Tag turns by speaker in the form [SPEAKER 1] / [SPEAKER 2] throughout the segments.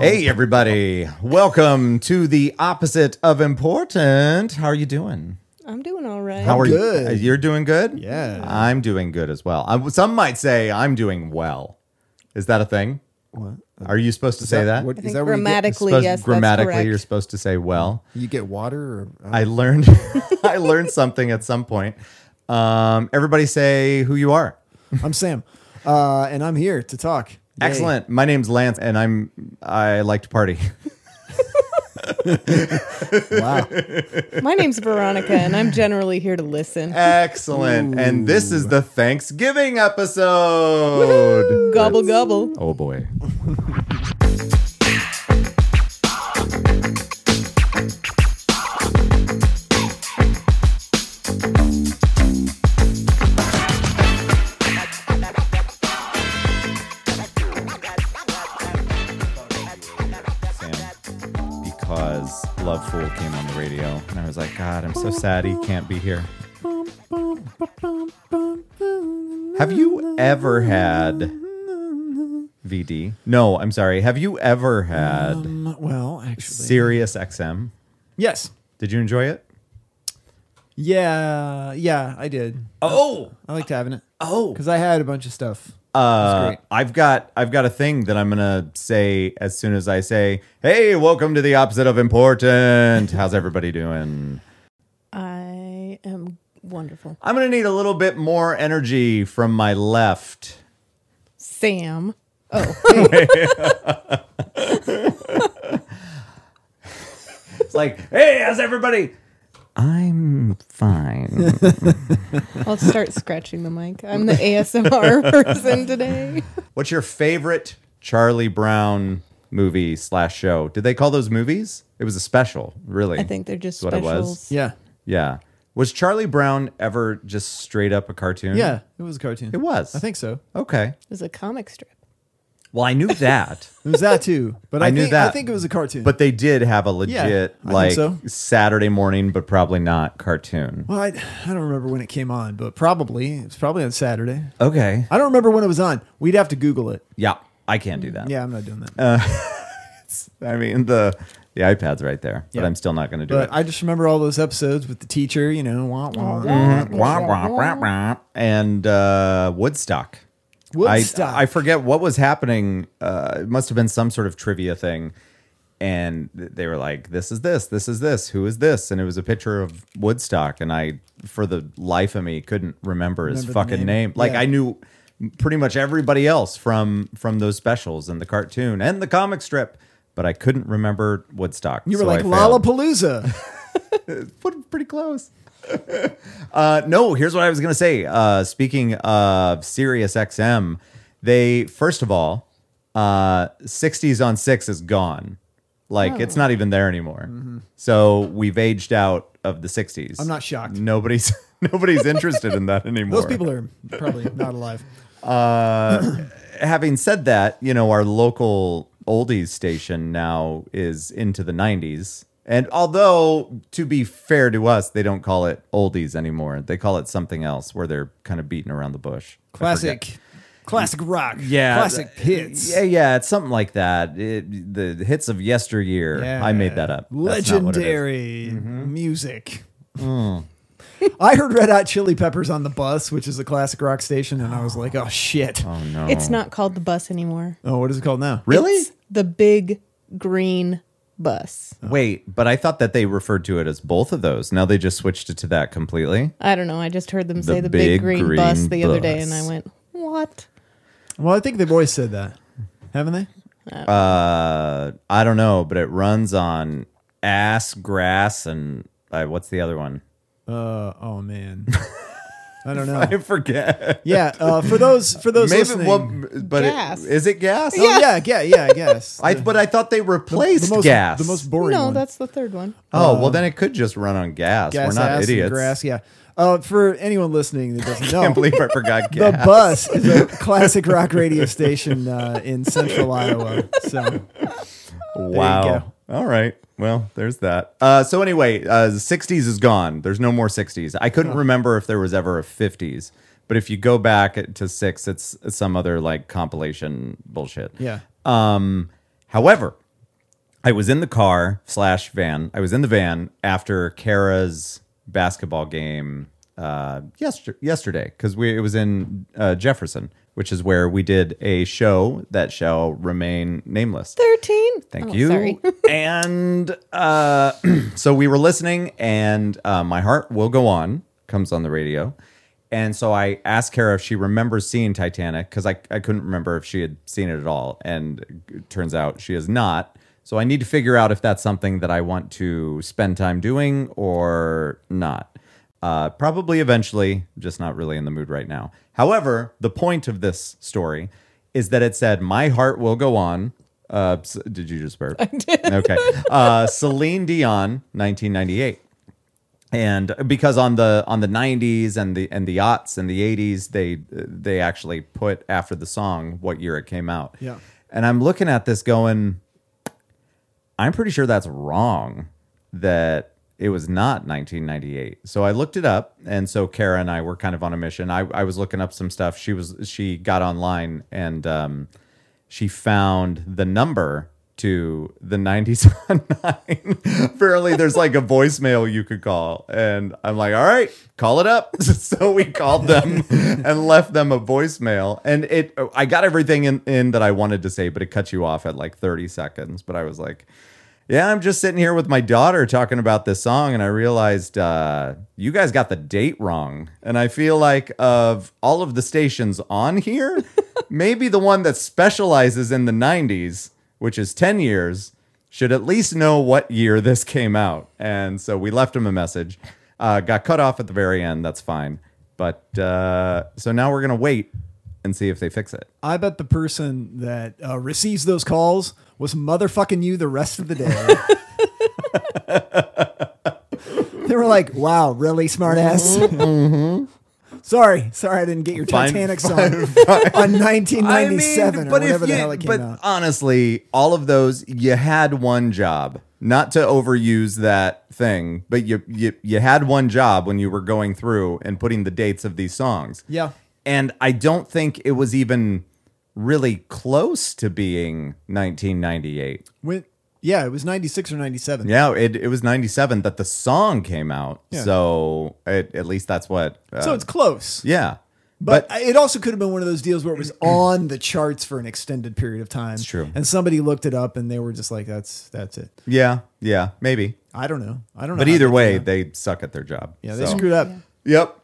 [SPEAKER 1] Hey, everybody. Welcome to the opposite of important. How are you doing?
[SPEAKER 2] I'm doing all right.
[SPEAKER 1] How are you? Uh,
[SPEAKER 3] good.
[SPEAKER 1] You're doing good?
[SPEAKER 3] Yeah.
[SPEAKER 1] I'm doing good as well. I, some might say I'm doing well. Is that a thing?
[SPEAKER 3] What?
[SPEAKER 1] Are you supposed to say that?
[SPEAKER 3] what-
[SPEAKER 2] I
[SPEAKER 3] is
[SPEAKER 2] think
[SPEAKER 3] that where you get,
[SPEAKER 2] grammatically,
[SPEAKER 1] Supposed-
[SPEAKER 2] yes,
[SPEAKER 1] grammatically,
[SPEAKER 2] that's correct.
[SPEAKER 1] you're supposed to say well.
[SPEAKER 3] you get water? Or, uh,
[SPEAKER 1] I learned I learned something at some point. Um, everybody say who you are.
[SPEAKER 3] I'm Sam, uh, and I'm here to talk. Yay.
[SPEAKER 1] Excellent. My name's Lance, and I'm I like to party.
[SPEAKER 3] Wow.
[SPEAKER 2] My name's Veronica, and I'm generally here to listen.
[SPEAKER 1] Excellent. And this is the Thanksgiving episode.
[SPEAKER 2] Gobble gobble.
[SPEAKER 1] Oh boy. Sam, because Love Fool came on the radio, and I was like, God, I'm so sad he can't be here. Have you ever had VD? No, I'm sorry. Have you ever had
[SPEAKER 3] Um, well, actually,
[SPEAKER 1] Sirius XM?
[SPEAKER 3] yes.
[SPEAKER 1] Did you enjoy it?
[SPEAKER 3] Yeah, yeah, I did.
[SPEAKER 1] Oh,
[SPEAKER 3] I liked having it
[SPEAKER 1] oh.
[SPEAKER 3] because I had a bunch of stuff.
[SPEAKER 1] Uh,
[SPEAKER 3] great.
[SPEAKER 1] I've got I've got a thing that I'm gonna say as soon as I say, "Hey, welcome to the opposite of important." How's everybody doing?
[SPEAKER 2] I am wonderful.
[SPEAKER 1] I'm gonna need a little bit more energy from my left.
[SPEAKER 2] Sam. Oh,
[SPEAKER 1] It's like, "Hey, how's everybody?" I'm fine.
[SPEAKER 2] I'll start scratching the mic. I'm the ASMR person today.
[SPEAKER 1] What's your favorite Charlie Brown movie slash show? Did they call those movies? It was a special, really.
[SPEAKER 2] I think they're just
[SPEAKER 1] That's what it was.
[SPEAKER 2] specials.
[SPEAKER 3] Yeah,
[SPEAKER 1] Yeah. Was Charlie Brown ever just straight up a cartoon?
[SPEAKER 3] yeah, it was a cartoon.
[SPEAKER 1] It was.
[SPEAKER 3] I think so.
[SPEAKER 1] Okay.
[SPEAKER 2] It was a comic strip.
[SPEAKER 1] Well, I knew that,
[SPEAKER 3] It was that too, but I,
[SPEAKER 1] I knew
[SPEAKER 3] think, I
[SPEAKER 1] that.
[SPEAKER 3] think it was a cartoon.
[SPEAKER 1] but they did have a
[SPEAKER 3] Yeah,
[SPEAKER 1] legit
[SPEAKER 3] I think
[SPEAKER 1] like
[SPEAKER 3] so.
[SPEAKER 1] Saturday morning, but probably not cartoon.
[SPEAKER 3] well, I, I don't remember when it came on, but probably it was probably on Saturday.
[SPEAKER 1] Okay.
[SPEAKER 3] I don't remember when it was on. We'd have to Google it.
[SPEAKER 1] Yeah, I can't do that.
[SPEAKER 3] Yeah, I'm not doing that.
[SPEAKER 1] I mean the the iPad's right there, but
[SPEAKER 3] Yeah.
[SPEAKER 1] I'm still not going to do
[SPEAKER 3] but
[SPEAKER 1] it.
[SPEAKER 3] I just remember all those episodes with the teacher. You know, wah,
[SPEAKER 2] Oh,
[SPEAKER 3] wah.
[SPEAKER 1] Mm-hmm. Wah, wah, wah, wah. and uh, Woodstock.
[SPEAKER 3] Woodstock.
[SPEAKER 1] I, I forget what was happening. Uh, it must have been some sort of trivia thing. And th- they were like, this is this, this is this, who is this? And it was a picture of Woodstock. And I, for the life of me, couldn't remember
[SPEAKER 3] Remember
[SPEAKER 1] his
[SPEAKER 3] the
[SPEAKER 1] fucking name.
[SPEAKER 3] name.
[SPEAKER 1] Like
[SPEAKER 3] Yeah.
[SPEAKER 1] I knew pretty much everybody else from from those specials and the cartoon and the comic strip. But I couldn't remember Woodstock.
[SPEAKER 3] you were
[SPEAKER 1] so I
[SPEAKER 3] like
[SPEAKER 1] failed
[SPEAKER 3] Lollapalooza.
[SPEAKER 1] put pretty close. uh, no, here's what I was gonna say. Uh, speaking of Sirius XM, they first of all, uh, 60s on six is gone. Like
[SPEAKER 3] Oh.
[SPEAKER 1] it's not even there anymore. So we've aged out of the 60s.
[SPEAKER 3] Mm-hmm. I'm not shocked.
[SPEAKER 1] Nobody's nobody's interested in that anymore.
[SPEAKER 3] Those people are probably not alive.
[SPEAKER 1] having said that, you know, our local oldies station now is into the 90s. And although, to be fair to us, they don't call it oldies anymore. They call it something else where they're kind of beating around the bush. I forget.
[SPEAKER 3] Classic, classic rock.
[SPEAKER 1] Yeah.
[SPEAKER 3] classic hits.
[SPEAKER 1] Yeah, yeah, it's something like that. It, the hits of yesteryear. I made that up. That's not what it is. Mm-hmm. Mm.
[SPEAKER 3] Legendary music. I heard Red Hot Chili Peppers on the bus, which is a classic rock station, and I was like, "Oh shit!
[SPEAKER 1] Oh, no.
[SPEAKER 2] It's not called the bus anymore.
[SPEAKER 3] Oh, what is it called now?"
[SPEAKER 1] Really?
[SPEAKER 2] It's the big green bus.
[SPEAKER 1] Wait, but I thought that they referred to it as both of those. Now they just switched it to that completely.
[SPEAKER 2] I don't know. I just heard them say the,
[SPEAKER 1] big
[SPEAKER 2] big, green,
[SPEAKER 1] green
[SPEAKER 2] bus the other day,
[SPEAKER 1] bus.
[SPEAKER 2] and I went, "What?"
[SPEAKER 3] Well, I think they've always said that, haven't they?
[SPEAKER 1] uh i don't know but it runs on ass grass and uh, what's the other one
[SPEAKER 3] Uh, oh man, I don't know.
[SPEAKER 1] i forget
[SPEAKER 3] Yeah, uh, for those for those listening,
[SPEAKER 1] one- but it,
[SPEAKER 2] Gas.
[SPEAKER 1] is it gas
[SPEAKER 3] Oh, yeah, yeah, yeah, I guess.
[SPEAKER 1] I, but I thought they replaced
[SPEAKER 3] most,
[SPEAKER 1] gas.
[SPEAKER 3] The most boring
[SPEAKER 2] No,
[SPEAKER 3] one.
[SPEAKER 2] that's the third one.
[SPEAKER 1] oh well, then it could just run on gas.
[SPEAKER 3] gas,
[SPEAKER 1] We're not
[SPEAKER 3] ass, and
[SPEAKER 1] idiots.
[SPEAKER 3] grass, yeah. Uh, for anyone listening that doesn't know,
[SPEAKER 1] I can't believe I forgot
[SPEAKER 3] the
[SPEAKER 1] gas.
[SPEAKER 3] bus is a classic rock radio station uh, in central Iowa. So
[SPEAKER 1] wow. All right. Well, there's that. Uh, so anyway, uh, the 60s is gone. There's no more 60s. I couldn't remember if there was ever a 50s, but if you go back to six, it's some other like compilation bullshit.
[SPEAKER 3] yeah,
[SPEAKER 1] Um, however, I was in the car slash van. I was in the van after Kara's basketball game uh, yester- yesterday because we it was in uh, Jefferson, which is where we did a show that shall remain nameless.
[SPEAKER 2] 13.
[SPEAKER 1] Thank
[SPEAKER 2] Oh,
[SPEAKER 1] you.
[SPEAKER 2] Sorry.
[SPEAKER 1] and uh, so we were listening, and uh, my heart will go on comes on the radio, and so I asked Kara if she remembers seeing Titanic because I I couldn't remember if she had seen it at all, and it turns out she has not. So I need to figure out if that's something that I want to spend time doing or not. Uh, probably eventually, just not really in the mood right now. However, the point of this story is that it said, My heart will go on. Uh, s- did you just burp? I did. Okay. Uh, Celine Dion, 1998 and because on the on the 90s and the and the aughts and the 80s they they actually put after the song what year it came out
[SPEAKER 3] Yeah.
[SPEAKER 1] and i'm looking at this going i'm pretty sure that's wrong that it was not 1998 so i looked it up and so kara and i were kind of on a mission i, I was looking up some stuff she was she got online and um, she found the number to the 90s on 9. Apparently, there's like a voicemail you could call. And I'm like, all right, call it up. so we called them and left them a voicemail. And it, I got everything in, in that I wanted to say, but it cut you off at like 30 seconds. But I was like, yeah, I'm just sitting here with my daughter talking about this song, and I realized uh, you guys got the date wrong. And I feel like of all of the stations on here, maybe the one that specializes in the 90s, which is 10 years, should at least know what year this came out. And so we left him a message. Uh, got cut off at the very end. That's fine. But uh, so now we're going to wait and see if they fix it.
[SPEAKER 3] I bet the person that uh, receives those calls was motherfucking you the rest of the day. they were like, "Wow, really smart ass." sorry, sorry, I didn't get your
[SPEAKER 1] Mm-hmm. Fine,
[SPEAKER 3] Titanic
[SPEAKER 1] fine,
[SPEAKER 3] song on 1997 or whatever the
[SPEAKER 1] you-
[SPEAKER 3] hell it came
[SPEAKER 1] but
[SPEAKER 3] out.
[SPEAKER 1] honestly, all of those, you had one job. Not to overuse that thing, but you, you you had one job when you were going through and putting the dates of these songs.
[SPEAKER 3] Yeah.
[SPEAKER 1] And I don't think it was even really close to being 1998.
[SPEAKER 3] When, yeah, it was 96 or 97.
[SPEAKER 1] Yeah, it, it was 97 that the song came out.
[SPEAKER 3] Yeah.
[SPEAKER 1] So it, at least that's what. Uh,
[SPEAKER 3] So it's close.
[SPEAKER 1] yeah.
[SPEAKER 3] But, it also could have been one of those deals where it was on the charts for an extended period of time. It's
[SPEAKER 1] true.
[SPEAKER 3] And somebody looked it up and they were just like, that's that's it.
[SPEAKER 1] yeah, yeah, maybe.
[SPEAKER 3] I don't know. I don't know.
[SPEAKER 1] But
[SPEAKER 3] how
[SPEAKER 1] either
[SPEAKER 3] they
[SPEAKER 1] way,
[SPEAKER 3] did that.
[SPEAKER 1] they suck at their job.
[SPEAKER 3] Uh, yeah, they
[SPEAKER 1] So-
[SPEAKER 3] screwed up.
[SPEAKER 1] Yep.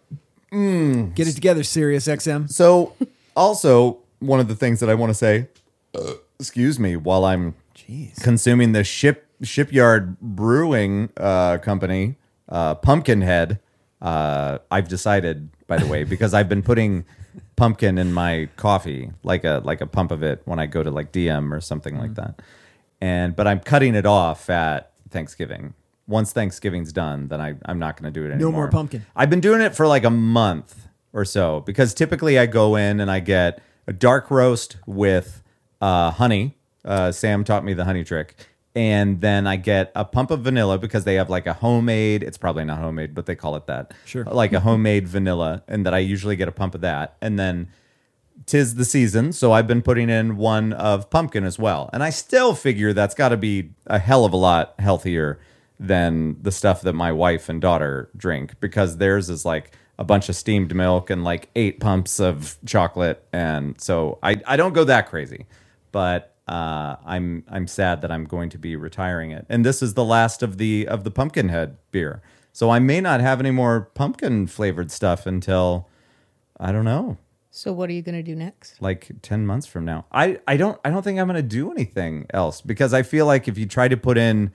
[SPEAKER 3] Get it together, Sirius XM.
[SPEAKER 1] So, also, one of the things that I want to say, uh, excuse me, while I'm
[SPEAKER 3] Jeez.
[SPEAKER 1] consuming the ship shipyard brewing uh, company, uh, Pumpkinhead. Uh, I've decided, by the way, because I've been putting pumpkin in my coffee, like a like a pump of it when I go to like DM or something like
[SPEAKER 3] Mm-hmm.
[SPEAKER 1] that. And but I'm cutting it off at Thanksgiving. Once Thanksgiving's done, then I, I'm not going to do it anymore.
[SPEAKER 3] more pumpkin.
[SPEAKER 1] I've been doing it for like a month or so because typically I go in and I get a dark roast with uh, honey. Uh, Sam taught me the honey trick. And then I get a pump of vanilla because they have like a homemade, it's probably not homemade, but they call it that.
[SPEAKER 3] Sure.
[SPEAKER 1] Like a homemade vanilla, and that I usually get a pump of that. And then tis the season, so I've been putting in one of pumpkin as well. And I still figure that's got to be a hell of a lot healthier than the stuff that my wife and daughter drink because theirs is like a bunch of steamed milk and like eight pumps of chocolate. And so I, I don't go that crazy, but uh, I'm I'm sad that I'm going to be retiring it. And this is the last of the of the pumpkinhead beer. So I may not have any more pumpkin flavored stuff until I don't know,
[SPEAKER 2] So, what are you going to do next?
[SPEAKER 1] like 10 months from now. I, I don't I don't think I'm gonna do anything else because I feel like if you try to put in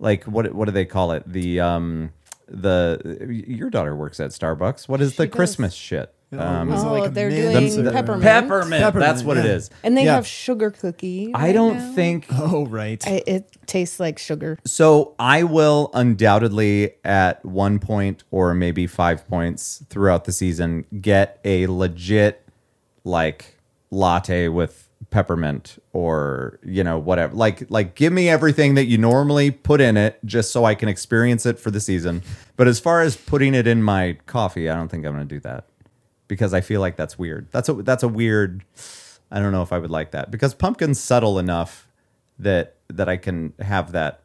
[SPEAKER 1] like what what do they call it? The um the your daughter works at Starbucks. What is the
[SPEAKER 2] does.
[SPEAKER 1] Christmas shit? Um,
[SPEAKER 2] Oh, they're
[SPEAKER 1] the-
[SPEAKER 2] doing
[SPEAKER 1] the-
[SPEAKER 2] peppermint.
[SPEAKER 1] peppermint. That's
[SPEAKER 3] Peppermint,
[SPEAKER 1] what it
[SPEAKER 3] yeah.
[SPEAKER 1] is.
[SPEAKER 2] And they
[SPEAKER 3] Yeah.
[SPEAKER 2] have sugar cookie.
[SPEAKER 1] I
[SPEAKER 2] right
[SPEAKER 1] don't
[SPEAKER 2] now.
[SPEAKER 1] think
[SPEAKER 3] Oh, right.
[SPEAKER 2] I, it tastes like sugar.
[SPEAKER 1] So I will undoubtedly at one point or maybe five points throughout the season get a legit like latte with peppermint or you know whatever like like give me everything that you normally put in it just so I can experience it for the season but as far as putting it in my coffee I don't think I'm going to do that because I feel like that's weird that's a that's a weird I don't know if I would like that because pumpkin's subtle enough that that I can have that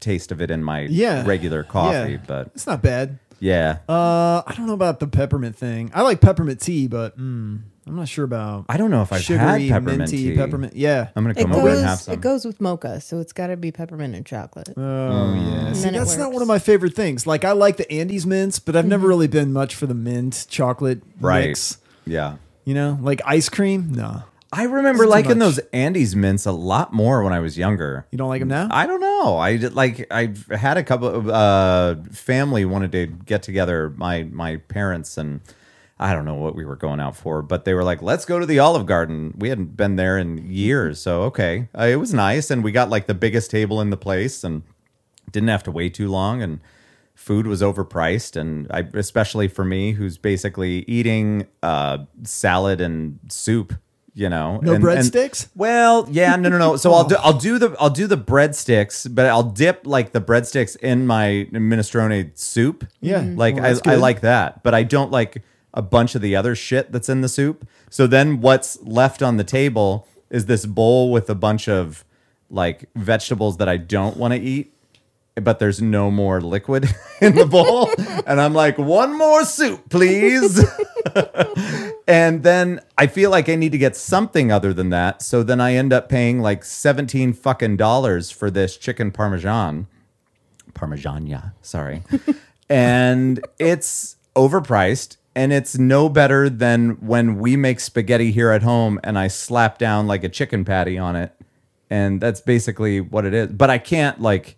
[SPEAKER 1] taste of it in my
[SPEAKER 3] Yeah.
[SPEAKER 1] regular coffee.
[SPEAKER 3] Yeah.
[SPEAKER 1] But
[SPEAKER 3] It's not bad.
[SPEAKER 1] yeah,
[SPEAKER 3] Uh, I don't know about the peppermint thing. I like peppermint tea, but mm, I'm not sure about
[SPEAKER 1] I don't know if I've had peppermint tea.
[SPEAKER 3] peppermint. Yeah.
[SPEAKER 1] I'm gonna
[SPEAKER 2] It
[SPEAKER 1] come over and have
[SPEAKER 2] goes.
[SPEAKER 1] some. Uh,
[SPEAKER 2] It goes with mocha, so it's got to be peppermint and chocolate.
[SPEAKER 3] Oh
[SPEAKER 1] Mm.
[SPEAKER 3] yeah, See,
[SPEAKER 2] then it
[SPEAKER 3] that's not one
[SPEAKER 2] works. Mm-hmm.
[SPEAKER 3] of my favorite things. Like I like the Andes mints, but I've never really been much for the mint chocolate
[SPEAKER 1] right?
[SPEAKER 3] mix.
[SPEAKER 1] Yeah.
[SPEAKER 3] You know, like ice cream. No,
[SPEAKER 1] I remember
[SPEAKER 3] It's too much.
[SPEAKER 1] liking those Andes mints a lot more when I was younger.
[SPEAKER 3] you don't like them now.
[SPEAKER 1] Mm. I don't know. I did, like I had a couple of uh, family wanted to get together. My my parents and I don't know what we were going out for, but they were like, "Let's go to the Olive Garden." We hadn't been there in years, so okay, uh, it was nice, and we got like the biggest table in the place, and didn't have to wait too long, and food was overpriced, and I especially for me, who's basically eating uh, salad and soup. You know,
[SPEAKER 3] No
[SPEAKER 1] and- and-
[SPEAKER 3] breadsticks?
[SPEAKER 1] well, yeah, no, no, no. So I'll do, I'll do the I'll do the breadsticks, but I'll dip like the breadsticks in my minestrone soup.
[SPEAKER 3] Yeah. Mm.
[SPEAKER 1] like
[SPEAKER 3] Well, that's
[SPEAKER 1] I, I
[SPEAKER 3] good.
[SPEAKER 1] like that, but I don't like a bunch of the other shit that's in the soup. So then, what's left on the table is this bowl with a bunch of like vegetables that I don't want to eat, but there's no more liquid in the bowl, and I'm like, one more soup, please. And then I feel like I need to get something other than that. So then I end up paying like 17 fucking dollars for this chicken parmesan. Parmigiana, sorry. and it's overpriced and it's no better than when we make spaghetti here at home and I slap down like a chicken patty on it. And that's basically what it is. But I can't like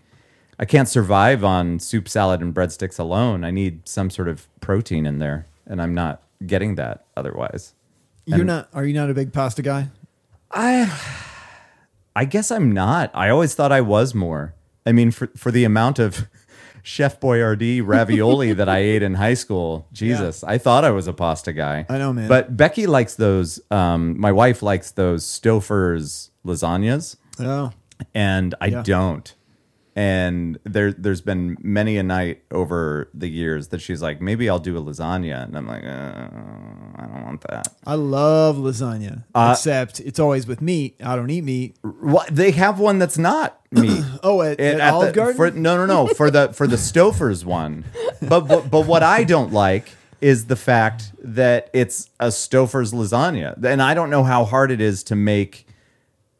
[SPEAKER 1] I can't survive on soup, salad, and breadsticks alone. I need some sort of protein in there, and I'm not getting that otherwise.
[SPEAKER 3] You're not. Are you not a big pasta guy?
[SPEAKER 1] I I guess I'm not. I always thought I was more. I mean, for for the amount of Chef Boyardee ravioli that I ate in high school, Jesus, I thought I was a pasta guy.
[SPEAKER 3] I know, man.
[SPEAKER 1] But Becky likes those. Um, my wife likes those Stouffer's lasagnas
[SPEAKER 3] Oh,
[SPEAKER 1] and I
[SPEAKER 3] Yeah.
[SPEAKER 1] don't. And there, there's been many a night over the years that she's like, maybe I'll do a lasagna, and I'm like, uh, I don't want that.
[SPEAKER 3] I love lasagna,
[SPEAKER 1] Uh,
[SPEAKER 3] except it's always with meat. I don't eat meat.
[SPEAKER 1] Well, they have one that's not meat.
[SPEAKER 3] Oh, at,
[SPEAKER 1] It-
[SPEAKER 3] at
[SPEAKER 1] at
[SPEAKER 3] Olive
[SPEAKER 1] the-
[SPEAKER 3] Garden.
[SPEAKER 1] For, no, no, no. For the for the Stouffer's one, but, but but what I don't like is the fact that it's a Stouffer's lasagna, and I don't know how hard it is to make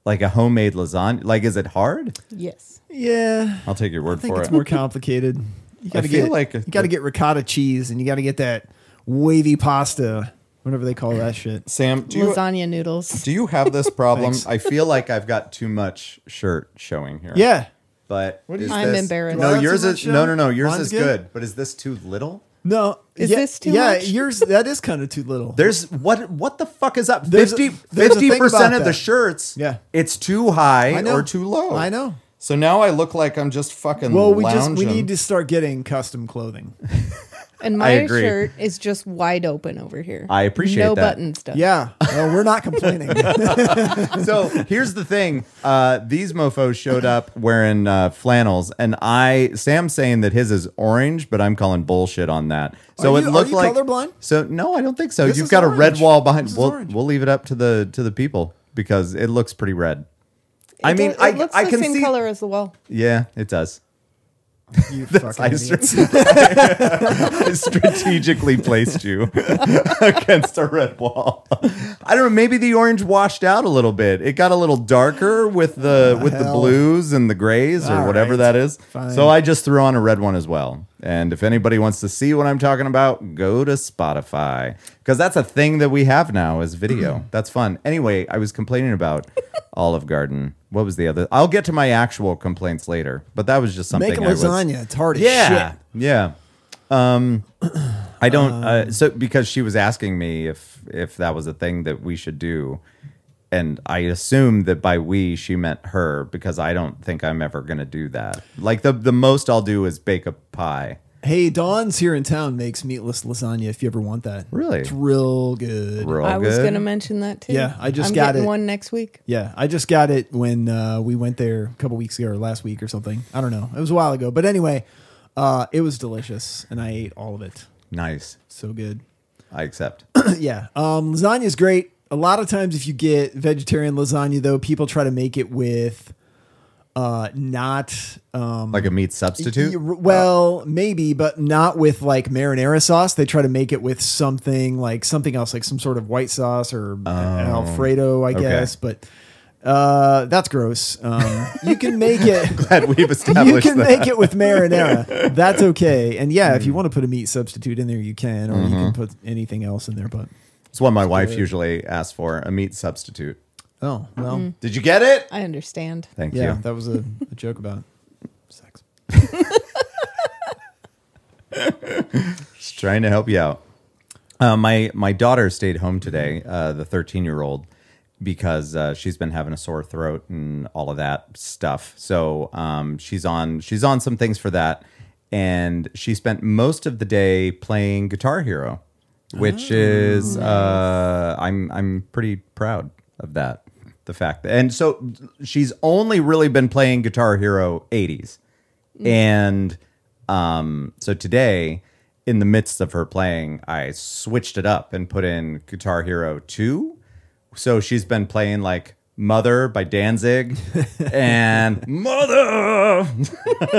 [SPEAKER 1] like a homemade lasagna. Like, is it hard?
[SPEAKER 2] Yes.
[SPEAKER 3] yeah,
[SPEAKER 1] I'll take your word
[SPEAKER 3] I think
[SPEAKER 1] for
[SPEAKER 3] it's
[SPEAKER 1] it.
[SPEAKER 3] more complicated. You gotta
[SPEAKER 1] feel
[SPEAKER 3] get
[SPEAKER 1] like-
[SPEAKER 3] you gotta get ricotta cheese, and you gotta get that wavy pasta, whatever they call that shit.
[SPEAKER 1] Sam, do you
[SPEAKER 2] Lasagna noodles.
[SPEAKER 1] Do you have this problem?
[SPEAKER 3] Thanks.
[SPEAKER 1] I feel like I've got too much shirt showing here.
[SPEAKER 3] Yeah.
[SPEAKER 1] but
[SPEAKER 3] do
[SPEAKER 1] is
[SPEAKER 2] you- I'm
[SPEAKER 1] this-
[SPEAKER 2] embarrassed.
[SPEAKER 1] No,
[SPEAKER 3] Do I have
[SPEAKER 1] yours
[SPEAKER 3] too
[SPEAKER 1] is
[SPEAKER 3] much
[SPEAKER 1] no,
[SPEAKER 3] showing?
[SPEAKER 1] no, no. Yours
[SPEAKER 3] Mine's
[SPEAKER 1] is
[SPEAKER 3] good?
[SPEAKER 1] good, but is this too little?
[SPEAKER 3] No.
[SPEAKER 2] Is
[SPEAKER 3] yeah,
[SPEAKER 2] this too
[SPEAKER 3] Yeah,
[SPEAKER 2] much?
[SPEAKER 3] yours that is kind of too little.
[SPEAKER 1] There's what? What the fuck is up?
[SPEAKER 3] There's a-
[SPEAKER 1] 50
[SPEAKER 3] there's a thing
[SPEAKER 1] 50 percent
[SPEAKER 3] about
[SPEAKER 1] of the
[SPEAKER 3] that.
[SPEAKER 1] shirts.
[SPEAKER 3] Yeah.
[SPEAKER 1] it's too high
[SPEAKER 3] I know.
[SPEAKER 1] or too low.
[SPEAKER 3] I know.
[SPEAKER 1] So now I look like I'm just fucking.
[SPEAKER 3] Well, we just we
[SPEAKER 1] lounging.
[SPEAKER 3] need to start getting custom clothing.
[SPEAKER 2] And
[SPEAKER 1] I
[SPEAKER 2] my
[SPEAKER 1] agree.
[SPEAKER 2] shirt is just wide open over here.
[SPEAKER 1] I appreciate
[SPEAKER 2] no
[SPEAKER 1] that.
[SPEAKER 2] buttons done.
[SPEAKER 3] Yeah, well, we're not complaining.
[SPEAKER 1] so here's the thing: uh, these mofo's showed up wearing uh, flannels, and I Sam's saying that his is orange, but I'm calling bullshit on that. So
[SPEAKER 3] Are
[SPEAKER 1] it
[SPEAKER 3] you-
[SPEAKER 1] looked
[SPEAKER 3] are you
[SPEAKER 1] like
[SPEAKER 3] colorblind?
[SPEAKER 1] So no, I don't think so.
[SPEAKER 3] This
[SPEAKER 1] You've
[SPEAKER 3] is
[SPEAKER 1] got a red
[SPEAKER 3] orange.
[SPEAKER 1] wall behind.
[SPEAKER 3] This is
[SPEAKER 1] We'll
[SPEAKER 3] orange.
[SPEAKER 1] we'll leave it up to the to the people because it looks pretty red. I
[SPEAKER 2] It
[SPEAKER 1] mean,
[SPEAKER 2] does-
[SPEAKER 1] I
[SPEAKER 2] it looks
[SPEAKER 1] I
[SPEAKER 2] the
[SPEAKER 1] can
[SPEAKER 2] same
[SPEAKER 1] see.
[SPEAKER 2] color as the wall.
[SPEAKER 1] Yeah, it does.
[SPEAKER 3] you fucking
[SPEAKER 1] I,
[SPEAKER 3] idiot.
[SPEAKER 1] I strategically placed you against a red wall. I don't know. Maybe the orange washed out a little bit. It got a little darker with the with the
[SPEAKER 3] hell.
[SPEAKER 1] blues and the grays or
[SPEAKER 3] All
[SPEAKER 1] whatever
[SPEAKER 3] right.
[SPEAKER 1] that is.
[SPEAKER 3] Fine.
[SPEAKER 1] So I just threw on a red one as well. And if anybody wants to see what I'm talking about, go to Spotify because that's a thing that we have now is
[SPEAKER 3] Mm.
[SPEAKER 1] video. that's fun. Anyway, I was complaining about Olive Garden. What was the other? I'll get to my actual complaints later, but that was just something
[SPEAKER 3] Make a
[SPEAKER 1] I was-
[SPEAKER 3] lasagna. It's hard as
[SPEAKER 1] yeah.
[SPEAKER 3] shit.
[SPEAKER 1] Yeah. Um, I don't. uh, so because she was asking me if if that was a thing that we should do, and I assumed that by we she meant her because I don't think I'm ever gonna do that. Like the the most I'll do is bake a pie.
[SPEAKER 3] Hey, Dawn's here in town makes meatless lasagna. If you ever want that,
[SPEAKER 1] Really?
[SPEAKER 3] it's real good.
[SPEAKER 1] We're all
[SPEAKER 2] I was
[SPEAKER 1] good.
[SPEAKER 2] going to mention that too.
[SPEAKER 3] Yeah, I just
[SPEAKER 2] I'm
[SPEAKER 3] got
[SPEAKER 2] getting
[SPEAKER 3] it.
[SPEAKER 2] one next week.
[SPEAKER 3] Yeah, I just got it when uh, we went there a couple weeks ago or last week or something. I don't know. It was a while ago, but anyway, uh, it was delicious, and I ate all of it.
[SPEAKER 1] nice.
[SPEAKER 3] So good.
[SPEAKER 1] I accept.
[SPEAKER 3] yeah, um, lasagna is great. a lot of times if you get vegetarian lasagna though, people try to make it with uh not um
[SPEAKER 1] Like a meat substitute?
[SPEAKER 3] Y- Well, maybe, but not with like marinara sauce. They try to make it with something like something else, like some sort of white sauce or Alfredo, I
[SPEAKER 1] Oh, okay.
[SPEAKER 3] guess. But uh, that's gross. Um, you can make it.
[SPEAKER 1] Glad we've
[SPEAKER 3] You
[SPEAKER 1] established
[SPEAKER 3] can
[SPEAKER 1] that. Mm.
[SPEAKER 3] make it with marinara. That's okay. And yeah, if you want to put a meat substitute in there, you can, or you
[SPEAKER 1] Mm-hmm.
[SPEAKER 3] can put anything else in there. But
[SPEAKER 1] It's what my wife usually asks for a meat substitute.
[SPEAKER 3] oh well,
[SPEAKER 1] Did you get it?
[SPEAKER 2] I understand.
[SPEAKER 1] Thank
[SPEAKER 3] yeah,
[SPEAKER 1] you.
[SPEAKER 3] that was a, a joke about sex.
[SPEAKER 1] Just trying to help you out. Uh, my my daughter stayed home today, uh, the 13 year old, because uh, she's been having a sore throat and all of that stuff. So um, she's on she's on some things for that, and she spent most of the day playing Guitar Hero, which is uh, I'm I'm pretty proud of that. The fact that, and so she's only really been playing Guitar Hero 80s. And um, so today, in the midst of her playing, I switched it up and put in Guitar Hero 2. So she's been playing like Mother by Danzig and Mother.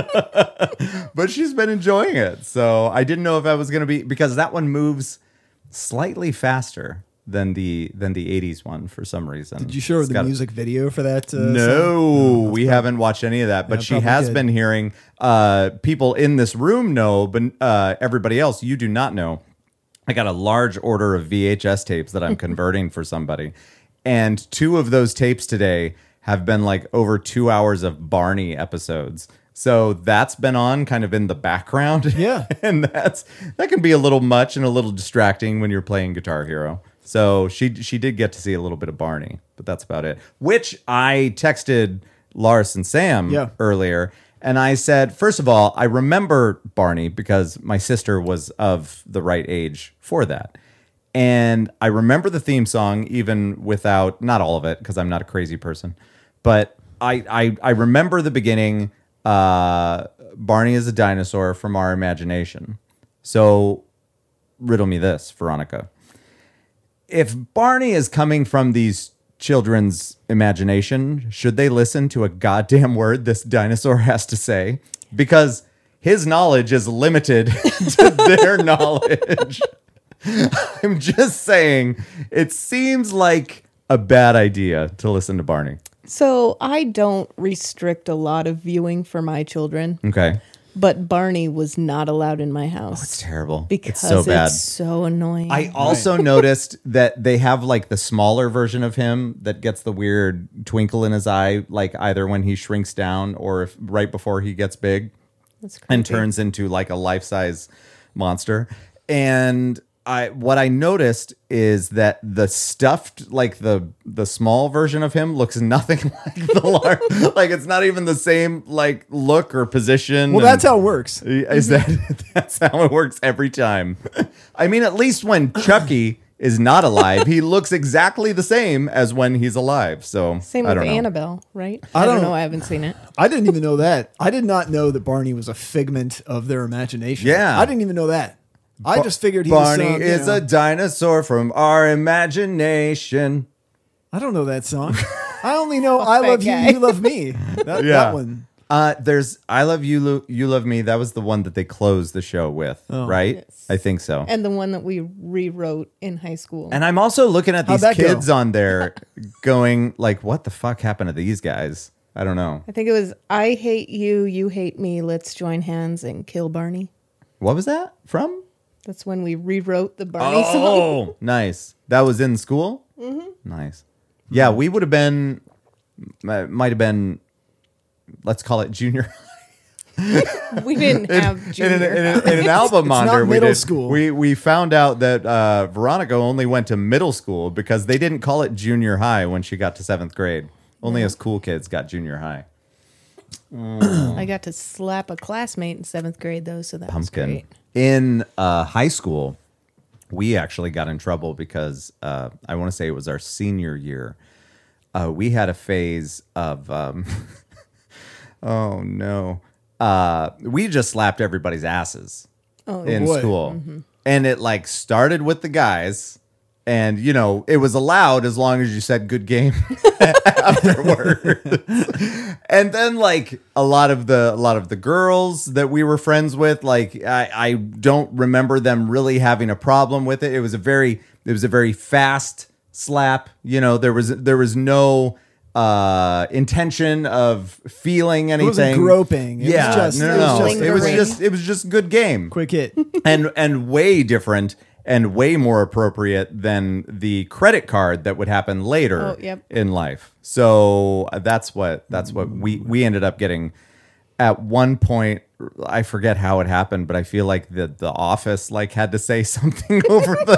[SPEAKER 1] but she's been enjoying it. So I didn't know if I was going to be because that one moves slightly faster than the than the 80s one for some reason.
[SPEAKER 3] Did you show her
[SPEAKER 1] It's
[SPEAKER 3] the
[SPEAKER 1] got-
[SPEAKER 3] music video for that? Uh, song?
[SPEAKER 1] no, we haven't watched any of that, but
[SPEAKER 3] Yeah,
[SPEAKER 1] she
[SPEAKER 3] probably
[SPEAKER 1] has
[SPEAKER 3] good.
[SPEAKER 1] been hearing uh, people in this room know, but uh, everybody else, you do not know. I got a large order of VHS tapes that I'm converting for somebody. And two of those tapes today have been like over two hours of Barney episodes. So that's been on kind of in the background.
[SPEAKER 3] Yeah.
[SPEAKER 1] and that's that can be a little much and a little distracting when you're playing Guitar Hero. So she she did get to see a little bit of Barney, but that's about it. Which I texted Lars and Sam
[SPEAKER 3] Yeah.
[SPEAKER 1] earlier, and I said, first of all, I remember Barney because my sister was of the right age for that. And I remember the theme song even without not all of it because I'm not a crazy person, but I I, I remember the beginning. Uh, Barney is a dinosaur from our imagination. So riddle me this, Veronica. If Barney is coming from these children's imagination, should they listen to a goddamn word this dinosaur has to say? Because his knowledge is limited to their knowledge. I'm just saying, it seems like a bad idea to listen to Barney.
[SPEAKER 2] So I don't restrict a lot of viewing for my children,
[SPEAKER 1] Okay.
[SPEAKER 2] but Barney was not allowed in my
[SPEAKER 1] Oh, It's
[SPEAKER 2] house
[SPEAKER 1] terrible.
[SPEAKER 2] because
[SPEAKER 1] it's so bad.
[SPEAKER 2] so annoying.
[SPEAKER 1] I also noticed that they have like the smaller version of him that gets the weird twinkle in his eye, like either when he shrinks down or if right before he gets big
[SPEAKER 2] That's creepy.
[SPEAKER 1] and turns into like a life size monster. And I what I noticed is that the stuffed like the the small version of him looks nothing like the large like it's not even the same like look or position.
[SPEAKER 3] Well,
[SPEAKER 1] and-
[SPEAKER 3] that's how it works.
[SPEAKER 1] is that that's how it works every time? I mean, at least when Chucky is not alive, he looks exactly the same as when he's alive. So
[SPEAKER 2] Same
[SPEAKER 1] I
[SPEAKER 2] with
[SPEAKER 1] don't know.
[SPEAKER 2] Annabelle, right?
[SPEAKER 3] I
[SPEAKER 2] I don't
[SPEAKER 3] don't-
[SPEAKER 2] know. I haven't seen it.
[SPEAKER 3] I didn't even know that. I did not know that Barney was a figment of their imagination.
[SPEAKER 1] Yeah.
[SPEAKER 3] I didn't even know that. I just figured he
[SPEAKER 1] Barney
[SPEAKER 3] was uh, some, you
[SPEAKER 1] is
[SPEAKER 3] know-
[SPEAKER 1] a dinosaur from our imagination.
[SPEAKER 3] I don't know that song. I only know I
[SPEAKER 2] that
[SPEAKER 3] love you,
[SPEAKER 2] guy.
[SPEAKER 3] you love me. That, that one.
[SPEAKER 1] Uh, there's I love you, Lo- you love me. That was the one that they closed the show with,
[SPEAKER 3] Oh.
[SPEAKER 1] right? I think so.
[SPEAKER 2] And the one that we rewrote in high school.
[SPEAKER 1] And I'm also looking at
[SPEAKER 3] How'd
[SPEAKER 1] these
[SPEAKER 3] that go?
[SPEAKER 1] kids on there, going like, "What the fuck happened to these guys?" I don't know.
[SPEAKER 2] I think it was I hate you, you hate me, let's join hands and kill Barney.
[SPEAKER 1] What was that from?
[SPEAKER 2] That's when we rewrote the Barney song.
[SPEAKER 1] Oh, nice. That was in school.
[SPEAKER 3] Mm-hmm.
[SPEAKER 1] Nice. Yeah, we would have been, mi- might have been, let's call it junior.
[SPEAKER 2] We didn't have
[SPEAKER 1] in, an,
[SPEAKER 2] junior.
[SPEAKER 1] in, an, in an alma
[SPEAKER 3] not
[SPEAKER 1] mater, we
[SPEAKER 3] middle
[SPEAKER 1] did-
[SPEAKER 3] school.
[SPEAKER 1] We we found out that uh, Veronica only went to middle school because they didn't call it junior high when she got to seventh grade. Only us cool kids got junior high.
[SPEAKER 2] I got to slap a classmate in seventh grade though, so that was
[SPEAKER 1] pumpkin
[SPEAKER 2] great.
[SPEAKER 1] in uh, high school we actually got in trouble because uh, i want to say it was our senior year uh, we had a phase of um, oh no uh, we just slapped everybody's asses
[SPEAKER 2] Oh,
[SPEAKER 1] in
[SPEAKER 3] boy.
[SPEAKER 1] school and it like started with the guys and you know it was allowed as long as you said good game afterwards and then like a lot of the a lot of the girls that we were friends with like I, I don't remember them really having a problem with it it was a very it was a very fast slap you know there was there was no uh intention of feeling anything
[SPEAKER 3] wasn't groping. It was
[SPEAKER 1] yeah
[SPEAKER 3] just-
[SPEAKER 1] no
[SPEAKER 3] it was
[SPEAKER 1] no, no.
[SPEAKER 2] just
[SPEAKER 1] it was
[SPEAKER 2] lingering.
[SPEAKER 1] just it was just good game
[SPEAKER 3] Quick hit.
[SPEAKER 1] and and way different and way more appropriate than the credit card that would happen later
[SPEAKER 2] Oh, yep.
[SPEAKER 1] in life. So uh, that's what that's what we we ended up getting at one point I forget how it happened, but I feel like the the office like had to say something over the,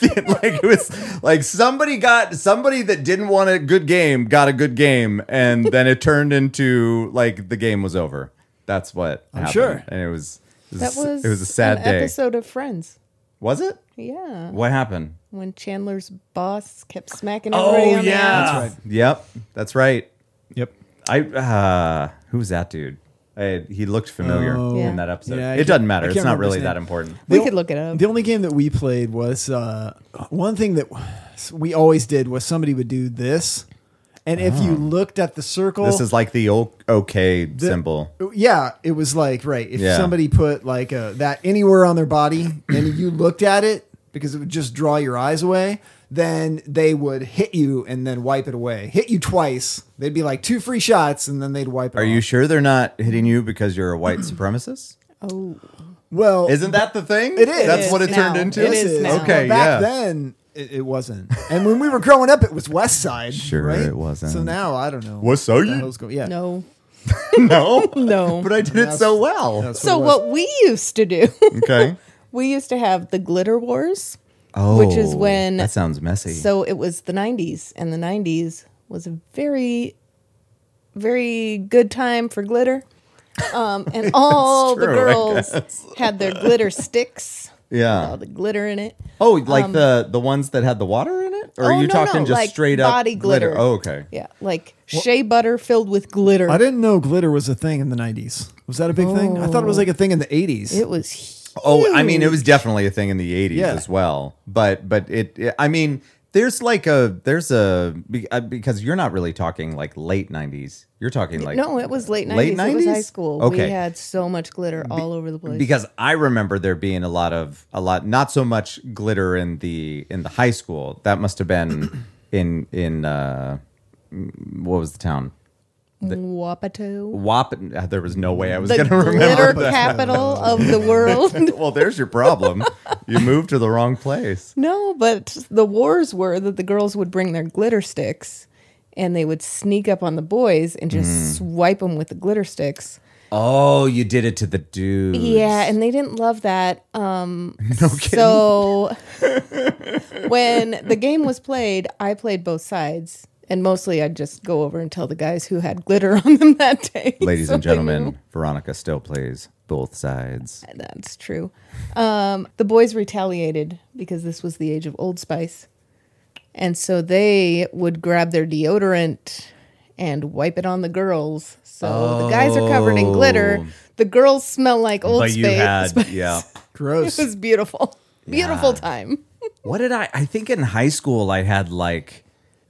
[SPEAKER 1] the- like it was like somebody got somebody that didn't want a good game got a good game and then it turned into like the game was over. That's what happened.
[SPEAKER 3] sure.
[SPEAKER 1] And it was it
[SPEAKER 2] That
[SPEAKER 1] was,
[SPEAKER 2] was
[SPEAKER 1] it was a sad
[SPEAKER 2] an
[SPEAKER 1] day.
[SPEAKER 2] episode of Friends.
[SPEAKER 1] Was it?
[SPEAKER 2] Yeah,
[SPEAKER 1] What happened?
[SPEAKER 2] when Chandler's boss kept smacking everybody on the ass.
[SPEAKER 3] That's right.
[SPEAKER 1] Yep, Oh, that's right.
[SPEAKER 3] Yep.
[SPEAKER 1] I uh who was that dude? I, he looked familiar
[SPEAKER 3] Oh.
[SPEAKER 2] Yeah.
[SPEAKER 1] in that episode.
[SPEAKER 3] Yeah, I
[SPEAKER 1] it
[SPEAKER 3] can't-
[SPEAKER 1] doesn't
[SPEAKER 3] I
[SPEAKER 1] matter. It's
[SPEAKER 3] can't
[SPEAKER 1] not
[SPEAKER 3] remember his
[SPEAKER 1] really that
[SPEAKER 3] name.
[SPEAKER 1] important.
[SPEAKER 2] We
[SPEAKER 3] The-
[SPEAKER 2] could look it up.
[SPEAKER 3] The only game that we played was uh, one thing that we always did was somebody would do this, and if you looked at the circle,
[SPEAKER 1] Ah. This is like the o- okay symbol.
[SPEAKER 3] yeah, it was like right. If
[SPEAKER 1] Yeah.
[SPEAKER 3] somebody put like uh that anywhere on their body, and you looked at it because it would just draw your eyes away, then they would hit you and then wipe it away. Hit you twice, they'd be like two free shots, and then they'd wipe. It
[SPEAKER 1] Are you sure they're not hitting you because you're a white supremacist?
[SPEAKER 2] oh,
[SPEAKER 3] well?
[SPEAKER 1] Isn't that the thing?
[SPEAKER 3] It is.
[SPEAKER 1] That's
[SPEAKER 3] It
[SPEAKER 1] what
[SPEAKER 2] is
[SPEAKER 1] it turned
[SPEAKER 2] now.
[SPEAKER 1] into.
[SPEAKER 2] It is now.
[SPEAKER 1] Okay,
[SPEAKER 3] But back
[SPEAKER 1] yeah.
[SPEAKER 3] then it, it wasn't. And when we were growing up, it was West Side.
[SPEAKER 1] Sure
[SPEAKER 3] right?
[SPEAKER 1] it wasn't.
[SPEAKER 3] So now I don't know.
[SPEAKER 1] What's so
[SPEAKER 3] the
[SPEAKER 1] you-
[SPEAKER 3] hell's going- Yeah.
[SPEAKER 2] no.
[SPEAKER 1] no,
[SPEAKER 2] No.
[SPEAKER 1] But I did it so well.
[SPEAKER 3] That's
[SPEAKER 2] So
[SPEAKER 3] it was.
[SPEAKER 2] what we used to do,
[SPEAKER 1] Okay.
[SPEAKER 2] we used to have the glitter wars.
[SPEAKER 1] Oh,
[SPEAKER 2] Which is when-
[SPEAKER 1] that sounds messy.
[SPEAKER 2] So it was the 90s, and the 90s was a very, very good time for glitter. Um, and all the
[SPEAKER 1] true, I
[SPEAKER 2] girls had their glitter sticks, all
[SPEAKER 1] yeah.
[SPEAKER 2] the glitter in it.
[SPEAKER 1] Oh, like the the ones that had the water in it, or are
[SPEAKER 2] Um, oh,
[SPEAKER 1] you
[SPEAKER 2] no,
[SPEAKER 1] talking
[SPEAKER 2] no,
[SPEAKER 1] just
[SPEAKER 2] like
[SPEAKER 1] straight up
[SPEAKER 2] body glitter.
[SPEAKER 1] Oh, okay.
[SPEAKER 2] Yeah, like shea butter filled with glitter.
[SPEAKER 3] I didn't know glitter was a thing in the 90s. Was that a big thing? I thought it was like a thing in the 80s.
[SPEAKER 2] Oh. It was huge.
[SPEAKER 1] Oh, I mean, it was definitely a thing in the '80s
[SPEAKER 3] Yeah.
[SPEAKER 1] as well. But but it, it- I mean, there's like a there's a be- uh, because you're not really talking like late '90s. You're talking like
[SPEAKER 2] no, it was late 90s.
[SPEAKER 1] Late
[SPEAKER 2] It was
[SPEAKER 1] 90s?
[SPEAKER 2] high school.
[SPEAKER 1] Okay.
[SPEAKER 2] We had so much glitter all over the place.
[SPEAKER 1] because I remember there being a lot of a lot not so much glitter in the in the high school. That must have been in in uh what was the town?
[SPEAKER 2] Wapato.
[SPEAKER 1] Wap. uh, There was no way I was
[SPEAKER 2] The
[SPEAKER 1] going to
[SPEAKER 2] glitter
[SPEAKER 1] remember that.
[SPEAKER 2] capital of the world.
[SPEAKER 1] well, there's your problem. you moved to the wrong place.
[SPEAKER 2] No, but the wars were that the girls would bring their glitter sticks and they would sneak up on the boys and just
[SPEAKER 1] Mm.
[SPEAKER 2] swipe them with the glitter sticks.
[SPEAKER 1] Oh, you did it to the dude.
[SPEAKER 2] Yeah, and they didn't love that. Um, so when the game was played, I played both sides. And mostly I'd just go over and tell the guys who had glitter on them that day.
[SPEAKER 1] Ladies
[SPEAKER 2] So
[SPEAKER 1] and
[SPEAKER 2] they knew.
[SPEAKER 1] gentlemen, Veronica still plays both sides.
[SPEAKER 2] That's true. Um, the boys retaliated because this was the age of Old Spice. And so they would grab their deodorant and wipe it on the girls. So the guys are covered in
[SPEAKER 1] Oh.
[SPEAKER 2] glitter. The girls smell like Old Spice.
[SPEAKER 1] yeah.
[SPEAKER 3] Gross.
[SPEAKER 2] It was beautiful. Beautiful time.
[SPEAKER 1] What did I? I think in high school I had like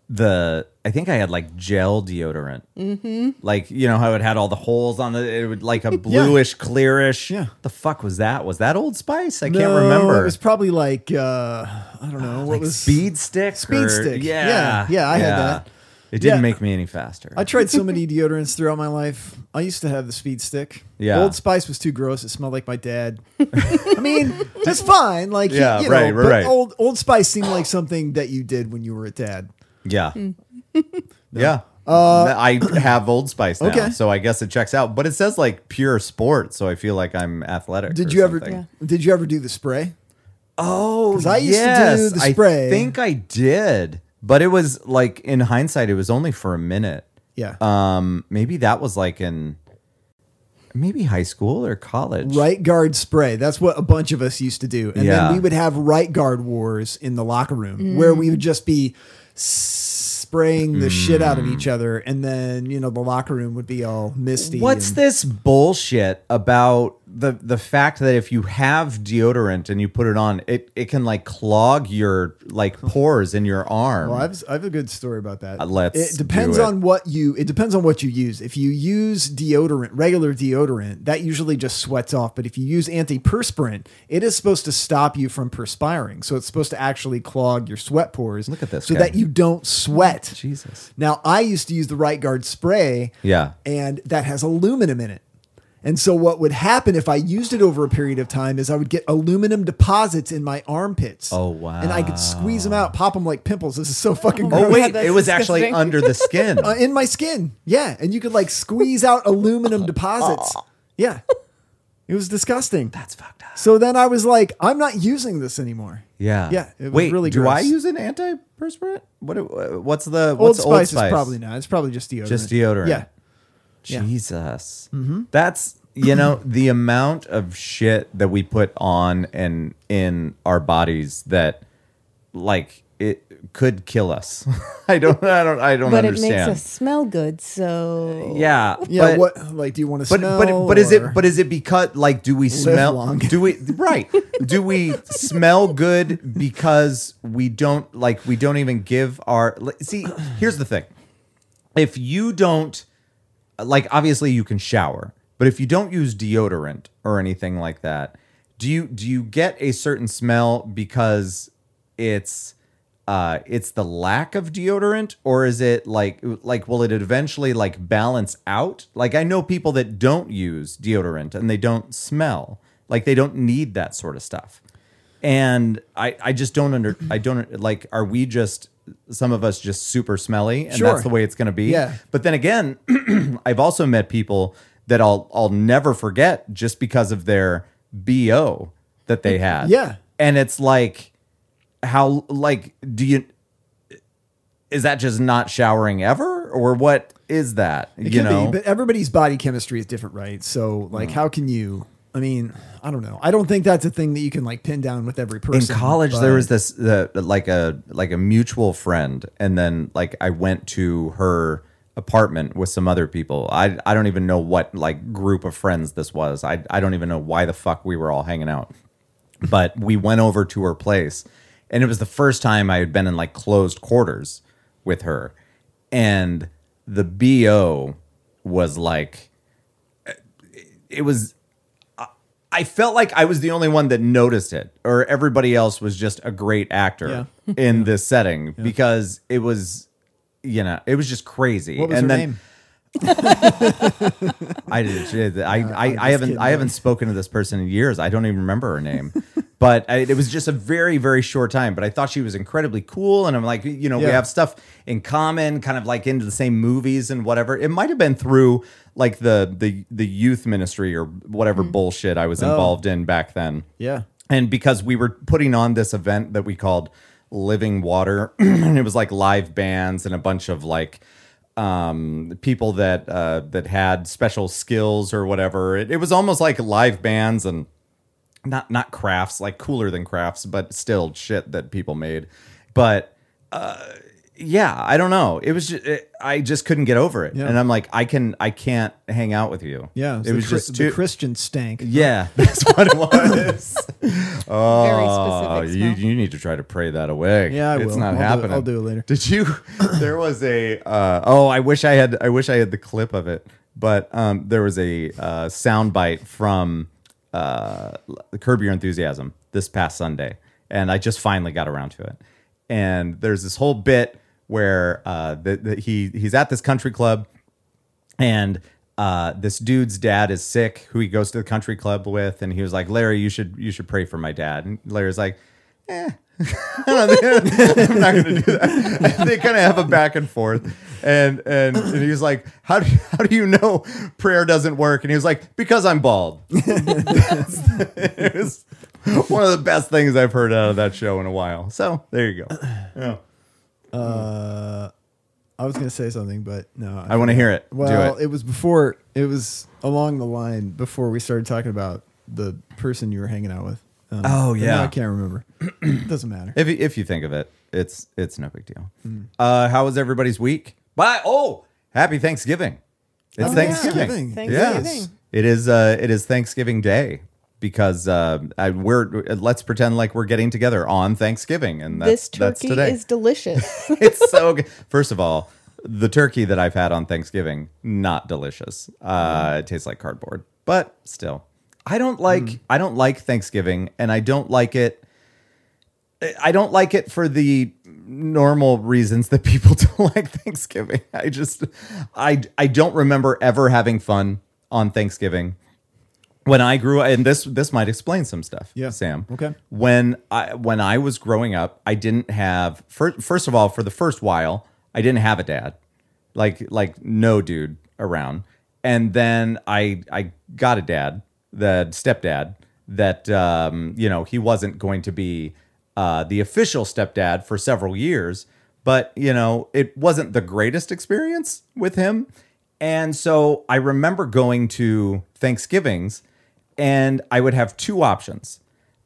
[SPEAKER 1] the. I think I had like gel deodorant. Mm-hmm. Like you know how it had all the holes on the. It would like a bluish, clearish.
[SPEAKER 3] Yeah.
[SPEAKER 1] The fuck was that? Was that Old Spice? I can't
[SPEAKER 3] No,
[SPEAKER 1] remember.
[SPEAKER 3] It was probably like, uh, I don't know. what
[SPEAKER 1] like
[SPEAKER 3] was
[SPEAKER 1] speed stick.
[SPEAKER 3] Speed
[SPEAKER 1] or-
[SPEAKER 3] stick.
[SPEAKER 1] Yeah.
[SPEAKER 3] Yeah, yeah, I had that.
[SPEAKER 1] It didn't
[SPEAKER 3] Yeah.
[SPEAKER 1] make me any faster.
[SPEAKER 3] I tried so many deodorants throughout my life. I used to have the Speed Stick.
[SPEAKER 1] Yeah.
[SPEAKER 3] Old Spice was too gross. It smelled like my dad. I mean, that's fine. Like,
[SPEAKER 1] Yeah,
[SPEAKER 3] yeah, you know,
[SPEAKER 1] right, right,
[SPEAKER 3] but
[SPEAKER 1] right.
[SPEAKER 3] Old Old Spice seemed like something that you did when you were a dad.
[SPEAKER 1] Yeah.
[SPEAKER 3] Hmm.
[SPEAKER 1] Yeah. Uh, I have Old Spice now,
[SPEAKER 3] okay.
[SPEAKER 1] so I guess it checks out. But it says like pure sport, so I feel like I'm athletic.
[SPEAKER 3] Did
[SPEAKER 1] or
[SPEAKER 3] you ever?
[SPEAKER 1] something.
[SPEAKER 3] Did you ever do the spray?
[SPEAKER 1] Oh,
[SPEAKER 3] 'Cause I used to do
[SPEAKER 1] yes,
[SPEAKER 3] the spray.
[SPEAKER 1] I think I did, but it was like in hindsight, it was only for a minute.
[SPEAKER 3] Yeah.
[SPEAKER 1] Um, maybe that was like in maybe high school or college.
[SPEAKER 3] right guard spray. That's what a bunch of us used to do. And
[SPEAKER 1] Yeah.
[SPEAKER 3] then we would have right guard wars in the locker room where we would just be spraying the shit out of
[SPEAKER 1] Mm.
[SPEAKER 3] each other and then you know the locker room would be all misty
[SPEAKER 1] What's
[SPEAKER 3] and-
[SPEAKER 1] this bullshit about the the fact that if you have deodorant and you put it on, it it can like clog your like pores in your arm.
[SPEAKER 3] Well, I've, I have a good story about that.
[SPEAKER 1] let's
[SPEAKER 3] It depends
[SPEAKER 1] do it.
[SPEAKER 3] on what you. It depends on what you use. If you use deodorant, regular deodorant, that usually just sweats off. But if you use antiperspirant, it is supposed to stop you from perspiring. So it's supposed to actually clog your sweat pores.
[SPEAKER 1] Look at this
[SPEAKER 3] so
[SPEAKER 1] guy.
[SPEAKER 3] that you don't sweat.
[SPEAKER 1] Jesus.
[SPEAKER 3] Now I used to use the Right Guard spray.
[SPEAKER 1] Yeah.
[SPEAKER 3] and that has aluminum in it. And so what would happen if I used it over a period of time is I would get aluminum deposits in my armpits.
[SPEAKER 1] Oh, wow.
[SPEAKER 3] And I could squeeze them out, pop them like pimples. This is so fucking gross.
[SPEAKER 1] Oh wait,
[SPEAKER 2] that's
[SPEAKER 1] it was actually
[SPEAKER 2] disgusting.
[SPEAKER 1] under the skin.
[SPEAKER 3] Uh, in my skin. Yeah, and you could like squeeze out aluminum deposits. Yeah. It was disgusting.
[SPEAKER 1] That's fucked up.
[SPEAKER 3] So then I was like, I'm not using this anymore.
[SPEAKER 1] Yeah.
[SPEAKER 3] Yeah, it was
[SPEAKER 1] Wait,
[SPEAKER 3] really
[SPEAKER 1] do I
[SPEAKER 3] gross.
[SPEAKER 1] use an antiperspirant? What? uh, What's the
[SPEAKER 3] Old
[SPEAKER 1] what's
[SPEAKER 3] Spice, is probably not. It's probably just deodorant.
[SPEAKER 1] Just deodorant.
[SPEAKER 3] Yeah. yeah. Mm-hmm.
[SPEAKER 1] Jesus. That's you know the amount of shit that we put on and in our bodies that like it could kill us. I don't. I don't. I don't
[SPEAKER 2] but it makes
[SPEAKER 1] understand.
[SPEAKER 2] us smell good. So
[SPEAKER 1] yeah.
[SPEAKER 3] Yeah,
[SPEAKER 1] but-
[SPEAKER 3] what like do you want to
[SPEAKER 1] But
[SPEAKER 3] smell?
[SPEAKER 1] but but is
[SPEAKER 3] or-
[SPEAKER 1] it but is it because like do we smell
[SPEAKER 3] long.
[SPEAKER 1] do we right do we smell good because we don't like we don't even give our like, see here's the thing if you don't like obviously you can shower but if you don't use deodorant or anything like that do you do you get a certain smell because it's uh it's the lack of deodorant or is it like like will it eventually like balance out like i know people that don't use deodorant and they don't smell like they don't need that sort of stuff and i i just don't under i don't like are we just some of us just super smelly and
[SPEAKER 3] Sure.
[SPEAKER 1] that's the way it's going to be
[SPEAKER 3] Yeah.
[SPEAKER 1] but then again, I've also met people that I'll I'll never forget just because of their BO that they had.
[SPEAKER 3] Mm-hmm. Yeah.
[SPEAKER 1] And it's like how like do you is that just not showering ever or what is that?
[SPEAKER 3] It
[SPEAKER 1] you
[SPEAKER 3] could
[SPEAKER 1] know. Mm.
[SPEAKER 3] be, but everybody's body chemistry is different, right? So, like, how can you? I mean, I don't know. I don't think that's a thing that you can like pin down with every
[SPEAKER 1] in
[SPEAKER 3] person.
[SPEAKER 1] college there
[SPEAKER 3] but-
[SPEAKER 1] was this uh, like a like a mutual friend and then like i went to her apartment with some other people i i don't even know what like group of friends this was i i don't even know why the fuck we were all hanging out but we went over to her place and it was the first time i had been in like closed quarters with her and the bo was like it was I felt like I was the only one that noticed it, or everybody else was just a great actor in this setting because it was, you know, it was just crazy.
[SPEAKER 3] What was her
[SPEAKER 1] and then
[SPEAKER 3] name?
[SPEAKER 1] I did. I, I,
[SPEAKER 3] Uh, just
[SPEAKER 1] I haven't
[SPEAKER 3] kidding.
[SPEAKER 1] I haven't spoken to this person in years. I don't even remember her name. but I, it was just a very very short time. But I thought she was incredibly cool, and I'm like, you know, we
[SPEAKER 3] Yeah.
[SPEAKER 1] have stuff in common, kind of like into the same movies and whatever. It might have been through like the the the youth ministry or whatever
[SPEAKER 3] Mm-hmm.
[SPEAKER 1] bullshit I was
[SPEAKER 3] Oh.
[SPEAKER 1] involved in back then
[SPEAKER 3] Yeah.
[SPEAKER 1] and because we were putting on this event that we called living water and it was like live bands and a bunch of like um people that uh that had special skills or whatever it, it was almost like live bands and not not crafts like cooler than crafts but still shit that people made but uh, yeah, I don't know. It was just, it, I just couldn't get over it,
[SPEAKER 3] Yeah.
[SPEAKER 1] and I'm like, I can, I can't hang out with you.
[SPEAKER 3] Yeah.
[SPEAKER 1] it
[SPEAKER 3] the
[SPEAKER 1] was
[SPEAKER 3] Chri-
[SPEAKER 1] just too.
[SPEAKER 3] the Christian stank.
[SPEAKER 1] yeah, that's what it was.
[SPEAKER 2] very specific.
[SPEAKER 1] Oh, you,
[SPEAKER 2] smell.
[SPEAKER 1] you need to try to pray that away.
[SPEAKER 3] Yeah, I
[SPEAKER 1] it's
[SPEAKER 3] will.
[SPEAKER 1] not
[SPEAKER 3] I'll do it-
[SPEAKER 1] happening.
[SPEAKER 3] I'll do it later.
[SPEAKER 1] Did you? There was a. Uh, oh, I wish I had. I wish I had the clip of it. But um, there was a uh, soundbite from uh, Curb Your Enthusiasm this past Sunday, and I just finally got around to it. And there's this whole bit where uh, the, the, he he's at this country club and uh, this dude's dad is sick, who he goes to the country club with, and he was like, "Larry, you should you should pray for my dad." And Larry's like, "I'm not going to do that." And they kind of have a back and forth, and and, and he was like, "How do you, how do you know prayer doesn't work?" And he was like, "Because I'm bald." it was one of the best things I've heard out of that show in a while. So there you go. Yeah.
[SPEAKER 3] Uh, I was gonna say something, but no.
[SPEAKER 1] I want to hear it.
[SPEAKER 3] Well,
[SPEAKER 1] do
[SPEAKER 3] it. was before. It was along the line before we started talking about the person you were hanging out with. Um,
[SPEAKER 1] Oh,
[SPEAKER 3] but
[SPEAKER 1] yeah.
[SPEAKER 3] now I can't remember. Doesn't matter.
[SPEAKER 1] If you, if you think of it, it's it's no big deal. Uh, how was everybody's week? Bye. Oh, happy Thanksgiving! It's
[SPEAKER 2] Oh, yeah.
[SPEAKER 1] Thanksgiving.
[SPEAKER 3] Thanksgiving.
[SPEAKER 1] Yeah.
[SPEAKER 2] Thanksgiving.
[SPEAKER 1] It is uh, it is Thanksgiving Day because uh, I, we're let's pretend like we're getting together on Thanksgiving, and that's,
[SPEAKER 2] this
[SPEAKER 1] that's
[SPEAKER 2] turkey
[SPEAKER 1] today.
[SPEAKER 2] is delicious.
[SPEAKER 1] it's so good. First of all, the turkey that I've had on Thanksgiving not delicious. Uh, it tastes like cardboard, but still, I don't like
[SPEAKER 3] Mm.
[SPEAKER 1] I don't like Thanksgiving, and I don't like it. I don't like it for the normal reasons that people don't like Thanksgiving. I just I I don't remember ever having fun on Thanksgiving. When I grew up, and this this might explain some stuff,
[SPEAKER 3] Yeah.
[SPEAKER 1] Sam.
[SPEAKER 3] Okay.
[SPEAKER 1] When I when I was growing up, I didn't have first, first of all for the first while, I didn't have a dad. Like like no dude around. And then I I got a dad, the stepdad that um you know, he wasn't going to be uh the official stepdad for several years, but you know, it wasn't the greatest experience with him. And so I remember going to Thanksgivings and I would have two options.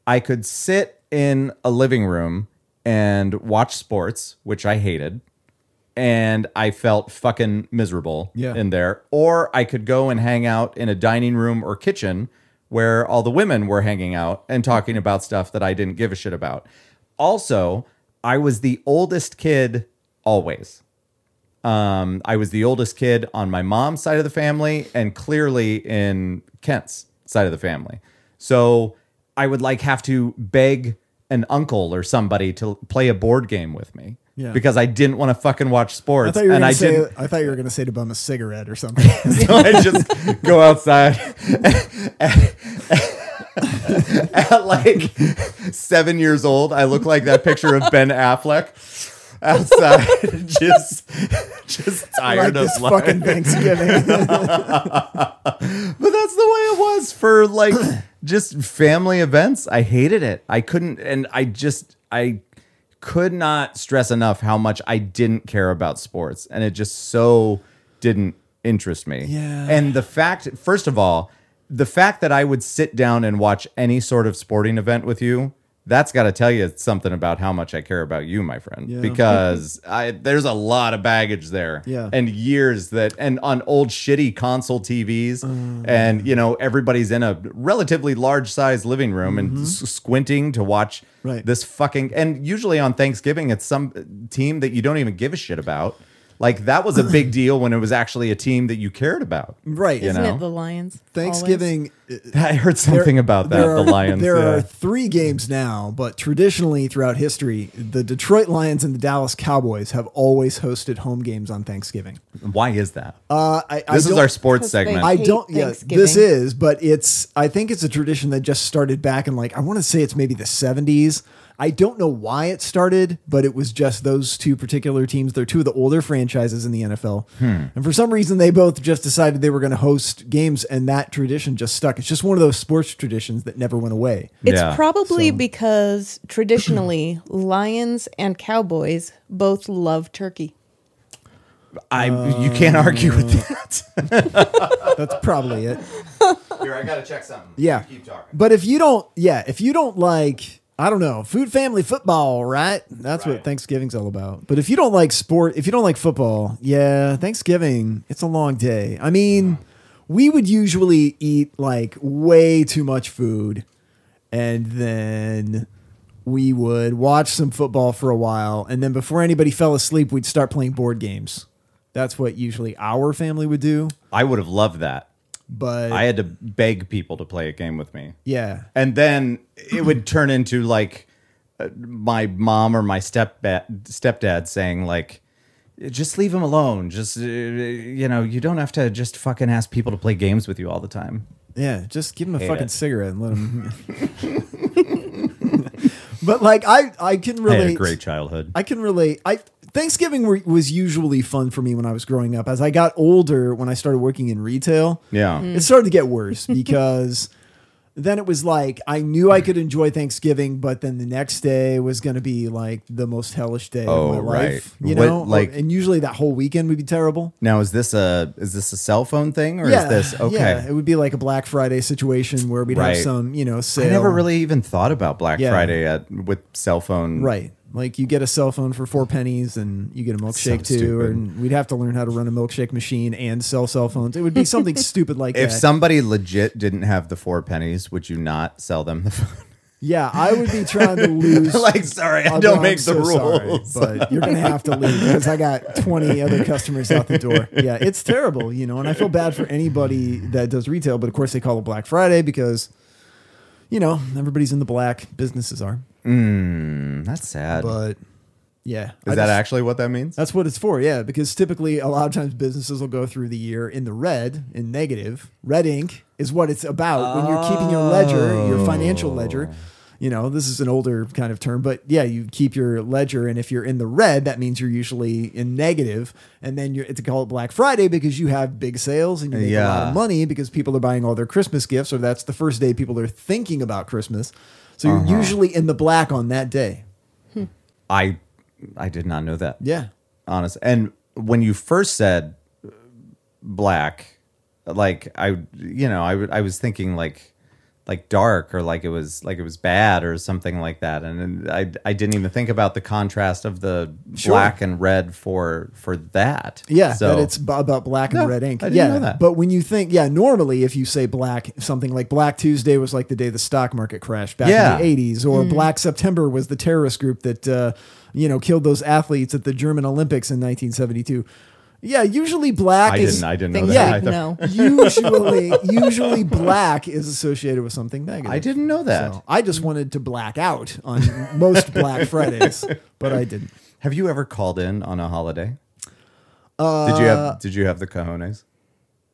[SPEAKER 1] I could sit in a living room and watch sports, which I hated, and I felt fucking miserable
[SPEAKER 3] Yeah.
[SPEAKER 1] in there. Or I could go and hang out in a dining room or kitchen where all the women were hanging out and talking about stuff that I didn't give a shit about. Also, I was the oldest kid always. Um, I was the oldest kid on my mom's side of the family and clearly in Kent's side of the family. So I would like have to beg an uncle or somebody to play a board game with me
[SPEAKER 3] Yeah.
[SPEAKER 1] because I didn't want to fucking watch sports.
[SPEAKER 3] I thought you were
[SPEAKER 1] and
[SPEAKER 3] gonna
[SPEAKER 1] I
[SPEAKER 3] say.
[SPEAKER 1] didn't.
[SPEAKER 3] I thought you were gonna say to bum a cigarette or something.
[SPEAKER 1] So I just go outside at like seven years old. I look like that picture of Ben Affleck outside, just just
[SPEAKER 3] like
[SPEAKER 1] tired
[SPEAKER 3] this
[SPEAKER 1] of life.
[SPEAKER 3] fucking Thanksgiving.
[SPEAKER 1] But that's the way it was for like just family events. I hated it. I couldn't, and I just I could not stress enough how much I didn't care about sports, and it just so didn't interest me.
[SPEAKER 3] Yeah.
[SPEAKER 1] And the fact, first of all, the fact that I would sit down and watch any sort of sporting event with you. That's got to tell you something about how much I care about you, my friend,
[SPEAKER 3] Yeah.
[SPEAKER 1] because I, there's a lot of baggage there
[SPEAKER 3] Yeah.
[SPEAKER 1] and years that and on old shitty console TVs and you know everybody's in a relatively large size living room and s- squinting to watch
[SPEAKER 3] Mm-hmm. Right.
[SPEAKER 1] this fucking and usually on Thanksgiving it's some team that you don't even give a shit about like that was a big deal when it was actually a team that you cared about
[SPEAKER 3] right.
[SPEAKER 1] You
[SPEAKER 2] Isn't
[SPEAKER 1] know?
[SPEAKER 2] it the Lions?
[SPEAKER 3] Thanksgiving.
[SPEAKER 1] I heard something about that
[SPEAKER 3] There
[SPEAKER 1] the
[SPEAKER 3] are-
[SPEAKER 1] Lions
[SPEAKER 3] There
[SPEAKER 1] yeah.
[SPEAKER 3] are three games now, but traditionally throughout history, the Detroit Lions and the Dallas Cowboys have always hosted home games on Thanksgiving.
[SPEAKER 1] why is that
[SPEAKER 3] Uh, I, I
[SPEAKER 1] this is
[SPEAKER 3] don't-
[SPEAKER 1] our sports
[SPEAKER 2] 'Cause they-
[SPEAKER 1] segment
[SPEAKER 3] I
[SPEAKER 2] hate
[SPEAKER 3] don't. Yeah,
[SPEAKER 2] Thanksgiving.
[SPEAKER 3] this is, but it's. I think it's a tradition that just started back in like I want to say it's maybe the seventies. I don't know why it started, but it was just those two particular teams. They're two of the older franchises in the NFL, and for some reason, they both just decided they were going to host games, and that tradition just stuck. It's just one of those sports traditions that never went away.
[SPEAKER 2] It's
[SPEAKER 1] Yeah,
[SPEAKER 2] probably because traditionally lions and cowboys both love turkey.
[SPEAKER 1] I you can't
[SPEAKER 3] Mm.
[SPEAKER 1] argue with that
[SPEAKER 3] That's probably it.
[SPEAKER 1] here I gotta check something
[SPEAKER 3] Yeah.
[SPEAKER 1] keep talking
[SPEAKER 3] But if you don't, yeah, if you don't like, I don't know, food, family, football, right? That's what
[SPEAKER 1] Right.
[SPEAKER 3] Thanksgiving's all about. But if you don't like sport, if you don't like football, yeah, Thanksgiving, it's a long day. I mean,
[SPEAKER 1] Mm-hmm.
[SPEAKER 3] we would usually eat like way too much food and then we would watch some football for a while and then before anybody fell asleep we'd start playing board games that's what usually our family would do
[SPEAKER 1] I would have loved that
[SPEAKER 3] but
[SPEAKER 1] I had to beg people to play a game with me.
[SPEAKER 3] yeah
[SPEAKER 1] And then it would turn into like uh, my mom or my stepdad, stepdad saying like, just leave him alone. Just, uh, you know, you don't have to just fucking ask people to play games with you all the time.
[SPEAKER 3] Yeah, just give him a fucking
[SPEAKER 1] it.
[SPEAKER 3] cigarette and let him. but like I, I can
[SPEAKER 1] I
[SPEAKER 3] relate.
[SPEAKER 1] had a great childhood.
[SPEAKER 3] I can relate. I Thanksgiving were, was usually fun for me when I was growing up. As I got older, when I started working in retail,
[SPEAKER 1] yeah.
[SPEAKER 3] it started to get worse because then it was like I knew I could enjoy Thanksgiving, but then the next day was going to be like the most hellish day
[SPEAKER 1] Oh,
[SPEAKER 3] of my life.
[SPEAKER 1] right.
[SPEAKER 3] You
[SPEAKER 1] What,
[SPEAKER 3] know,
[SPEAKER 1] like-
[SPEAKER 3] and usually that whole weekend would be terrible.
[SPEAKER 1] Now, is this a, is this a cell phone thing or is this, okay.
[SPEAKER 3] Yeah, it would be like a Black Friday situation where we'd
[SPEAKER 1] Right.
[SPEAKER 3] have some, you know, sale.
[SPEAKER 1] I never really even thought about Black
[SPEAKER 3] Yeah.
[SPEAKER 1] Friday at, with cell phone
[SPEAKER 3] Right. Like you get a cell phone for four pennies, and you get a milkshake too.
[SPEAKER 1] stupid.
[SPEAKER 3] And we'd have to learn how to run a milkshake machine and sell cell phones. It would be something stupid like
[SPEAKER 1] If
[SPEAKER 3] that.
[SPEAKER 1] somebody legit didn't have the four pennies, would you not sell them the phone?
[SPEAKER 3] yeah, I would be trying to lose.
[SPEAKER 1] like, sorry, I
[SPEAKER 3] I'll be-
[SPEAKER 1] don't
[SPEAKER 3] I'm
[SPEAKER 1] make the
[SPEAKER 3] so sorry,
[SPEAKER 1] rules.
[SPEAKER 3] but you're gonna have to leave because I got 20 other customers out the door. Yeah, it's terrible, you know, and I feel bad for anybody that does retail, but of course they call it Black Friday because, you know, everybody's in the black. Businesses are,
[SPEAKER 1] Mm, that's sad. Is
[SPEAKER 3] but yeah, is
[SPEAKER 1] that actually what that means?
[SPEAKER 3] That's what it's for, yeah. Because typically, a lot of times businesses will go through the year in the red, in negative. Red ink is what it's about when you're keeping your ledger, your financial
[SPEAKER 1] Oh.
[SPEAKER 3] ledger. You know, this is an older kind of term, but yeah, you keep your ledger, and if you're in the red, that means you're usually in negative, and then you're, it's called Black Friday because you have big sales and you make a lot
[SPEAKER 1] Yeah.
[SPEAKER 3] of money because people are buying all their Christmas gifts, or that's the first day people are thinking about Christmas. So you're
[SPEAKER 1] Uh-huh.
[SPEAKER 3] usually in the black on that day.
[SPEAKER 1] I I did not know that.
[SPEAKER 3] Yeah.
[SPEAKER 1] honest. And when you first said uh, black, like I, you know, I would- I was thinking like like dark or like it was like it was bad or something like that. And then I I didn't even think about the contrast of the
[SPEAKER 3] Sure.
[SPEAKER 1] black and red for for that.
[SPEAKER 3] Yeah,
[SPEAKER 1] so
[SPEAKER 3] that it's b- about black and
[SPEAKER 1] No,
[SPEAKER 3] red ink.
[SPEAKER 1] I didn't
[SPEAKER 3] yeah,
[SPEAKER 1] know that.
[SPEAKER 3] but when you think, yeah, normally if you say black, something like Black Tuesday was like the day the stock market crashed back
[SPEAKER 1] Yeah.
[SPEAKER 3] in the '80s, or Black September was the terrorist group that uh, you know killed those athletes at the German Olympics in 1972. Yeah, usually black
[SPEAKER 1] I
[SPEAKER 3] is
[SPEAKER 1] didn't I didn't know that.
[SPEAKER 2] Things
[SPEAKER 3] yeah.
[SPEAKER 2] like
[SPEAKER 1] either.
[SPEAKER 2] no.
[SPEAKER 3] usually usually black is associated with something negative.
[SPEAKER 1] I didn't know that.
[SPEAKER 3] So I just wanted to black out on most Black Fridays, but I didn't.
[SPEAKER 1] Have you ever called in on a holiday? did you
[SPEAKER 3] Uh,
[SPEAKER 1] have did you have the cojones?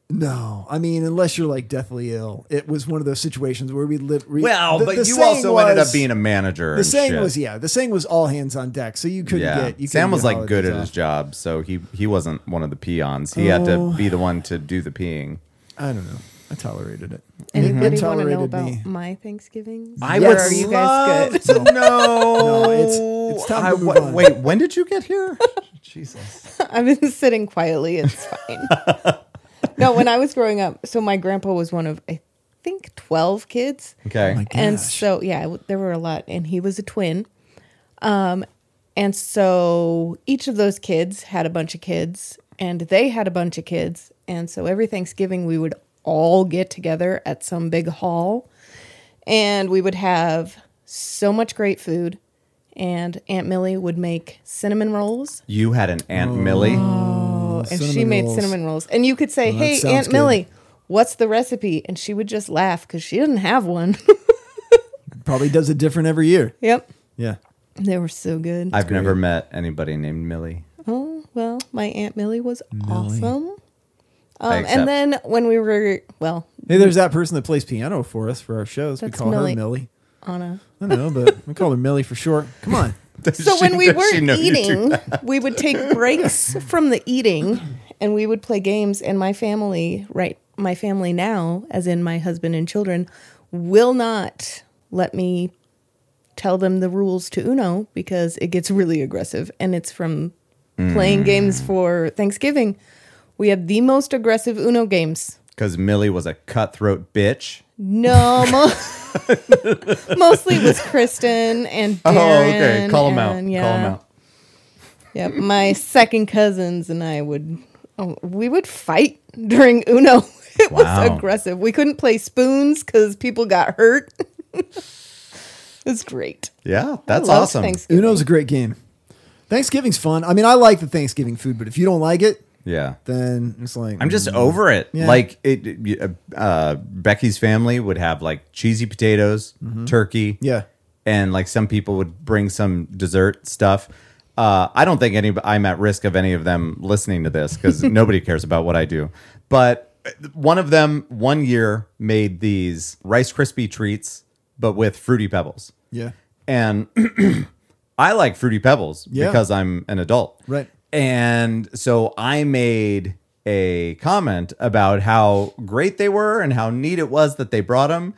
[SPEAKER 3] No, I mean, unless you're like deathly ill, it was one of those situations where we lived.
[SPEAKER 1] Well, but you also ended up being a manager.
[SPEAKER 3] The
[SPEAKER 1] and
[SPEAKER 3] saying
[SPEAKER 1] shit.
[SPEAKER 3] was, yeah, the saying was all hands on deck, so you couldn't
[SPEAKER 1] yeah.
[SPEAKER 3] get. You
[SPEAKER 1] Sam
[SPEAKER 3] couldn't
[SPEAKER 1] was
[SPEAKER 3] get
[SPEAKER 1] like good at
[SPEAKER 3] holidays
[SPEAKER 1] his
[SPEAKER 3] off.
[SPEAKER 1] job, so he he wasn't one of the peons. He had to be
[SPEAKER 3] Oh.
[SPEAKER 1] the one to do the peeing.
[SPEAKER 3] I don't know. I tolerated it.
[SPEAKER 2] Anybody
[SPEAKER 3] It
[SPEAKER 2] want to know
[SPEAKER 3] Mm-hmm. tolerated
[SPEAKER 2] about
[SPEAKER 3] me.
[SPEAKER 2] my Thanksgivings?
[SPEAKER 1] I
[SPEAKER 3] Yes.
[SPEAKER 1] would
[SPEAKER 2] Or are you guys good?
[SPEAKER 1] love to know.
[SPEAKER 3] No, it's- it's time to
[SPEAKER 1] I
[SPEAKER 3] move
[SPEAKER 1] wa-
[SPEAKER 3] on.
[SPEAKER 1] Wait, when did you get here? Jesus.
[SPEAKER 2] I've been sitting quietly. It's fine. no, when I was growing up, so my grandpa was one of I think twelve kids.
[SPEAKER 1] Okay.
[SPEAKER 3] Oh my
[SPEAKER 2] and
[SPEAKER 3] Gosh.
[SPEAKER 2] so yeah w- there were a lot and he was a twin um and so each of those kids had a bunch of kids and they had a bunch of kids and so every thanksgiving we would all get together at some big hall and we would have so much great food and aunt millie would make cinnamon rolls
[SPEAKER 1] you had an Aunt Millie.
[SPEAKER 2] Oh, and she
[SPEAKER 3] cinnamon
[SPEAKER 2] made
[SPEAKER 3] rolls.
[SPEAKER 2] cinnamon rolls. And you could say,
[SPEAKER 3] that
[SPEAKER 2] "Hey,
[SPEAKER 3] sounds
[SPEAKER 2] Aunt
[SPEAKER 3] good.
[SPEAKER 2] Millie, what's the recipe?" And she would just laugh because she didn't have one.
[SPEAKER 3] Probably does it different every year.
[SPEAKER 2] yep,
[SPEAKER 3] Yeah.
[SPEAKER 2] they were so good.
[SPEAKER 1] I've never met anybody named Millie.
[SPEAKER 2] Oh, well, my Aunt Millie was awesome.
[SPEAKER 1] I
[SPEAKER 2] Um,
[SPEAKER 1] accept.
[SPEAKER 2] and then when we were, well,
[SPEAKER 3] Hey, there's that person that plays piano for us for our shows. we
[SPEAKER 2] That's
[SPEAKER 3] call
[SPEAKER 2] Millie.
[SPEAKER 3] her Millie.
[SPEAKER 2] on a.
[SPEAKER 3] I know, but we call her Millie for short. Come on.
[SPEAKER 1] Does
[SPEAKER 2] So
[SPEAKER 1] she-
[SPEAKER 2] when we
[SPEAKER 1] does
[SPEAKER 2] were
[SPEAKER 1] she know you two?
[SPEAKER 2] eating, we would take breaks from the eating and we would play games. And my family, right, my family now, as in my husband and children, will not let me tell them the rules to Uno because it gets really aggressive. And it's from
[SPEAKER 1] Mm.
[SPEAKER 2] playing games for Thanksgiving. We have the most aggressive Uno games.
[SPEAKER 1] Because Millie was a cutthroat bitch.
[SPEAKER 2] No, mo- mostly it was Kristen and Darren.
[SPEAKER 1] Oh, Call him out.
[SPEAKER 2] and, Yeah,
[SPEAKER 1] Call him out.
[SPEAKER 2] Yep, my second cousins and I would oh, we would fight during Uno. It was
[SPEAKER 1] Wow.
[SPEAKER 2] aggressive. We couldn't play spoons because people got hurt. it's great.
[SPEAKER 1] Yeah, that's
[SPEAKER 2] Love
[SPEAKER 1] awesome.
[SPEAKER 2] Thanksgiving.
[SPEAKER 3] Uno's a great game. Thanksgiving's fun. I mean, I like the Thanksgiving food, but if you don't like it,
[SPEAKER 1] Yeah.
[SPEAKER 3] then it's like
[SPEAKER 1] I'm just over it.
[SPEAKER 3] Yeah.
[SPEAKER 1] Like it, uh, Becky's family would have like cheesy potatoes, turkey,
[SPEAKER 3] Yeah.
[SPEAKER 1] and like some people would bring some dessert stuff. Uh, I don't think any. I'm at risk of any of them listening to this because nobody cares about what I do. But uh, one of them, one year, made these Rice Krispie treats, but with fruity pebbles,
[SPEAKER 3] Yeah.
[SPEAKER 1] and I like fruity pebbles
[SPEAKER 3] Yeah.
[SPEAKER 1] because I'm an adult,
[SPEAKER 3] Right.
[SPEAKER 1] and so I made a comment about how great they were and how neat it was that they brought them.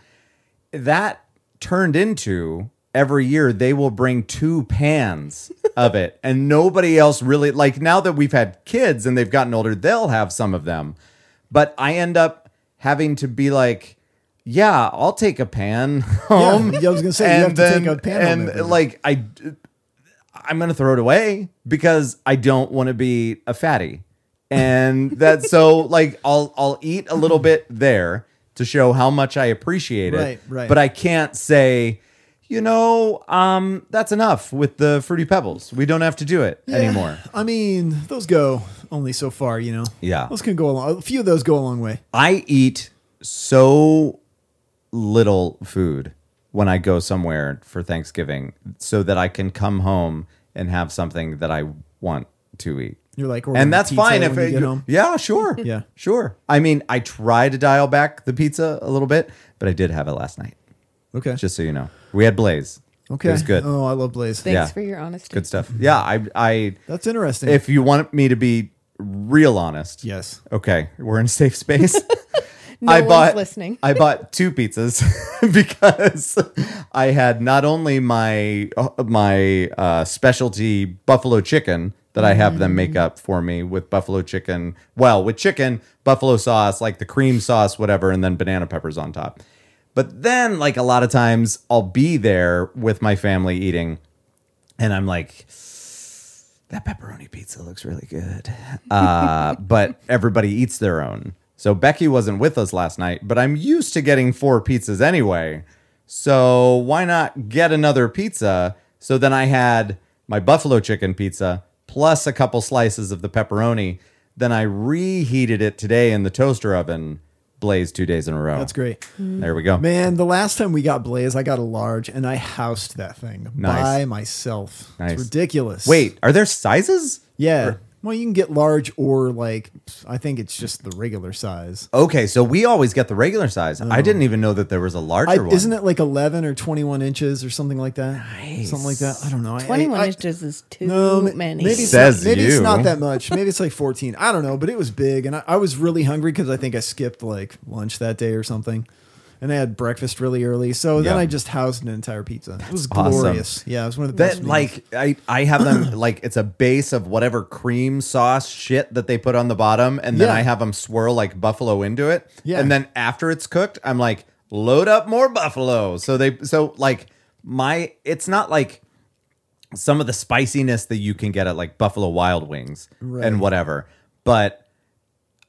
[SPEAKER 1] That turned into every year they will bring two pans of it, and nobody else really like. Now that we've had kids and they've gotten older, they'll have some of them, but I end up having to be like. Yeah, I'll take a pan home.
[SPEAKER 3] Yeah, I was gonna say, you have to take a pan home
[SPEAKER 1] Um, and
[SPEAKER 3] every day.
[SPEAKER 1] like I, I'm going to throw it away because I don't want to be a fatty. And that's so like I'll I'll eat a little bit there to show how much I appreciate it.
[SPEAKER 3] Right, right.
[SPEAKER 1] But I can't say, you know, um, that's enough with the fruity pebbles. We don't have to do it anymore.
[SPEAKER 3] I mean, those go only so far, you know.
[SPEAKER 1] Yeah.
[SPEAKER 3] Those can go a long. A few of those go a long way.
[SPEAKER 1] I eat so little food when I go somewhere for Thanksgiving so that I can come home and have something that I want to eat.
[SPEAKER 3] You're like, ordering
[SPEAKER 1] And that's
[SPEAKER 3] pizza
[SPEAKER 1] fine if
[SPEAKER 3] when
[SPEAKER 1] it,
[SPEAKER 3] you get home.
[SPEAKER 1] yeah, sure,
[SPEAKER 3] Yeah.
[SPEAKER 1] sure. I mean, I try to dial back the pizza a little bit, but I did have it last night.
[SPEAKER 3] Okay.
[SPEAKER 1] Just so you know, we had Blaze.
[SPEAKER 3] okay.
[SPEAKER 1] it was good,
[SPEAKER 3] Oh, I love Blaze.
[SPEAKER 2] Thanks
[SPEAKER 1] Yeah.
[SPEAKER 2] for your honesty.
[SPEAKER 1] good stuff. Yeah, I, I.
[SPEAKER 3] That's interesting.
[SPEAKER 1] If you want me to be real honest,
[SPEAKER 3] yes.
[SPEAKER 1] Okay, we're in safe space.
[SPEAKER 2] No one's listening.
[SPEAKER 1] I bought two pizzas because I had not only my uh, my uh, specialty buffalo chicken that I have them
[SPEAKER 2] Mm-hmm.
[SPEAKER 1] make up for me with buffalo chicken, well, with chicken, buffalo sauce, like the cream sauce, whatever, and then banana peppers on top. But then, like a lot of times, I'll be there with my family eating, and I'm like, that pepperoni pizza looks really good. Uh, but everybody eats their own. So Becky wasn't with us last night, but I'm used to getting four pizzas anyway. So why not get another pizza? So then I had my buffalo chicken pizza plus a couple slices of the pepperoni. Then I reheated it today in the toaster oven, blazed two days in a row.
[SPEAKER 3] That's great.
[SPEAKER 1] There we go.
[SPEAKER 3] Man, the last time we got Blaze, I got a large and I housed that thing
[SPEAKER 1] Nice.
[SPEAKER 3] by myself.
[SPEAKER 1] Nice.
[SPEAKER 3] It's ridiculous.
[SPEAKER 1] Wait, are there sizes?
[SPEAKER 3] Yeah. Well, you can get large or like, I think it's just the regular size.
[SPEAKER 1] Okay, so we always get the regular size. I didn't even know that there was a larger
[SPEAKER 3] Mm. I,
[SPEAKER 1] one.
[SPEAKER 3] isn't it like 11 or 21 inches or something like that? Something like that. I don't know. I- I-
[SPEAKER 2] 21
[SPEAKER 3] I-
[SPEAKER 2] inches is too
[SPEAKER 3] No, ma-
[SPEAKER 2] many.
[SPEAKER 3] Maybe, it's
[SPEAKER 1] Says
[SPEAKER 3] not, maybe it's
[SPEAKER 1] you.
[SPEAKER 3] not that much. Maybe it's like 14. I don't know, but it was big. And I, I was really hungry because I think I skipped like lunch that day or something. And I had breakfast really early. So then
[SPEAKER 1] Yeah.
[SPEAKER 3] I just housed an entire pizza. It was
[SPEAKER 1] Awesome.
[SPEAKER 3] glorious. Yeah, it was one of the best.
[SPEAKER 1] That
[SPEAKER 3] meals.
[SPEAKER 1] like I I have them like it's a base of whatever cream sauce shit that they put on the bottom, and then
[SPEAKER 3] Yeah.
[SPEAKER 1] I have them swirl like buffalo into it.
[SPEAKER 3] Yeah.
[SPEAKER 1] And then after it's cooked, I'm like, load up more buffalo. So they so like my it's not like some of the spiciness that you can get at like Buffalo Wild Wings
[SPEAKER 3] Right.
[SPEAKER 1] and whatever, but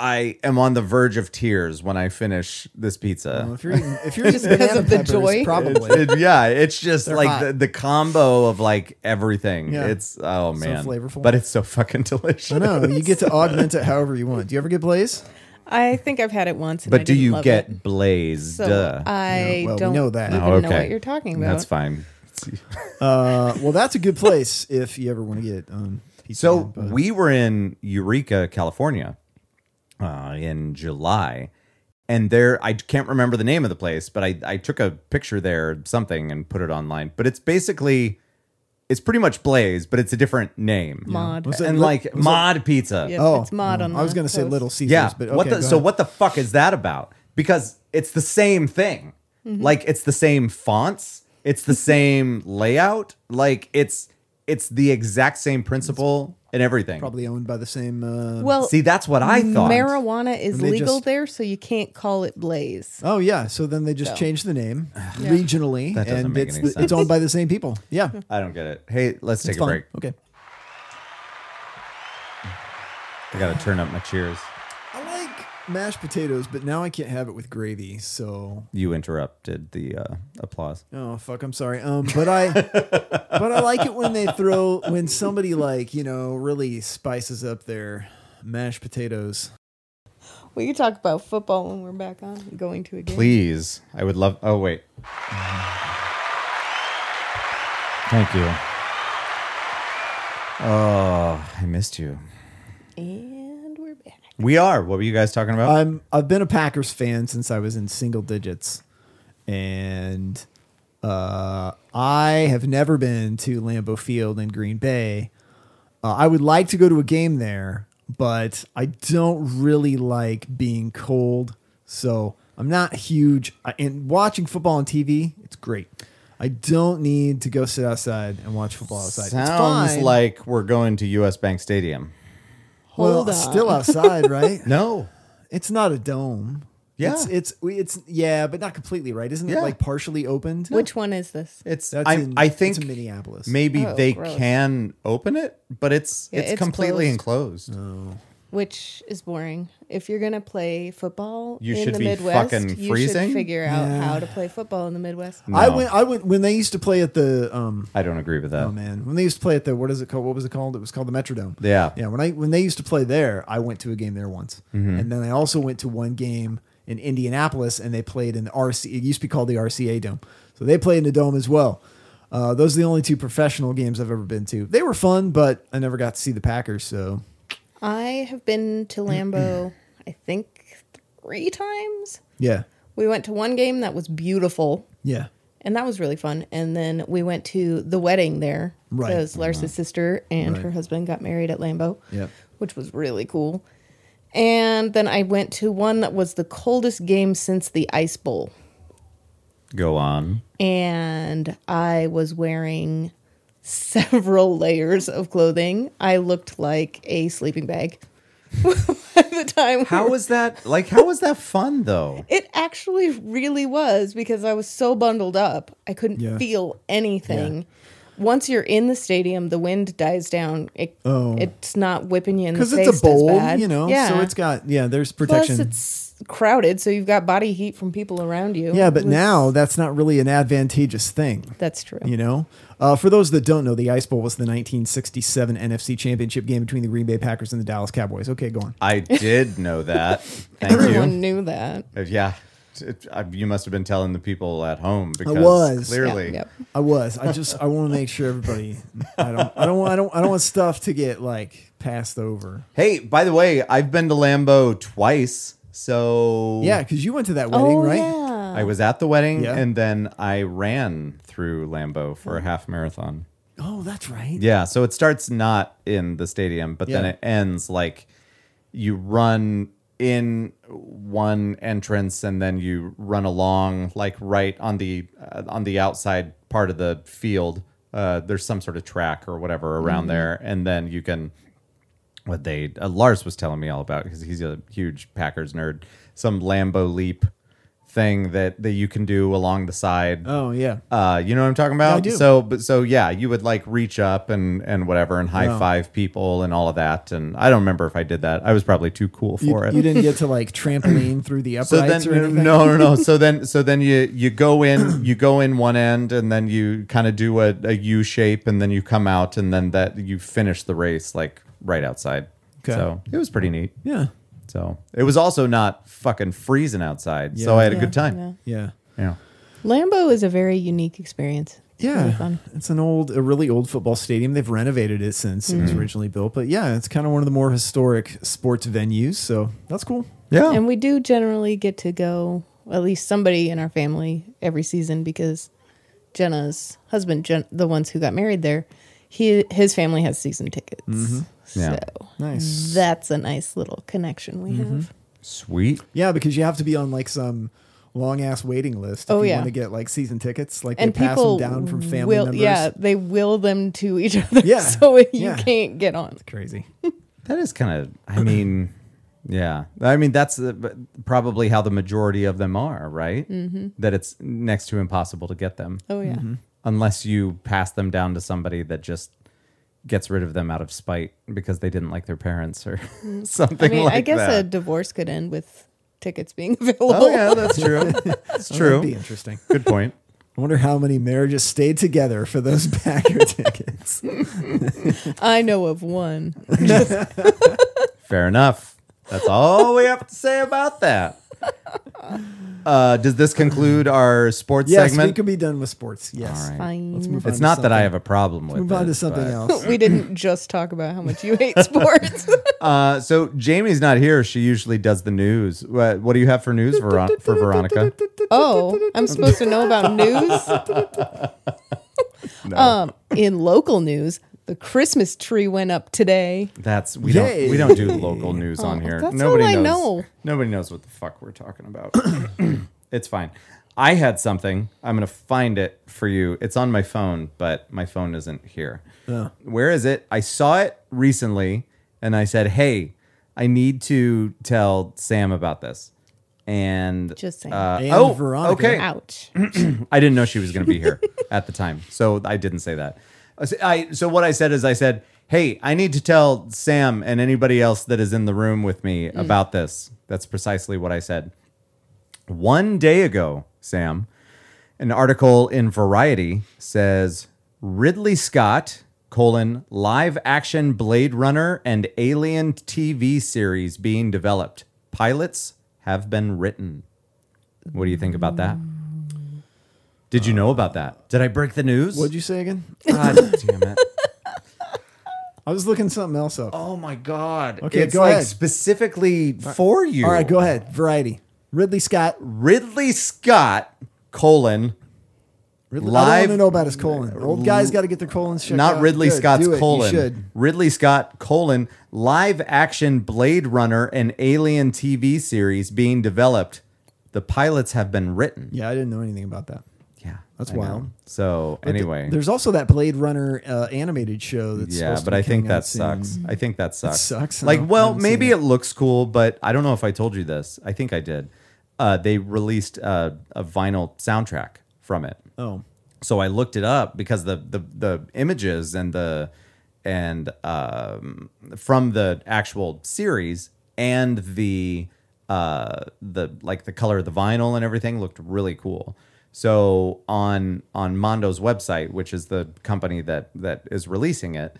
[SPEAKER 1] I am on the verge of tears when I finish this pizza.
[SPEAKER 3] Well, if you're eating, if you're
[SPEAKER 2] Just
[SPEAKER 3] eating
[SPEAKER 2] 'cause of
[SPEAKER 3] banana
[SPEAKER 2] the
[SPEAKER 3] peppers,
[SPEAKER 2] joy?
[SPEAKER 3] probably
[SPEAKER 1] It- yeah, it's just like
[SPEAKER 3] hot.
[SPEAKER 1] the, the combo of like everything.
[SPEAKER 3] Yeah.
[SPEAKER 1] It's oh man,
[SPEAKER 3] flavorful.
[SPEAKER 1] but it's so fucking delicious.
[SPEAKER 3] I know you get to augment it however you want. Do you ever get Blaze?
[SPEAKER 2] I think I've had it once. And I
[SPEAKER 1] But do
[SPEAKER 2] didn't
[SPEAKER 1] you
[SPEAKER 2] love
[SPEAKER 1] get
[SPEAKER 2] it.
[SPEAKER 1] blazed?
[SPEAKER 2] So
[SPEAKER 1] Duh.
[SPEAKER 2] I
[SPEAKER 3] Yeah, well, we
[SPEAKER 2] don't
[SPEAKER 3] know that.
[SPEAKER 2] even
[SPEAKER 1] Oh,
[SPEAKER 2] know what you're talking about.
[SPEAKER 1] That's fine.
[SPEAKER 3] Uh, well, that's a good place if you ever want to get um, pizza.
[SPEAKER 1] So
[SPEAKER 3] but-
[SPEAKER 1] we were in Eureka, California, uh, in July, and there I can't remember the name of the place, but I I took a picture there, something, and put it online. But it's basically. It's pretty much Blaze, but it's a different name.
[SPEAKER 2] Mod. Was
[SPEAKER 3] it
[SPEAKER 1] and
[SPEAKER 3] lit-
[SPEAKER 1] like
[SPEAKER 3] was it-
[SPEAKER 1] Mod Pizza.
[SPEAKER 2] Yeah,
[SPEAKER 3] oh,
[SPEAKER 2] it's
[SPEAKER 1] mm.
[SPEAKER 2] mod on
[SPEAKER 3] I was
[SPEAKER 2] the
[SPEAKER 3] going to say
[SPEAKER 2] post.
[SPEAKER 3] Little Caesars,
[SPEAKER 1] Yeah.
[SPEAKER 3] but
[SPEAKER 1] what
[SPEAKER 3] okay,
[SPEAKER 1] the,
[SPEAKER 3] go
[SPEAKER 1] so
[SPEAKER 3] ahead.
[SPEAKER 1] what the fuck is that about? Because it's the same thing.
[SPEAKER 2] Mm-hmm.
[SPEAKER 1] Like it's the same fonts, it's the same layout, like it's it's the exact same principle and everything.
[SPEAKER 3] Probably owned by the same. Uh,
[SPEAKER 2] Well,
[SPEAKER 1] See, that's what I thought.
[SPEAKER 2] marijuana is
[SPEAKER 3] And they
[SPEAKER 2] legal
[SPEAKER 3] just-
[SPEAKER 2] there, so you can't call it Blaze.
[SPEAKER 3] Oh yeah, so then they just
[SPEAKER 2] So.
[SPEAKER 3] changed the name regionally,
[SPEAKER 1] That doesn't
[SPEAKER 3] and
[SPEAKER 1] make
[SPEAKER 3] it's
[SPEAKER 1] any
[SPEAKER 3] the-
[SPEAKER 1] sense.
[SPEAKER 3] it's owned by the same people. Yeah,
[SPEAKER 1] I don't get it. Hey, let's take
[SPEAKER 3] it's
[SPEAKER 1] a
[SPEAKER 3] fine.
[SPEAKER 1] break.
[SPEAKER 3] Okay.
[SPEAKER 1] I got to turn up my cheers.
[SPEAKER 3] I like mashed potatoes, but now I can't have it with gravy. So
[SPEAKER 1] You interrupted the uh, applause.
[SPEAKER 3] oh fuck, I'm sorry. Um, but I but I like it when they throw when somebody like you know really spices up their mashed potatoes.
[SPEAKER 2] We can talk about football when we're back on going to a game.
[SPEAKER 1] Please. I would love Oh wait. Thank you. Oh, I missed you.
[SPEAKER 2] And we're back.
[SPEAKER 1] We are. What were you guys talking about?
[SPEAKER 3] I'm I've been a Packers fan since I was in single digits, and uh, I have never been to Lambeau Field in Green Bay. Uh, I would like to go to a game there, but I don't really like being cold, so I'm not huge. I, and watching football on TV, it's great. I don't need to go sit outside and watch football
[SPEAKER 1] Oh,
[SPEAKER 3] outside. It's
[SPEAKER 1] Sounds
[SPEAKER 3] fine.
[SPEAKER 1] like we're going to US Bank Stadium.
[SPEAKER 3] well,
[SPEAKER 2] Hold on.
[SPEAKER 3] still outside, right?
[SPEAKER 1] No.
[SPEAKER 3] It's not a dome.
[SPEAKER 1] Yeah.
[SPEAKER 3] It's, it's it's yeah, but not completely right, isn't
[SPEAKER 1] Yeah.
[SPEAKER 3] it? Like partially opened.
[SPEAKER 2] Which one is this?
[SPEAKER 1] It's
[SPEAKER 3] That's
[SPEAKER 1] I,
[SPEAKER 3] in-
[SPEAKER 1] I
[SPEAKER 3] that's
[SPEAKER 1] think
[SPEAKER 3] in Minneapolis.
[SPEAKER 1] Maybe
[SPEAKER 2] Oh,
[SPEAKER 1] they
[SPEAKER 2] gross.
[SPEAKER 1] can open it, but it's
[SPEAKER 2] Yeah,
[SPEAKER 1] it's,
[SPEAKER 2] it's
[SPEAKER 1] completely
[SPEAKER 2] closed.
[SPEAKER 1] enclosed.
[SPEAKER 2] Which is boring. If you're gonna play football
[SPEAKER 1] You
[SPEAKER 2] in
[SPEAKER 1] should
[SPEAKER 2] the
[SPEAKER 1] be
[SPEAKER 2] Midwest,
[SPEAKER 1] fucking
[SPEAKER 2] you
[SPEAKER 1] freezing. Mm.
[SPEAKER 2] should figure out
[SPEAKER 3] Yeah.
[SPEAKER 2] how to play football in the Midwest.
[SPEAKER 1] No.
[SPEAKER 3] I went I went when they used to play at the um
[SPEAKER 1] I don't agree with that.
[SPEAKER 3] oh man when they used to play at the what is it called what was it called it was called the Metrodome
[SPEAKER 1] Yeah.
[SPEAKER 3] yeah when I when they used to play there I went to a game there once
[SPEAKER 1] Mm-hmm.
[SPEAKER 3] and then I also went to one game in Indianapolis and they played in the RC it used to be called the RCA Dome so they played in the dome as well uh, those are the only two professional games I've ever been to they were fun but I never got to see the Packers so
[SPEAKER 2] I have been to Lambeau, I think three times.
[SPEAKER 3] yeah
[SPEAKER 2] We went to one game that was beautiful,
[SPEAKER 3] yeah
[SPEAKER 2] and that was really fun. And then we went to the wedding there
[SPEAKER 3] Right. Uh-huh.
[SPEAKER 2] because Lars's sister and
[SPEAKER 3] Right.
[SPEAKER 2] her husband got married at Lambeau,
[SPEAKER 3] Yep.
[SPEAKER 2] which was really cool. And then I went to one that was the coldest game since the Ice Bowl,
[SPEAKER 1] Go on.
[SPEAKER 2] and I was wearing several layers of clothing. I looked like a sleeping bag by the time. we
[SPEAKER 1] How
[SPEAKER 2] were
[SPEAKER 1] was that? Like, how was that fun though?
[SPEAKER 2] It actually really was because I was so bundled up. I couldn't
[SPEAKER 3] Yeah.
[SPEAKER 2] feel anything. Once you're in the stadium, the wind dies down. It,
[SPEAKER 3] Oh.
[SPEAKER 2] It's not whipping you in the
[SPEAKER 3] because
[SPEAKER 2] face.
[SPEAKER 3] it's a
[SPEAKER 2] as
[SPEAKER 3] bowl
[SPEAKER 2] bad.
[SPEAKER 3] you know
[SPEAKER 2] Yeah.
[SPEAKER 3] so it's got yeah there's
[SPEAKER 2] Plus,
[SPEAKER 3] protection
[SPEAKER 2] it's crowded, so you've got body heat from people around you.
[SPEAKER 3] yeah but
[SPEAKER 2] It was-
[SPEAKER 3] now that's not really an advantageous thing
[SPEAKER 2] That's true.
[SPEAKER 3] You know, uh, for those that don't know, the Ice Bowl was the 1967 NFC Championship game between the Green Bay Packers and the Dallas Cowboys. Okay, go on.
[SPEAKER 1] I did know that. Thank
[SPEAKER 2] Everyone
[SPEAKER 1] you.
[SPEAKER 2] knew that.
[SPEAKER 1] Uh, Yeah, It- I- you must have been telling the people at home because
[SPEAKER 3] was.
[SPEAKER 2] Yeah,
[SPEAKER 1] clearly.
[SPEAKER 2] yep.
[SPEAKER 3] I was. I just. I want to make sure everybody. I don't. I don't. want- I don't. I don't want stuff to get like passed over.
[SPEAKER 1] Hey, by the way, I've been to Lambeau twice. So
[SPEAKER 3] Yeah, because you went to that wedding,
[SPEAKER 2] Oh,
[SPEAKER 3] right?
[SPEAKER 2] yeah.
[SPEAKER 1] I was at the wedding
[SPEAKER 3] Yeah.
[SPEAKER 1] and then I ran through Lambeau for a half marathon.
[SPEAKER 3] Oh, that's right.
[SPEAKER 1] Yeah, so it starts not in the stadium, but then
[SPEAKER 3] Yeah.
[SPEAKER 1] it ends like you run in one entrance and then you run along like right on the uh, on the outside part of the field. Uh, there's some sort of track or whatever
[SPEAKER 3] Mm-hmm.
[SPEAKER 1] around there, and then you can what they uh, Lars was telling me all about because he's a huge Packers nerd. Some Lambo leap thing that that you can do along the side.
[SPEAKER 3] Oh, yeah.
[SPEAKER 1] Uh, you know what I'm talking about?
[SPEAKER 3] I do.
[SPEAKER 1] So, but so yeah, you would like reach up and and whatever and high
[SPEAKER 3] Wow.
[SPEAKER 1] five people and all of that. And I don't remember if I did that. I was probably too cool
[SPEAKER 3] You,
[SPEAKER 1] for it.
[SPEAKER 3] you didn't get to like trampoline through the
[SPEAKER 1] so
[SPEAKER 3] uprights
[SPEAKER 1] then
[SPEAKER 3] or anything.
[SPEAKER 1] no no no so then so then you you go in you go in one end and then you kind of do a, a U shape and then you come out and then that you finish the race like right outside.
[SPEAKER 3] Okay.
[SPEAKER 1] So it was pretty neat.
[SPEAKER 3] Yeah.
[SPEAKER 1] So it was also not fucking freezing outside. So I had a
[SPEAKER 3] Yeah.
[SPEAKER 1] good time.
[SPEAKER 2] Yeah.
[SPEAKER 3] Yeah.
[SPEAKER 1] yeah.
[SPEAKER 2] Lambeau is a very unique experience. It's really
[SPEAKER 3] Yeah,
[SPEAKER 2] fun.
[SPEAKER 3] it's an old, a really old football stadium. They've renovated it since it
[SPEAKER 1] Mm-hmm.
[SPEAKER 3] was originally built, but yeah, it's kind of one of the more historic sports venues. So that's cool.
[SPEAKER 1] Yeah.
[SPEAKER 2] And we do generally get to go, at least somebody in our family, every season because Jenna's husband, Jen, the ones who got married there, he his family has season tickets.
[SPEAKER 3] Mm-hmm.
[SPEAKER 1] Yeah.
[SPEAKER 2] So
[SPEAKER 3] Nice.
[SPEAKER 2] that's a nice little connection we
[SPEAKER 3] Mm-hmm.
[SPEAKER 2] have.
[SPEAKER 1] Sweet.
[SPEAKER 3] Yeah, because you have to be on like some long ass waiting list if
[SPEAKER 2] Oh,
[SPEAKER 3] you
[SPEAKER 2] yeah.
[SPEAKER 3] want to get like season tickets. Like
[SPEAKER 2] And
[SPEAKER 3] they pass them
[SPEAKER 2] people
[SPEAKER 3] down from family
[SPEAKER 2] will,
[SPEAKER 3] members.
[SPEAKER 2] yeah, they will them to each other.
[SPEAKER 3] Yeah.
[SPEAKER 2] so you
[SPEAKER 3] Yeah.
[SPEAKER 2] can't get on.
[SPEAKER 3] crazy.
[SPEAKER 1] That is kind of, I mean, yeah. I mean, that's uh, b- probably how the majority of them are, right? Mm-hmm. That it's next to impossible to get them
[SPEAKER 2] Oh
[SPEAKER 3] Mm-hmm.
[SPEAKER 2] yeah,
[SPEAKER 1] unless you pass them down to somebody that just gets rid of them out of spite because they didn't like their parents or
[SPEAKER 2] Mm. I
[SPEAKER 1] something
[SPEAKER 2] mean,
[SPEAKER 1] like
[SPEAKER 2] I guess a
[SPEAKER 1] that.
[SPEAKER 2] divorce could end with tickets being available.
[SPEAKER 1] oh, yeah, that's true. That's
[SPEAKER 3] Oh, That'd be
[SPEAKER 1] true.
[SPEAKER 3] interesting.
[SPEAKER 1] Good point.
[SPEAKER 3] I wonder how many marriages stayed together for those Packer tickets.
[SPEAKER 2] I know of one.
[SPEAKER 1] Fair enough. That's all we have to say about that. Uh, does this conclude our sports
[SPEAKER 3] Yes, we
[SPEAKER 1] segment?
[SPEAKER 3] could be done with sports. Yes.
[SPEAKER 1] All right.
[SPEAKER 2] Fine.
[SPEAKER 3] Let's move on.
[SPEAKER 1] It's
[SPEAKER 3] to
[SPEAKER 1] not that I
[SPEAKER 3] something-
[SPEAKER 1] have a problem with
[SPEAKER 3] Move on
[SPEAKER 1] it,
[SPEAKER 3] to something
[SPEAKER 1] but-
[SPEAKER 3] else.
[SPEAKER 2] we didn't just talk about how much you hate sports.
[SPEAKER 1] Uh, so Jamie's not here. She usually does the news. What, what do you have for news Veron- for Veronica?
[SPEAKER 2] oh, I'm supposed to know about news? Um, in local news, the Christmas tree went up today.
[SPEAKER 1] That's we
[SPEAKER 3] Yay.
[SPEAKER 1] don't we don't do local news on
[SPEAKER 2] Oh,
[SPEAKER 1] here.
[SPEAKER 2] that's
[SPEAKER 1] nobody
[SPEAKER 2] all I
[SPEAKER 1] knows.
[SPEAKER 2] know.
[SPEAKER 1] Nobody knows what the fuck we're talking about. it's fine. I had something. I'm gonna find it for you. It's on my phone, but my phone isn't here. Where is it? I saw it recently, and I said, "Hey, I need to tell Sam about this." and
[SPEAKER 2] Just saying.
[SPEAKER 1] uh,
[SPEAKER 3] And
[SPEAKER 1] oh,
[SPEAKER 3] Veronica.
[SPEAKER 1] okay.
[SPEAKER 2] Ouch.
[SPEAKER 1] I didn't know she was going to be here at the time, so I didn't say that. I s- I so what I said is I said, "Hey, I need to tell Sam and anybody else that is in the room with me about this." That's precisely what I said. One day ago, Sam, an article in Variety says Ridley Scott colon live action Blade Runner and Alien TV series being developed. Pilots have been written. What do you think about that? Did you know about that? Did I break the news?
[SPEAKER 3] What'd you say again?
[SPEAKER 1] God damn it.
[SPEAKER 3] I was looking something else up.
[SPEAKER 1] Oh my God.
[SPEAKER 3] Okay,
[SPEAKER 1] it's
[SPEAKER 3] go
[SPEAKER 1] like
[SPEAKER 3] ahead.
[SPEAKER 1] specifically for you.
[SPEAKER 3] All right, go ahead. Variety. Ridley Scott.
[SPEAKER 1] Ridley Scott colon
[SPEAKER 3] Ridley, I don't
[SPEAKER 1] Live- Uh,
[SPEAKER 3] want to know about his colon. Old guys got to get their colons checked
[SPEAKER 1] not
[SPEAKER 3] out.
[SPEAKER 1] Ridley
[SPEAKER 3] Good,
[SPEAKER 1] Scott's
[SPEAKER 3] do it. You
[SPEAKER 1] colon.
[SPEAKER 3] should.
[SPEAKER 1] Ridley Scott colon live action Blade Runner and Alien TV series being developed. The pilots have been written.
[SPEAKER 3] Yeah, I didn't know anything about that.
[SPEAKER 1] Yeah,
[SPEAKER 3] That's
[SPEAKER 1] I know.
[SPEAKER 3] wild.
[SPEAKER 1] So anyway,
[SPEAKER 3] There's also that Blade Runner uh, animated show that's
[SPEAKER 1] yeah,
[SPEAKER 3] supposed to
[SPEAKER 1] but
[SPEAKER 3] be
[SPEAKER 1] I think
[SPEAKER 3] coming out
[SPEAKER 1] that
[SPEAKER 3] soon.
[SPEAKER 1] sucks. I think that sucks.
[SPEAKER 3] sucks. I
[SPEAKER 1] Like,
[SPEAKER 3] don't- I
[SPEAKER 1] well,
[SPEAKER 3] haven't seen
[SPEAKER 1] maybe
[SPEAKER 3] it.
[SPEAKER 1] it looks cool, but I don't know if I told you this. I think I did. Uh, they released uh, a vinyl soundtrack from it.
[SPEAKER 3] Oh,
[SPEAKER 1] so I looked it up because the the, the images and the and um, from the actual series and the uh, the like the color of the vinyl and everything looked really cool. So on on Mondo's website, which is the company that that is releasing it,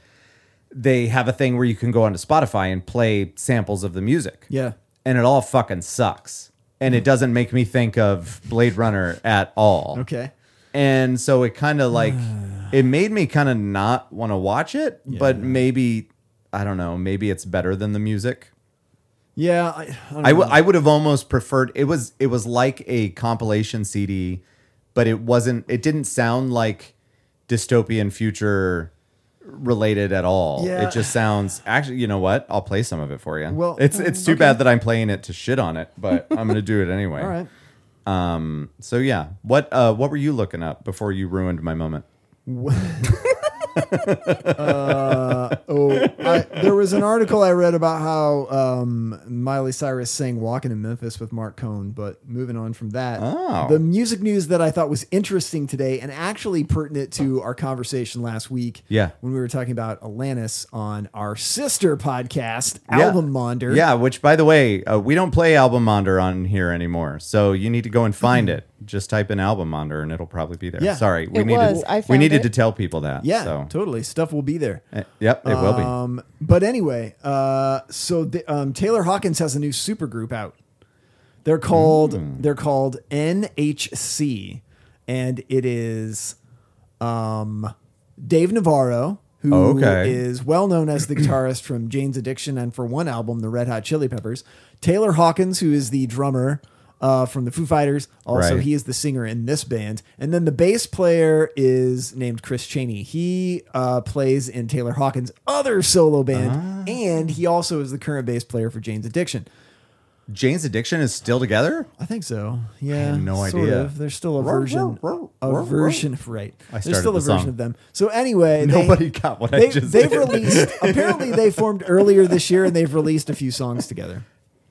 [SPEAKER 1] they have a thing where you can go onto Spotify and play samples of the music
[SPEAKER 3] yeah. Mm-hmm.
[SPEAKER 1] and it all fucking sucks. And it doesn't make me think of Blade Runner at all.
[SPEAKER 3] Okay.
[SPEAKER 1] And so it kind of like it made me kind of not want to watch it, but maybe I don't know, maybe it's better than the music.
[SPEAKER 3] Yeah. I, I don't
[SPEAKER 1] I,
[SPEAKER 3] know.
[SPEAKER 1] w- I would have almost preferred it was it was like a compilation CD, but it wasn't it didn't sound like dystopian future related at all.
[SPEAKER 3] Yeah.
[SPEAKER 1] It just sounds actually you know what? I'll play some of it for you.
[SPEAKER 3] Well,
[SPEAKER 1] it's it's too
[SPEAKER 3] okay.
[SPEAKER 1] bad that I'm playing it to shit on it, but I'm gonna do it anyway.
[SPEAKER 3] All right.
[SPEAKER 1] So yeah. What uh what were you looking up before you ruined my moment?
[SPEAKER 3] Oh, I, there was an article I read about how um, Miley Cyrus sang "Walking in Memphis" with Mark Cohn. But moving on from that,
[SPEAKER 1] Oh.
[SPEAKER 3] the music news that I thought was interesting today and actually pertinent to our conversation last week.
[SPEAKER 1] Yeah.
[SPEAKER 3] when we were talking about Alanis on our sister podcast,
[SPEAKER 1] Yeah.
[SPEAKER 3] Album Monder.
[SPEAKER 1] Yeah, which by the way, uh, we don't play Album Monder on here anymore. So you need to go and find it. Just type in Album Monder and it'll probably be there.
[SPEAKER 3] Mm-hmm. Yeah.
[SPEAKER 1] Sorry, we
[SPEAKER 2] It
[SPEAKER 1] needed
[SPEAKER 2] was. I
[SPEAKER 1] we
[SPEAKER 2] found
[SPEAKER 1] needed
[SPEAKER 2] it.
[SPEAKER 1] to tell people that.
[SPEAKER 3] yeah,
[SPEAKER 1] So
[SPEAKER 3] totally. Stuff will be there.
[SPEAKER 1] uh, yep, it will be.
[SPEAKER 3] Um, but anyway, uh, so the, um, Taylor Hawkins has a new supergroup out. They're called
[SPEAKER 1] Hmm.
[SPEAKER 3] they're called NHC, and it is um, Dave Navarro, who
[SPEAKER 1] Oh,
[SPEAKER 3] is
[SPEAKER 1] okay.
[SPEAKER 3] well known as the guitarist from Jane's Addiction and for one album, the Red Hot Chili Peppers. Taylor Hawkins, who is the drummer. Uh, from the Foo Fighters. Also,
[SPEAKER 1] Right.
[SPEAKER 3] he is the singer in this band. And then the bass player is named Chris Cheney. He uh, plays in Taylor Hawkins' other solo band,
[SPEAKER 1] Ah.
[SPEAKER 3] and he also is the current bass player for Jane's Addiction.
[SPEAKER 1] Jane's Addiction is still together?
[SPEAKER 3] I think so. Yeah,
[SPEAKER 1] no
[SPEAKER 3] sort
[SPEAKER 1] idea.
[SPEAKER 3] Of. There's still a
[SPEAKER 1] Roar,
[SPEAKER 3] version,
[SPEAKER 1] roar, roar, roar,
[SPEAKER 3] a
[SPEAKER 1] roar.
[SPEAKER 3] version, right? There's
[SPEAKER 1] started
[SPEAKER 3] still a
[SPEAKER 1] the
[SPEAKER 3] version
[SPEAKER 1] song.
[SPEAKER 3] of them. So anyway, they-
[SPEAKER 1] Nobody got what
[SPEAKER 3] They,
[SPEAKER 1] I just
[SPEAKER 3] they've
[SPEAKER 1] did.
[SPEAKER 3] released. apparently, they formed earlier this year, and they've released a few songs together.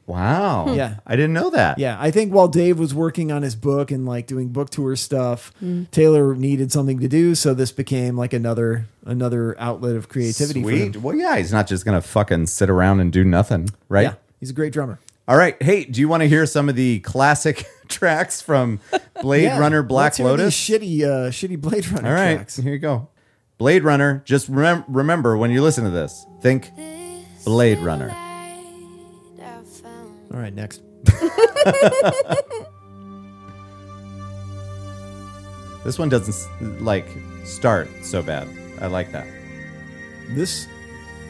[SPEAKER 1] Wow.
[SPEAKER 3] Yeah.
[SPEAKER 1] I didn't know that.
[SPEAKER 3] Yeah, I think while Dave was working on his book and like doing book tour stuff, Taylor needed something to do, so this became like another another outlet of creativity for him.
[SPEAKER 1] Sweet. Well, yeah, he's not just gonna fucking sit around and do nothing, right?
[SPEAKER 3] Yeah, he's a great drummer.
[SPEAKER 1] All right. Hey, do you want to hear some of the classic tracks from Blade
[SPEAKER 3] Yeah,
[SPEAKER 1] Runner
[SPEAKER 3] let's
[SPEAKER 1] Black
[SPEAKER 3] hear these shitty
[SPEAKER 1] Lotus?
[SPEAKER 3] uh, shitty Blade Runner
[SPEAKER 1] All right,
[SPEAKER 3] tracks.
[SPEAKER 1] here you go. Blade Runner. Just remem- remember when you listen to this, think Blade Runner.
[SPEAKER 3] All right, next.
[SPEAKER 1] This one doesn't s- like start so bad. I like that.
[SPEAKER 3] This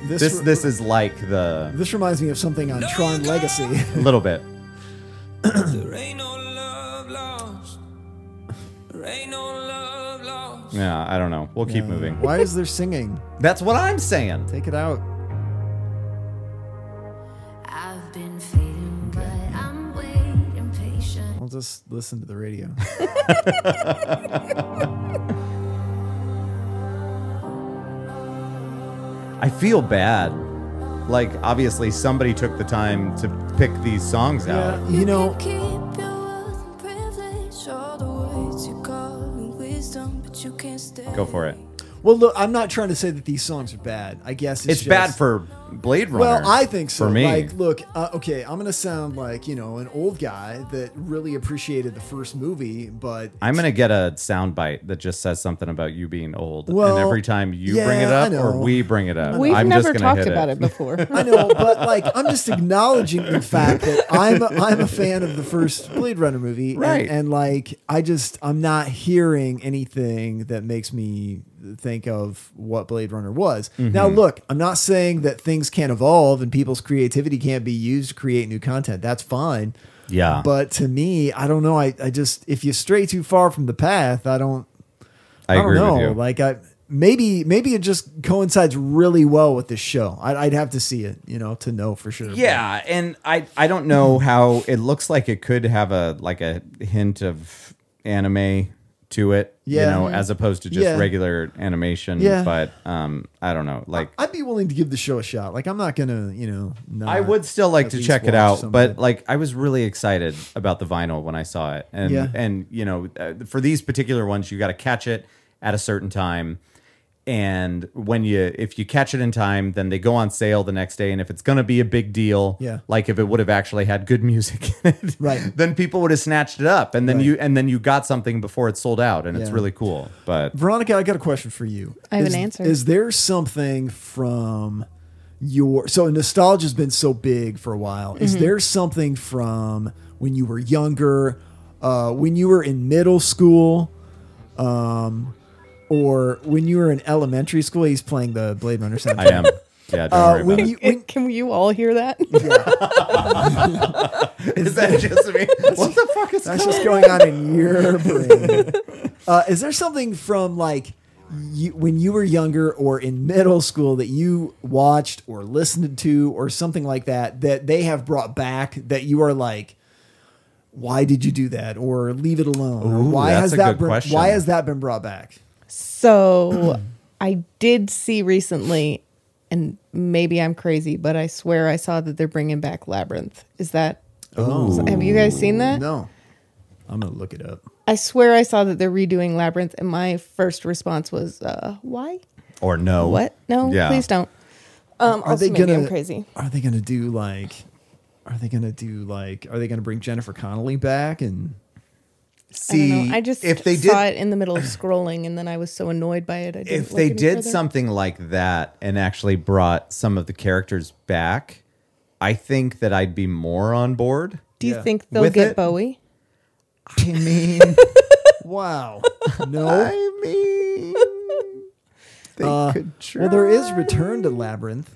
[SPEAKER 3] this
[SPEAKER 1] This
[SPEAKER 3] re-
[SPEAKER 1] this is like the
[SPEAKER 3] this reminds me of something on Tron Legacy.
[SPEAKER 1] a little bit.
[SPEAKER 4] There ain't no love lost. There ain't no love lost.
[SPEAKER 1] Yeah, I don't know. We'll keep moving.
[SPEAKER 3] Why is there singing?
[SPEAKER 1] That's what I'm saying.
[SPEAKER 3] Take it out.
[SPEAKER 5] I've been feeding, but I'm waiting patient.
[SPEAKER 3] I'll just listen to the radio.
[SPEAKER 1] I feel bad. Like obviously somebody took the time to pick these songs out.
[SPEAKER 3] you know,
[SPEAKER 5] Keep
[SPEAKER 1] Go for it.
[SPEAKER 3] Well, look, I'm not trying to say that these songs are bad. I guess it's,
[SPEAKER 1] It's bad
[SPEAKER 3] just-
[SPEAKER 1] for Blade Runner.
[SPEAKER 3] Well, I think so.
[SPEAKER 1] For me,
[SPEAKER 3] Like, look, uh, okay, I'm gonna sound like you know an old guy that really appreciated the first movie, but
[SPEAKER 1] I'm gonna get a soundbite that just says something about you being old,
[SPEAKER 3] Well,
[SPEAKER 1] and every time you bring it
[SPEAKER 3] yeah, I
[SPEAKER 1] up or
[SPEAKER 3] know.
[SPEAKER 1] we bring it up,
[SPEAKER 2] We've
[SPEAKER 1] I'm
[SPEAKER 2] never
[SPEAKER 1] just gonna
[SPEAKER 2] talked
[SPEAKER 1] hit
[SPEAKER 2] about it,
[SPEAKER 1] it.
[SPEAKER 2] before.
[SPEAKER 3] I know, but like I'm just acknowledging the fact that I'm a, I'm a fan of the first Blade Runner movie, and-
[SPEAKER 1] Right.
[SPEAKER 3] And, like I just I'm not hearing anything that makes me think of what Blade Runner was. Now,
[SPEAKER 1] Mm-hmm.
[SPEAKER 3] look, I'm not saying that things can't evolve and people's creativity can't be used to create new content. That's fine.
[SPEAKER 1] Yeah.
[SPEAKER 3] But to me, I don't know. I, I just if you stray too far from the path, I don't
[SPEAKER 1] I
[SPEAKER 3] don't
[SPEAKER 1] agree
[SPEAKER 3] know.
[SPEAKER 1] with you.
[SPEAKER 3] Like I maybe maybe it just coincides really well with this show. I'd, I'd have to see it, you know, to know for sure.
[SPEAKER 1] Yeah, and I I don't
[SPEAKER 3] Hmm.
[SPEAKER 1] know how it looks like it could have a like a hint of anime to it. You
[SPEAKER 3] Yeah.
[SPEAKER 1] know, as opposed to just
[SPEAKER 3] Yeah.
[SPEAKER 1] regular animation.
[SPEAKER 3] Yeah.
[SPEAKER 1] But um I don't know. Like
[SPEAKER 3] I'd be willing to give the show a shot. Like I'm not gonna, you know. Not
[SPEAKER 1] I would still like
[SPEAKER 3] Uh, at
[SPEAKER 1] to
[SPEAKER 3] least
[SPEAKER 1] check it
[SPEAKER 3] watch
[SPEAKER 1] out,
[SPEAKER 3] some of
[SPEAKER 1] but
[SPEAKER 3] it.
[SPEAKER 1] like I was really excited about the vinyl when I saw it, and
[SPEAKER 3] Yeah.
[SPEAKER 1] and you know uh, for these particular ones you got to catch it at a certain time, and when you if you catch it in time, then they go on sale the next day, and if it's gonna be a big deal,
[SPEAKER 3] Yeah.
[SPEAKER 1] like if it would have actually had good music in it,
[SPEAKER 3] Right.
[SPEAKER 1] then people would have snatched it up, and then
[SPEAKER 3] Right.
[SPEAKER 1] you and then you got something before it sold out, and it's
[SPEAKER 3] Yeah.
[SPEAKER 1] really cool. But
[SPEAKER 3] Veronica, I got a question for you.
[SPEAKER 2] I have
[SPEAKER 3] Is-
[SPEAKER 2] an answer.
[SPEAKER 3] Is there something from your so nostalgia's been so big for a while? Is
[SPEAKER 2] Mm-hmm.
[SPEAKER 3] there something from when you were younger, uh, when you were in middle school, um, or when you were in elementary school? He's playing the Blade Runner soundtrack.
[SPEAKER 1] I am, yeah. Don't worry about
[SPEAKER 3] when
[SPEAKER 1] it.
[SPEAKER 3] you- when-
[SPEAKER 2] Can you all hear that?
[SPEAKER 1] Is that just me? What the fuck is
[SPEAKER 3] That's just going on in your brain. Uh, is there something from like you, when you were younger or in middle school that you watched or listened to or something like that that they have brought back that you are like, why did you do that or leave it alone? Or
[SPEAKER 1] Ooh,
[SPEAKER 3] why
[SPEAKER 1] that's
[SPEAKER 3] has
[SPEAKER 1] a
[SPEAKER 3] that
[SPEAKER 1] good
[SPEAKER 3] been-
[SPEAKER 1] question.
[SPEAKER 3] why has that been brought back?
[SPEAKER 2] So I did see recently, and maybe I'm crazy, but I swear I saw that they're bringing back Labyrinth. Is that?
[SPEAKER 1] Oh.
[SPEAKER 2] Have you guys seen that?
[SPEAKER 3] No, I'm gonna look it up.
[SPEAKER 2] I swear I saw that they're redoing Labyrinth, and my first response was, uh, "Why?
[SPEAKER 1] or no?
[SPEAKER 2] What? No,
[SPEAKER 1] Yeah.
[SPEAKER 2] please don't." Um,
[SPEAKER 3] Are
[SPEAKER 2] also,
[SPEAKER 3] they
[SPEAKER 2] maybe
[SPEAKER 3] gonna?
[SPEAKER 2] I'm crazy.
[SPEAKER 3] Are they gonna do like? Are they gonna do like? Are they gonna bring Jennifer Connelly back and?
[SPEAKER 2] I
[SPEAKER 1] See,
[SPEAKER 2] don't know. I just
[SPEAKER 1] if they did
[SPEAKER 2] saw it in the middle of scrolling, and then I was so annoyed by it. I didn't
[SPEAKER 1] if
[SPEAKER 2] look
[SPEAKER 1] they
[SPEAKER 2] any
[SPEAKER 1] did
[SPEAKER 2] further.
[SPEAKER 1] something like that and actually brought some of the characters back, I think that I'd be more on board.
[SPEAKER 2] do you
[SPEAKER 3] Yeah.
[SPEAKER 2] think they'll
[SPEAKER 1] With
[SPEAKER 2] get
[SPEAKER 1] it?
[SPEAKER 2] Bowie?
[SPEAKER 1] I mean,
[SPEAKER 3] Wow. No.
[SPEAKER 1] I mean, they
[SPEAKER 2] Uh,
[SPEAKER 1] could try.
[SPEAKER 3] Well, there is Return to Labyrinth.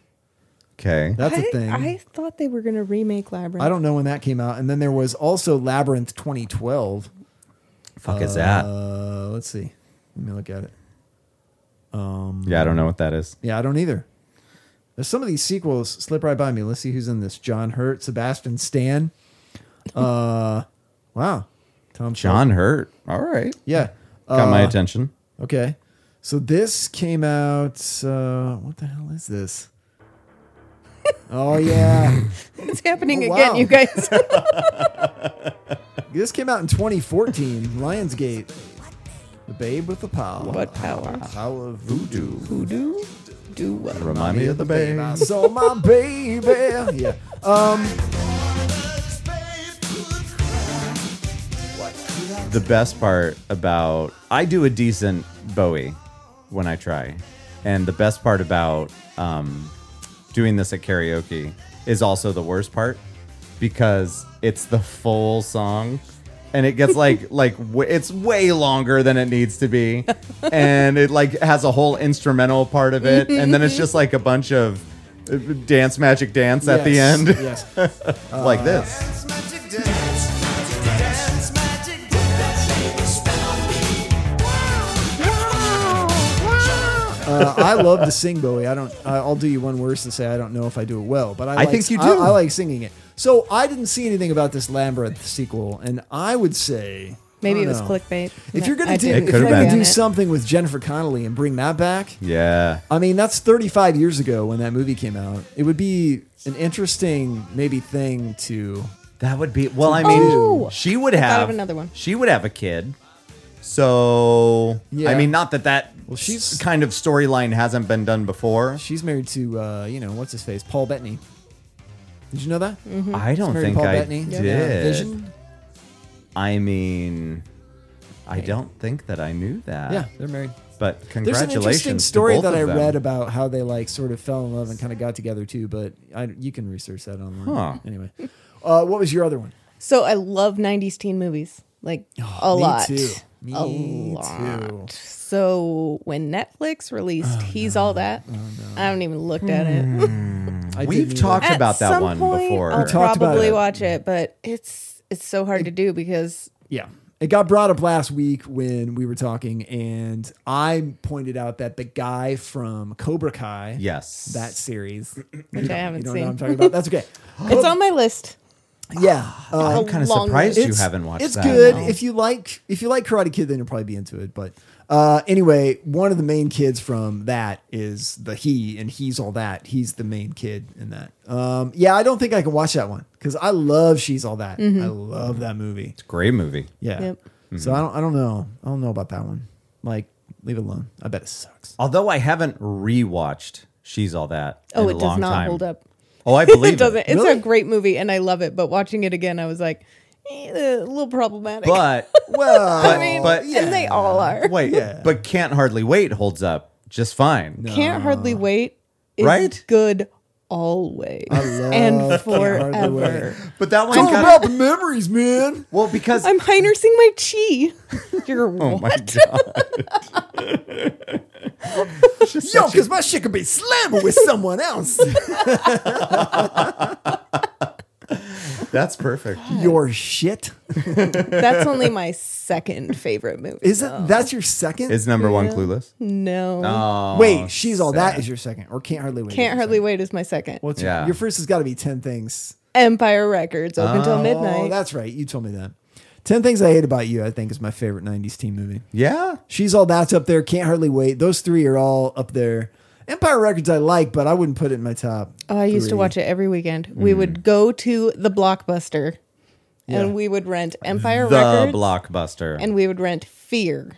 [SPEAKER 1] Okay,
[SPEAKER 3] That's
[SPEAKER 2] I-
[SPEAKER 3] a thing.
[SPEAKER 2] I
[SPEAKER 3] I,
[SPEAKER 2] thought they were going to remake Labyrinth.
[SPEAKER 3] don't know when that came out. And then there was also Labyrinth 2012.
[SPEAKER 1] fuck is that?
[SPEAKER 3] Uh, let's see. Let me look at it.
[SPEAKER 1] Yeah, I don't know what that is.
[SPEAKER 3] Yeah, I don't either. There's some of these sequels slip right by me. Let's see who's in this. John Hurt, Sebastian Stan. Uh, wow. Tom
[SPEAKER 1] John
[SPEAKER 3] Schultz.
[SPEAKER 1] Hurt. All right,
[SPEAKER 3] Yeah.
[SPEAKER 1] got my
[SPEAKER 3] Uh,
[SPEAKER 1] attention.
[SPEAKER 3] Okay. So this came out. Uh, what the hell is this? Oh yeah.
[SPEAKER 2] It's happening
[SPEAKER 3] Oh,
[SPEAKER 2] again,
[SPEAKER 3] wow.
[SPEAKER 2] you guys.
[SPEAKER 3] This came out in 2014, Lionsgate. The Babe with the Power.
[SPEAKER 2] what power?
[SPEAKER 3] Power of Voodoo.
[SPEAKER 2] Voodoo? Do what?
[SPEAKER 1] Remind me of the
[SPEAKER 3] Babe,
[SPEAKER 1] babe.
[SPEAKER 3] I saw my baby. Yeah. Um,
[SPEAKER 1] The best part about I do a decent Bowie when I try, and the best part about um, doing this at karaoke is also the worst part because it's the full song, and it gets like like w- it's way longer than it needs to be, and it like has a whole instrumental part of it, and then it's just like a bunch of uh, dance magic dance at the
[SPEAKER 3] yes,
[SPEAKER 1] end
[SPEAKER 3] Yes.
[SPEAKER 1] like this.
[SPEAKER 3] Uh, I love to sing Bowie. I don't. I- I'll do you one worse and say I don't know if I do it well, but I, like,
[SPEAKER 1] think you
[SPEAKER 3] I-
[SPEAKER 1] do.
[SPEAKER 3] I, like singing it. So I didn't see anything about this Labyrinth sequel, and I would say
[SPEAKER 2] Maybe
[SPEAKER 3] I
[SPEAKER 2] it
[SPEAKER 3] don't
[SPEAKER 2] was
[SPEAKER 3] know.
[SPEAKER 2] clickbait.
[SPEAKER 3] Oh, If
[SPEAKER 2] No,
[SPEAKER 3] you're gonna
[SPEAKER 2] I
[SPEAKER 3] do,
[SPEAKER 2] didn't
[SPEAKER 1] It
[SPEAKER 3] if
[SPEAKER 1] could've
[SPEAKER 3] you're
[SPEAKER 1] been.
[SPEAKER 3] gonna
[SPEAKER 2] click on
[SPEAKER 3] do
[SPEAKER 2] it.
[SPEAKER 3] something with Jennifer Connelly and bring that back,
[SPEAKER 1] Yeah.
[SPEAKER 3] I mean, that's 35 years ago when that movie came out. It would be an interesting maybe thing to.
[SPEAKER 1] That would be well. I mean,
[SPEAKER 2] Oh!
[SPEAKER 1] she would
[SPEAKER 2] I thought of
[SPEAKER 1] have
[SPEAKER 2] another one.
[SPEAKER 1] She would have a kid, So I
[SPEAKER 3] Yeah.
[SPEAKER 1] mean, not that that
[SPEAKER 3] she's-
[SPEAKER 1] kind of storyline hasn't been done before.
[SPEAKER 3] She's married to, uh, you know, what's his face? Paul Bettany. Did you know that?
[SPEAKER 1] I don't
[SPEAKER 3] Married to
[SPEAKER 1] think
[SPEAKER 3] Paul
[SPEAKER 1] I
[SPEAKER 3] Bettany.
[SPEAKER 1] did.
[SPEAKER 3] Yeah, Vision.
[SPEAKER 1] I mean, I don't think that I knew that.
[SPEAKER 3] Yeah, they're married.
[SPEAKER 1] But
[SPEAKER 3] There's
[SPEAKER 1] congratulations.
[SPEAKER 3] an interesting
[SPEAKER 1] to
[SPEAKER 3] story
[SPEAKER 1] both
[SPEAKER 3] that
[SPEAKER 1] of
[SPEAKER 3] I
[SPEAKER 1] them.
[SPEAKER 3] read about how they like sort of fell in love and kind of got together too. But I, you can research that online.
[SPEAKER 1] Huh.
[SPEAKER 3] Anyway, uh, what was your other one?
[SPEAKER 2] So I love 90s teen movies. Like a
[SPEAKER 3] Oh, me
[SPEAKER 2] lot.
[SPEAKER 3] too.
[SPEAKER 2] a
[SPEAKER 3] Me
[SPEAKER 2] lot.
[SPEAKER 3] too. Oh,
[SPEAKER 2] So when Netflix released He's All That, I haven't even looked at
[SPEAKER 3] Hmm.
[SPEAKER 2] it.
[SPEAKER 3] I
[SPEAKER 1] We've
[SPEAKER 3] didn't
[SPEAKER 1] talked-
[SPEAKER 2] at
[SPEAKER 1] about that
[SPEAKER 2] some
[SPEAKER 1] one
[SPEAKER 2] point,
[SPEAKER 1] before. We
[SPEAKER 2] I'll
[SPEAKER 3] talked about
[SPEAKER 2] probably
[SPEAKER 3] it.
[SPEAKER 2] watch it, but it's it's so hard to do because
[SPEAKER 3] Yeah. It got brought up last week when we were talking, and I pointed out that the guy from Cobra Kai,
[SPEAKER 1] Yes.
[SPEAKER 3] that series,
[SPEAKER 2] which I
[SPEAKER 3] you
[SPEAKER 2] haven't
[SPEAKER 3] don't know
[SPEAKER 2] seen.
[SPEAKER 3] what I'm talking about. That's okay.
[SPEAKER 2] it's on my list.
[SPEAKER 3] Yeah, uh,
[SPEAKER 1] I'm kind of
[SPEAKER 2] long
[SPEAKER 1] surprised
[SPEAKER 2] list.
[SPEAKER 1] you
[SPEAKER 3] it's-
[SPEAKER 1] haven't watched
[SPEAKER 3] It's
[SPEAKER 1] that.
[SPEAKER 3] good.
[SPEAKER 2] No.
[SPEAKER 3] If you like, if you like Karate Kid, then you'll probably be into it. But uh, anyway, one of the main kids from that is the he, and he's all that. He's the main kid in that. Um, yeah, I don't think I can watch that one because I love she's all that.
[SPEAKER 2] Mm-hmm.
[SPEAKER 3] I love that movie.
[SPEAKER 1] Great movie.
[SPEAKER 3] Yeah. Mm-hmm.
[SPEAKER 2] Yep.
[SPEAKER 3] So I don't I don't know. I don't know about that one. Like leave it alone. I bet it sucks.
[SPEAKER 1] Although I haven't rewatched She's All That.
[SPEAKER 2] Oh,
[SPEAKER 1] in a
[SPEAKER 2] it does
[SPEAKER 1] long
[SPEAKER 2] not
[SPEAKER 1] time.
[SPEAKER 2] hold up.
[SPEAKER 1] Oh, I believe
[SPEAKER 2] it doesn't. It's
[SPEAKER 3] Really?
[SPEAKER 2] a great movie and I love it, but watching it again, I was like, eh, a little problematic.
[SPEAKER 1] But
[SPEAKER 3] Well,
[SPEAKER 1] But-
[SPEAKER 2] I mean,
[SPEAKER 1] but-
[SPEAKER 2] and they all are.
[SPEAKER 1] wait,
[SPEAKER 3] Yeah.
[SPEAKER 1] but Can't Hardly Wait holds up just fine.
[SPEAKER 2] Can't hardly wait. Is
[SPEAKER 1] Right?
[SPEAKER 2] Good always and forever.
[SPEAKER 1] But that one
[SPEAKER 3] it's all
[SPEAKER 1] got
[SPEAKER 3] about the memories, man.
[SPEAKER 1] well because
[SPEAKER 2] I'm Heinersing my chi. You're
[SPEAKER 1] oh
[SPEAKER 2] what?
[SPEAKER 1] my god,
[SPEAKER 3] Yo, because my shit could be slamming with someone else.
[SPEAKER 1] that's perfect.
[SPEAKER 3] your shit
[SPEAKER 2] That's only my second favorite movie.
[SPEAKER 3] is it? Ah,
[SPEAKER 2] though.
[SPEAKER 3] That's your second.
[SPEAKER 1] Is number one Clueless?
[SPEAKER 2] Hmm. No.
[SPEAKER 1] Oh,
[SPEAKER 3] Wait, she's all that
[SPEAKER 1] sad.
[SPEAKER 3] is your second, or can't hardly wait.
[SPEAKER 2] Can't hardly wait is my second.
[SPEAKER 3] What's
[SPEAKER 1] Yeah.
[SPEAKER 3] your, your first has got to be ten things.
[SPEAKER 2] Empire Records open till
[SPEAKER 3] Oh,
[SPEAKER 2] midnight.
[SPEAKER 3] that's right. You told me that. Ten things I hate about you. I think is my favorite '90s teen movie.
[SPEAKER 1] Yeah.
[SPEAKER 3] She's all that's up there. Can't hardly wait. Those three are all up there. Empire Records I like, but I wouldn't put it in my top.
[SPEAKER 2] oh, I used to
[SPEAKER 3] three. Hmm.
[SPEAKER 2] watch it every weekend. We would go to the Blockbuster
[SPEAKER 3] Yeah.
[SPEAKER 2] and we would rent Empire
[SPEAKER 1] the
[SPEAKER 2] Records
[SPEAKER 1] blockbuster.
[SPEAKER 2] and we would rent Fear,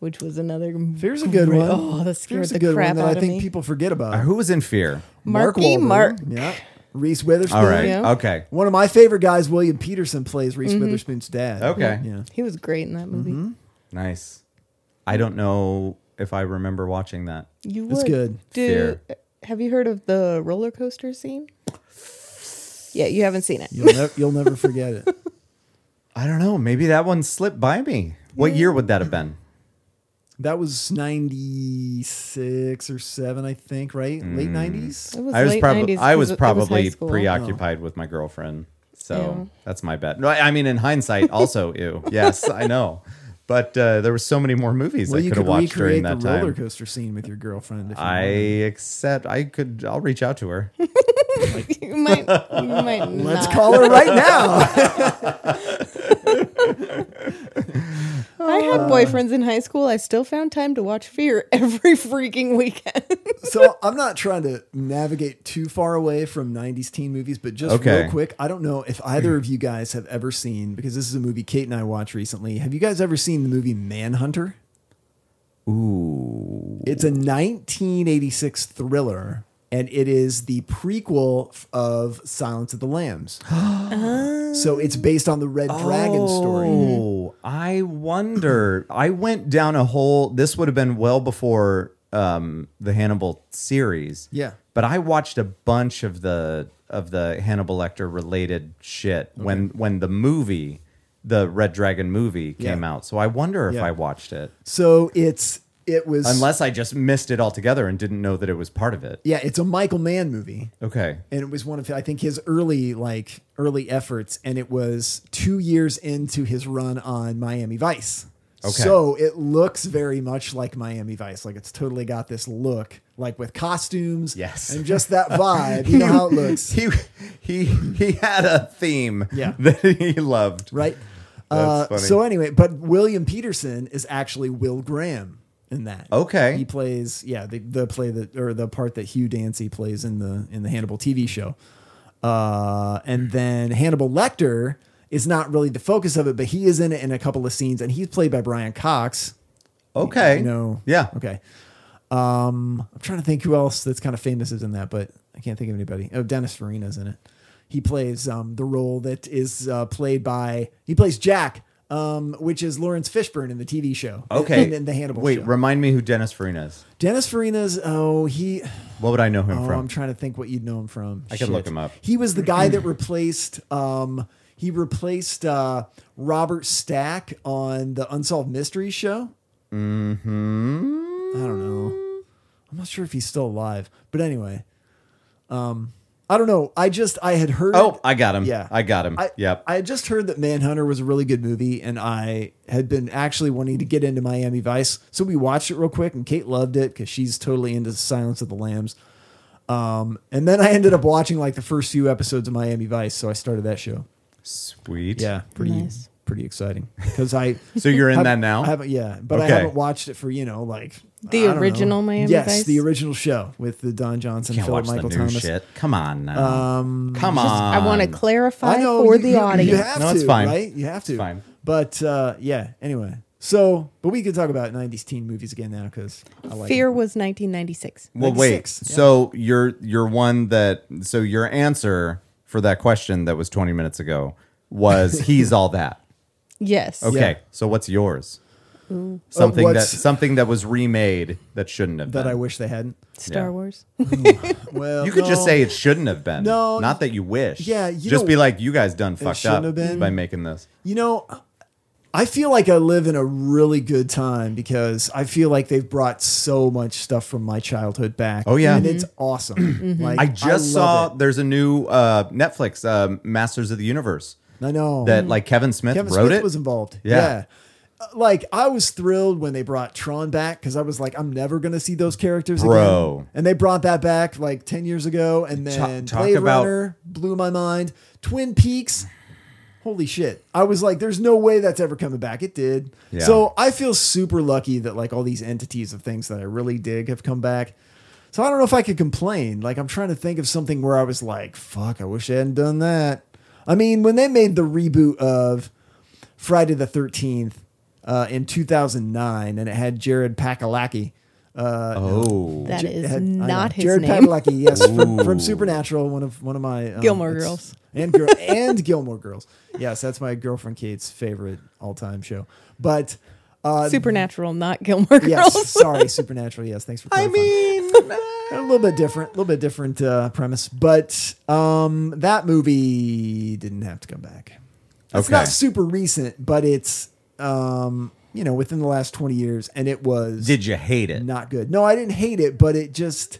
[SPEAKER 2] which was another
[SPEAKER 3] Fear's a good
[SPEAKER 2] great-
[SPEAKER 3] one.
[SPEAKER 2] Oh, that scared
[SPEAKER 3] Fear's
[SPEAKER 2] the
[SPEAKER 3] a good
[SPEAKER 2] crap
[SPEAKER 3] one that
[SPEAKER 2] out
[SPEAKER 3] I
[SPEAKER 2] of
[SPEAKER 3] think
[SPEAKER 2] me.
[SPEAKER 3] people forget about.
[SPEAKER 1] Uh, Who was in fear?
[SPEAKER 2] Marky
[SPEAKER 3] Wahlberg.
[SPEAKER 2] Mark.
[SPEAKER 3] Yeah. Reese Witherspoon.
[SPEAKER 1] All right.
[SPEAKER 2] Yeah. Mm-hmm.
[SPEAKER 1] Okay.
[SPEAKER 3] One of my favorite guys, William Peterson, plays Reese Witherspoon's dad.
[SPEAKER 1] Okay.
[SPEAKER 3] Yeah.
[SPEAKER 2] He was great in that movie.
[SPEAKER 3] Mm-hmm.
[SPEAKER 1] Nice. I don't know if I remember watching that.
[SPEAKER 2] You would.
[SPEAKER 3] It's good.
[SPEAKER 2] Do, have you heard of the roller coaster scene? Yeah, you haven't seen it.
[SPEAKER 3] You'll, ne- you'll never forget it.
[SPEAKER 1] I don't know. Maybe that one slipped by me. What year would that have been?
[SPEAKER 3] That was 96 or 7, I think, right?
[SPEAKER 1] Mm.
[SPEAKER 3] Late 90s?
[SPEAKER 2] It was
[SPEAKER 1] I was
[SPEAKER 2] late
[SPEAKER 1] probably
[SPEAKER 2] 90s,
[SPEAKER 1] I
[SPEAKER 2] 'cause
[SPEAKER 1] was
[SPEAKER 2] it- it
[SPEAKER 1] probably
[SPEAKER 2] high school.
[SPEAKER 1] preoccupied with my girlfriend. So
[SPEAKER 2] Ew.
[SPEAKER 1] that's my bet. No, I I mean in hindsight also ew. Yes, I know. But uh, there were so many more movies
[SPEAKER 3] Well,
[SPEAKER 1] I
[SPEAKER 3] you
[SPEAKER 1] could
[SPEAKER 3] could
[SPEAKER 1] have watched during
[SPEAKER 3] recreate the
[SPEAKER 1] that
[SPEAKER 3] roller
[SPEAKER 1] time.
[SPEAKER 3] coaster scene with your girlfriend. If you
[SPEAKER 1] I accept I could I'll reach out to her.
[SPEAKER 2] you might, you might
[SPEAKER 3] Let's
[SPEAKER 2] not.
[SPEAKER 3] call her right now.
[SPEAKER 2] I had
[SPEAKER 3] uh,
[SPEAKER 2] boyfriends in high school. I still found time to watch Fear every freaking weekend.
[SPEAKER 3] so I'm not trying to navigate too far away from 90s teen movies, but just
[SPEAKER 1] Okay.
[SPEAKER 3] real quick, I don't know if either of you guys have ever seen, because this is a movie Kate and I watched recently. Have you guys ever seen the movie Manhunter?
[SPEAKER 1] Ooh.
[SPEAKER 3] It's a 1986 thriller, and it is the prequel f- of Silence of the Lambs. so it's based on the Red Dragon story.
[SPEAKER 1] Oh, I wonder. I went down a whole. This would have been well before um, the Hannibal series.
[SPEAKER 3] Yeah.
[SPEAKER 1] but I watched a bunch of the of the Hannibal Lecter related shit when when the movie, the Red Dragon movie, came
[SPEAKER 3] Yeah.
[SPEAKER 1] out. So I wonder if
[SPEAKER 3] Yeah.
[SPEAKER 1] I watched it,
[SPEAKER 3] So it's it was
[SPEAKER 1] unless I just missed it altogether and didn't know that it was part of it.
[SPEAKER 3] yeah, it's a Michael Mann movie.
[SPEAKER 1] Okay.
[SPEAKER 3] and it was one of I think his early like early efforts, and it was two years into his run on Miami Vice.
[SPEAKER 1] Okay.
[SPEAKER 3] So it looks very much like Miami Vice, like it's totally got this look, like with costumes,
[SPEAKER 1] Yes.
[SPEAKER 3] and just that vibe. You know how it looks,
[SPEAKER 1] He he he had a theme
[SPEAKER 3] Yeah.
[SPEAKER 1] that he loved.
[SPEAKER 3] right?
[SPEAKER 1] That's
[SPEAKER 3] uh,
[SPEAKER 1] funny.
[SPEAKER 3] So anyway, but William Peterson is actually Will Graham in that.
[SPEAKER 1] Okay.
[SPEAKER 3] he plays yeah the, the play that or the part that Hugh Dancy plays in the in the Hannibal TV show. Uh, and then Hannibal Lecter is not really the focus of it, but he is in it in a couple of scenes, and he's played by Brian Cox.
[SPEAKER 1] Okay.
[SPEAKER 3] You know,
[SPEAKER 1] Yeah.
[SPEAKER 3] Okay. Um, I'm trying to think who else that's kind of famous is in that, but I can't think of anybody. Oh, Dennis Farina's in it. He plays um, the role that is uh, played by he plays Jack, um, which is Lawrence Fishburne in the TV show.
[SPEAKER 1] Okay.
[SPEAKER 3] and then the Hannibal.
[SPEAKER 1] Wait,
[SPEAKER 3] show.
[SPEAKER 1] remind me who Dennis Farina is.
[SPEAKER 3] Dennis Farina's. Oh, he.
[SPEAKER 1] What would I know him
[SPEAKER 3] Oh,
[SPEAKER 1] from?
[SPEAKER 3] I'm trying to think what you'd know him from.
[SPEAKER 1] I could look him up.
[SPEAKER 3] He was the guy that replaced. Um, he replaced uh, Robert Stack on the Unsolved Mysteries show. Mm-hmm. I don't know. I'm not sure if he's still alive, but anyway, um, I don't know. I just I had heard.
[SPEAKER 1] oh, I got him.
[SPEAKER 3] Yeah.
[SPEAKER 1] I got him.
[SPEAKER 3] I,
[SPEAKER 1] yep.
[SPEAKER 3] I had just heard that Manhunter was a really good movie, and I had been actually wanting to get into Miami Vice. So we watched it real quick, and Kate loved it because she's totally into Silence of the Lambs. Um, and then I ended up watching like the first few episodes of Miami Vice, so I started that show.
[SPEAKER 1] Sweet.
[SPEAKER 3] Yeah, pretty
[SPEAKER 2] Nice.
[SPEAKER 3] pretty exciting because I
[SPEAKER 1] So you're in that now?
[SPEAKER 3] I haven't, yeah, but
[SPEAKER 1] Okay.
[SPEAKER 3] I haven't watched it for you know like I
[SPEAKER 2] The
[SPEAKER 3] don't know.
[SPEAKER 2] original Miami
[SPEAKER 3] yes,
[SPEAKER 2] Vice?
[SPEAKER 3] the original show with the Don Johnson,
[SPEAKER 1] Can't
[SPEAKER 3] Philip
[SPEAKER 1] watch
[SPEAKER 3] Michael
[SPEAKER 1] the new
[SPEAKER 3] Thomas.
[SPEAKER 1] shit. Come on now. Um, Come on.
[SPEAKER 2] I want to clarify
[SPEAKER 3] I know
[SPEAKER 2] for
[SPEAKER 3] you-
[SPEAKER 2] the
[SPEAKER 3] you-
[SPEAKER 2] audience.
[SPEAKER 3] You have
[SPEAKER 1] No,
[SPEAKER 3] to,
[SPEAKER 1] it's fine.
[SPEAKER 3] right? You have to.
[SPEAKER 1] fine.
[SPEAKER 3] But uh, yeah. Anyway, so but we could talk about '90s teen movies again now because I like
[SPEAKER 2] Fear
[SPEAKER 3] It.
[SPEAKER 2] was 1996.
[SPEAKER 1] Well, wait.
[SPEAKER 3] 96, yeah.
[SPEAKER 1] So your your one that so your answer for that question that was 20 minutes ago was he's all that.
[SPEAKER 2] Yes.
[SPEAKER 1] Okay.
[SPEAKER 3] Yeah. Uh,
[SPEAKER 1] So what's yours? Something that
[SPEAKER 3] what's-
[SPEAKER 1] something that was remade that shouldn't have
[SPEAKER 3] That
[SPEAKER 1] been.
[SPEAKER 3] I wish they hadn't.
[SPEAKER 2] Star
[SPEAKER 1] Yeah.
[SPEAKER 2] Wars.
[SPEAKER 3] Well,
[SPEAKER 1] You could just
[SPEAKER 3] Oh, no,
[SPEAKER 1] say it shouldn't have been.
[SPEAKER 3] No,
[SPEAKER 1] not that you wish.
[SPEAKER 3] yeah, you
[SPEAKER 1] just
[SPEAKER 3] know-
[SPEAKER 1] be like you guys done fucked
[SPEAKER 3] shouldn't
[SPEAKER 1] up
[SPEAKER 3] have been.
[SPEAKER 1] by making this.
[SPEAKER 3] You know, I feel like I live in a really good time because I feel like they've brought so much stuff from my childhood back.
[SPEAKER 1] Oh, yeah.
[SPEAKER 3] and it's awesome. Like
[SPEAKER 1] I just
[SPEAKER 3] love
[SPEAKER 1] saw there's a new uh, Netflix um, Masters of the Universe
[SPEAKER 3] it. I know
[SPEAKER 1] that like Kevin Smith
[SPEAKER 3] Oh. Kevin
[SPEAKER 1] wrote
[SPEAKER 3] Smith
[SPEAKER 1] it.
[SPEAKER 3] was involved.
[SPEAKER 1] Yeah.
[SPEAKER 3] Yeah. Uh, Like I was thrilled when they brought Tron back because I was like, I'm never gonna see those characters
[SPEAKER 1] Bro.
[SPEAKER 3] again. And they brought that back like ten years ago, and
[SPEAKER 1] Ta-
[SPEAKER 3] then
[SPEAKER 1] talk
[SPEAKER 3] Blade
[SPEAKER 1] about-
[SPEAKER 3] Runner blew my mind. Twin Peaks, holy shit! I was like, there's no way that's ever coming back. It did.
[SPEAKER 1] Yeah.
[SPEAKER 3] So I feel super lucky that like all these entities of things that I really dig have come back. So I don't know if I could complain. Like I'm trying to think of something where I was like, fuck, I wish I hadn't done that. I mean, when they made the reboot of Friday the 13th uh, in 2009 and it had Jared Pacalacci.
[SPEAKER 1] oh,
[SPEAKER 2] That
[SPEAKER 3] J-
[SPEAKER 2] is
[SPEAKER 3] had- I know,
[SPEAKER 2] not his
[SPEAKER 3] Jared
[SPEAKER 2] name.
[SPEAKER 3] Pacalacci, yes, from,
[SPEAKER 1] Ooh.
[SPEAKER 3] from Supernatural, one of one of my um,
[SPEAKER 2] Gilmore
[SPEAKER 3] it's-
[SPEAKER 2] Girls.
[SPEAKER 3] and girl and Gilmore Girls. Yes, that's my girlfriend Kate's favorite all-time show. But uh,
[SPEAKER 2] Supernatural, not Gilmore Girls.
[SPEAKER 3] Yes, sorry, Supernatural. Yes, thanks for. I mean, a little bit different, a little bit different uh, premise, but um, that movie didn't have to come back. It's
[SPEAKER 1] Okay.
[SPEAKER 3] not super recent, but it's um, you know within the last twenty years, and it was
[SPEAKER 1] did you hate it?
[SPEAKER 3] not good. No, I didn't hate it, but it just.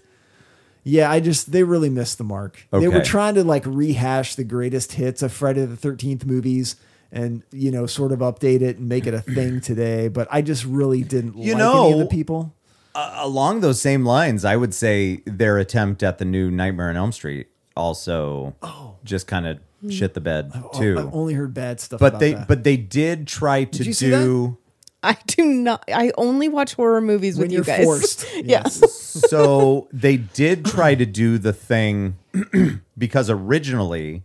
[SPEAKER 3] Yeah, I just they really missed the mark. They were
[SPEAKER 1] Okay.
[SPEAKER 3] trying to like rehash the greatest hits of Friday the 13th movies and you know sort of update it and make it a thing today, but I just really didn't
[SPEAKER 1] You
[SPEAKER 3] like any of
[SPEAKER 1] know,
[SPEAKER 3] the people.
[SPEAKER 1] along those same lines, I would say their attempt at the new Nightmare on Elm Street also
[SPEAKER 3] Oh.
[SPEAKER 1] just kind of shit the bed too.
[SPEAKER 3] I've only heard bad stuff
[SPEAKER 1] but
[SPEAKER 3] about
[SPEAKER 1] they
[SPEAKER 3] that.
[SPEAKER 1] but they did try to
[SPEAKER 3] you see
[SPEAKER 1] do
[SPEAKER 2] I do not. I only watch horror movies
[SPEAKER 3] when
[SPEAKER 2] with
[SPEAKER 3] you're
[SPEAKER 2] you guys.
[SPEAKER 3] forced.
[SPEAKER 2] Yes.
[SPEAKER 1] so they did try to do the thing because originally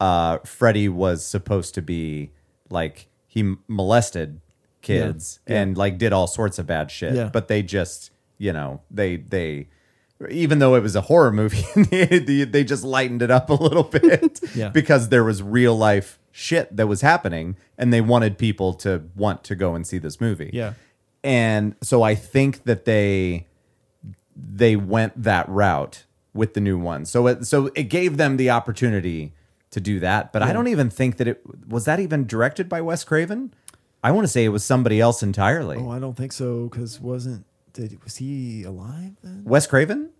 [SPEAKER 1] uh Freddy was supposed to be like he molested kids
[SPEAKER 3] Yeah, yeah.
[SPEAKER 1] and like did all sorts of bad shit
[SPEAKER 3] Yeah.
[SPEAKER 1] but they just you know they they even though it was a horror movie they, they just lightened it up a little bit
[SPEAKER 3] Yeah.
[SPEAKER 1] because there was real life shit that was happening and they wanted people to want to go and see this movie
[SPEAKER 3] Yeah.
[SPEAKER 1] and so I think that they they went that route with the new one. So it so it gave them the opportunity to do that. But I don't even think that it was that even directed by Wes Craven. I want to say it was somebody else entirely.
[SPEAKER 3] Oh, I don't think so cuz wasn't did was he alive then?
[SPEAKER 1] Wes Craven?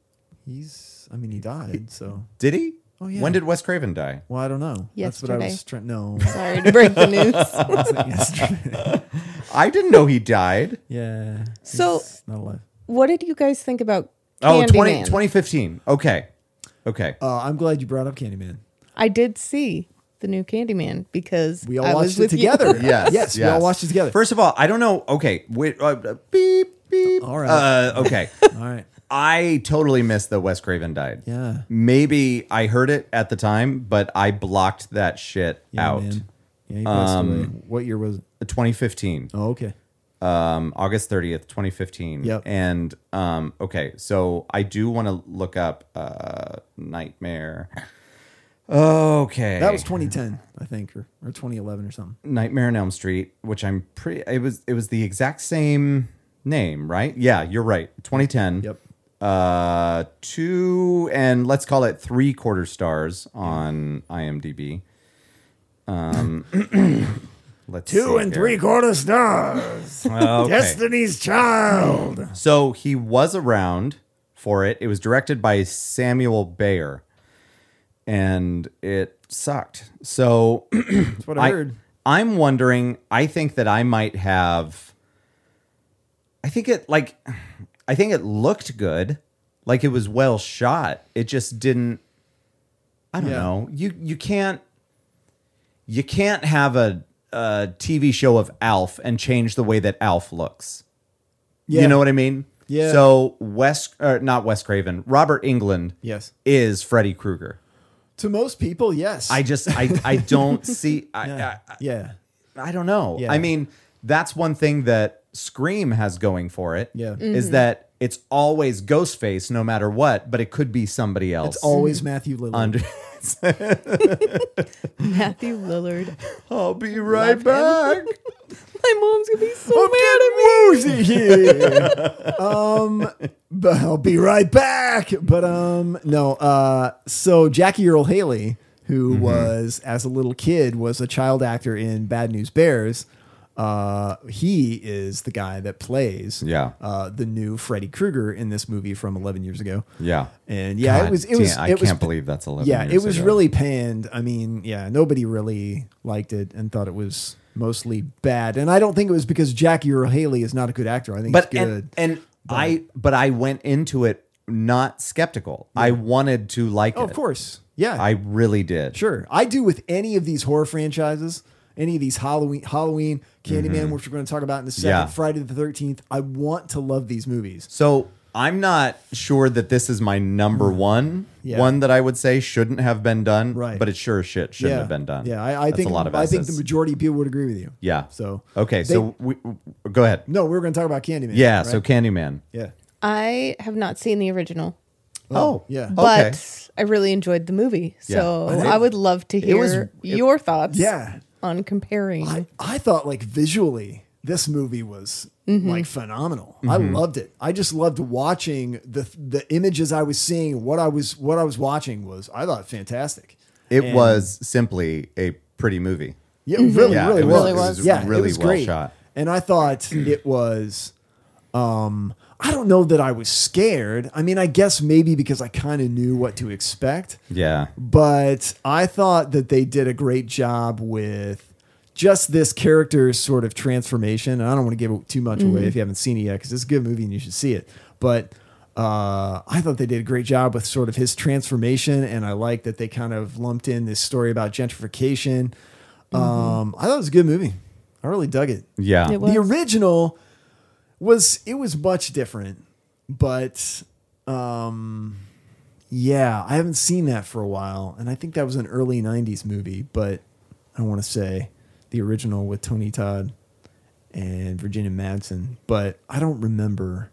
[SPEAKER 3] He's I mean he died, so
[SPEAKER 1] Did he?
[SPEAKER 3] Oh, yeah.
[SPEAKER 1] When did Wes Craven die?
[SPEAKER 3] well, I don't know. That's what I
[SPEAKER 2] Yesterday.
[SPEAKER 3] was trying no.
[SPEAKER 2] Sorry to break the news.
[SPEAKER 3] wasn't yesterday.
[SPEAKER 1] I didn't know he died.
[SPEAKER 3] yeah.
[SPEAKER 2] So-
[SPEAKER 3] he's not alive.
[SPEAKER 2] What did you guys think about
[SPEAKER 1] Oh, 20,
[SPEAKER 2] Candyman?
[SPEAKER 1] 2015. Okay. Okay.
[SPEAKER 3] Uh, I'm glad you brought up Candyman.
[SPEAKER 2] I did see the new Candyman because
[SPEAKER 3] We all
[SPEAKER 2] I was
[SPEAKER 3] watched it
[SPEAKER 2] with you.
[SPEAKER 3] together.
[SPEAKER 1] yes,
[SPEAKER 3] yes, we all watched it together.
[SPEAKER 1] First of all, I don't know. Okay. Wait. Uh, beep beep.
[SPEAKER 3] All right.
[SPEAKER 1] Uh, okay.
[SPEAKER 3] all right.
[SPEAKER 1] I totally missed that Wes Craven died.
[SPEAKER 3] Yeah.
[SPEAKER 1] Maybe I heard it at the time, but I blocked that shit
[SPEAKER 3] Yeah,
[SPEAKER 1] out. Um,
[SPEAKER 3] man. Yeah, he passed away. What year was it?
[SPEAKER 1] 2015.
[SPEAKER 3] Oh, okay.
[SPEAKER 1] um, August 30th, 2015.
[SPEAKER 3] Yep.
[SPEAKER 1] And um, okay, so I do want to look up uh, Nightmare. Okay.
[SPEAKER 3] That was 2010, I think, or, or 2011 or something.
[SPEAKER 1] Nightmare on Elm Street, which I'm pretty it was it was the exact same name, right? Yeah, you're right. 2010.
[SPEAKER 3] Yep.
[SPEAKER 1] Uh two and let's call it 3 quarter stars on IMDb. Um let's see here.
[SPEAKER 3] quarter stars.
[SPEAKER 1] Okay.
[SPEAKER 3] Child.
[SPEAKER 1] So he was around for it. It was directed by Samuel Bayer, and it sucked. So
[SPEAKER 3] That's what I,
[SPEAKER 1] I,
[SPEAKER 3] heard.
[SPEAKER 1] I'm wondering. I think that I might have. I think it like, I think it looked good, like it was well shot. It just didn't. I don't
[SPEAKER 3] Yeah.
[SPEAKER 1] know. You you can't. You can't have a, a TV show of Alf and change the way that Alf looks.
[SPEAKER 3] Yeah.
[SPEAKER 1] You know what I mean?
[SPEAKER 3] Yeah.
[SPEAKER 1] So Wes, or not Wes Craven, Robert England
[SPEAKER 3] Yes.
[SPEAKER 1] is Freddy Krueger.
[SPEAKER 3] To most people, yes.
[SPEAKER 1] I just, I, I don't see, I,
[SPEAKER 3] Yeah.
[SPEAKER 1] I,
[SPEAKER 3] yeah.
[SPEAKER 1] I don't know.
[SPEAKER 3] Yeah.
[SPEAKER 1] I mean, that's one thing that Scream has going for it.
[SPEAKER 3] Yeah.
[SPEAKER 1] Is that it's always Ghostface no matter what, but it could be somebody else.
[SPEAKER 3] It's always Matthew Lillard.
[SPEAKER 1] under.
[SPEAKER 2] Matthew Lillard.
[SPEAKER 1] I'll be right back.
[SPEAKER 2] My mom's gonna be so
[SPEAKER 3] Oh, woozy here. um, but I'll be right back. But um, no. Uh, so Jackie Earl Haley, who
[SPEAKER 1] Mm-hmm.
[SPEAKER 3] was as a little kid was a child actor in Bad News Bears. Uh, he is the guy that plays
[SPEAKER 1] Yeah.
[SPEAKER 3] uh, the new Freddy Krueger in this movie from 11 years ago.
[SPEAKER 1] Yeah.
[SPEAKER 3] And yeah, it
[SPEAKER 1] God
[SPEAKER 3] was it was
[SPEAKER 1] damn, I
[SPEAKER 3] it was
[SPEAKER 1] can't believe that's 11
[SPEAKER 3] yeah, it
[SPEAKER 1] years
[SPEAKER 3] was
[SPEAKER 1] ago.
[SPEAKER 3] really panned. I mean, yeah, nobody really liked it and thought it was mostly bad. And I don't think it was because Jackie Earl Haley is not a good actor. I think
[SPEAKER 1] but
[SPEAKER 3] it's good.
[SPEAKER 1] and, and I but I went into it not skeptical. I wanted to like
[SPEAKER 3] oh,
[SPEAKER 1] it.
[SPEAKER 3] of course, yeah,
[SPEAKER 1] I really did.
[SPEAKER 3] sure. I do with any of these horror franchises, any of these Halloween, Halloween, Candyman, which we're going to talk about in a second,
[SPEAKER 1] Mm-hmm. Yeah.
[SPEAKER 3] Friday the Thirteenth. I want to love these movies.
[SPEAKER 1] So I'm not sure that this is my number one,
[SPEAKER 3] Mm. Yeah.
[SPEAKER 1] one that I would say shouldn't have been done.
[SPEAKER 3] Right.
[SPEAKER 1] But it sure as shit shouldn't
[SPEAKER 3] yeah,
[SPEAKER 1] have been done.
[SPEAKER 3] Yeah, I, I
[SPEAKER 1] That's
[SPEAKER 3] think
[SPEAKER 1] a lot of
[SPEAKER 3] I think the
[SPEAKER 1] S's.
[SPEAKER 3] majority of people would agree with you.
[SPEAKER 1] Yeah.
[SPEAKER 3] So they-
[SPEAKER 1] okay, so we, w- go ahead.
[SPEAKER 3] no, we were going to talk about Candyman.
[SPEAKER 1] Yeah.
[SPEAKER 3] right?
[SPEAKER 1] So Candyman.
[SPEAKER 3] yeah,
[SPEAKER 2] I have not seen the original,
[SPEAKER 1] Oh,
[SPEAKER 3] yeah.
[SPEAKER 1] Okay.
[SPEAKER 2] but I really enjoyed the movie. So
[SPEAKER 1] Yeah.
[SPEAKER 2] I would love to hear
[SPEAKER 3] was-
[SPEAKER 2] your thoughts
[SPEAKER 3] yeah.
[SPEAKER 2] on comparing.
[SPEAKER 3] I, I thought like visually this movie was like phenomenal. I loved it. I just loved watching the the images I was seeing. What I was what I was watching was I thought fantastic.
[SPEAKER 1] It
[SPEAKER 3] And-
[SPEAKER 1] was simply a pretty movie.
[SPEAKER 3] yeah, it really,
[SPEAKER 1] Yeah,
[SPEAKER 3] really,
[SPEAKER 1] it was-
[SPEAKER 3] was.
[SPEAKER 2] Really was.
[SPEAKER 3] Yeah, it
[SPEAKER 1] really
[SPEAKER 3] was
[SPEAKER 1] well
[SPEAKER 3] great.
[SPEAKER 1] shot.
[SPEAKER 3] And I thought it was. Um, I don't know that I was scared. I mean, I guess maybe because I kind of knew what to expect
[SPEAKER 1] Yeah.
[SPEAKER 3] but I thought that they did a great job with just this character's sort of transformation. And I don't want to give too much away if you haven't seen it yet, because it's a good movie and you should see it. But uh, I thought they did a great job with sort of his transformation, and I like that they kind of lumped in this story about gentrification. Um, I thought it was a good movie. I really dug it.
[SPEAKER 1] Yeah.
[SPEAKER 2] It was-
[SPEAKER 3] The original was it was much different, but um yeah, I haven't seen that for a while and I think that was an early 90s movie, but I want to say the original with Tony Todd and Virginia Madsen, but I don't remember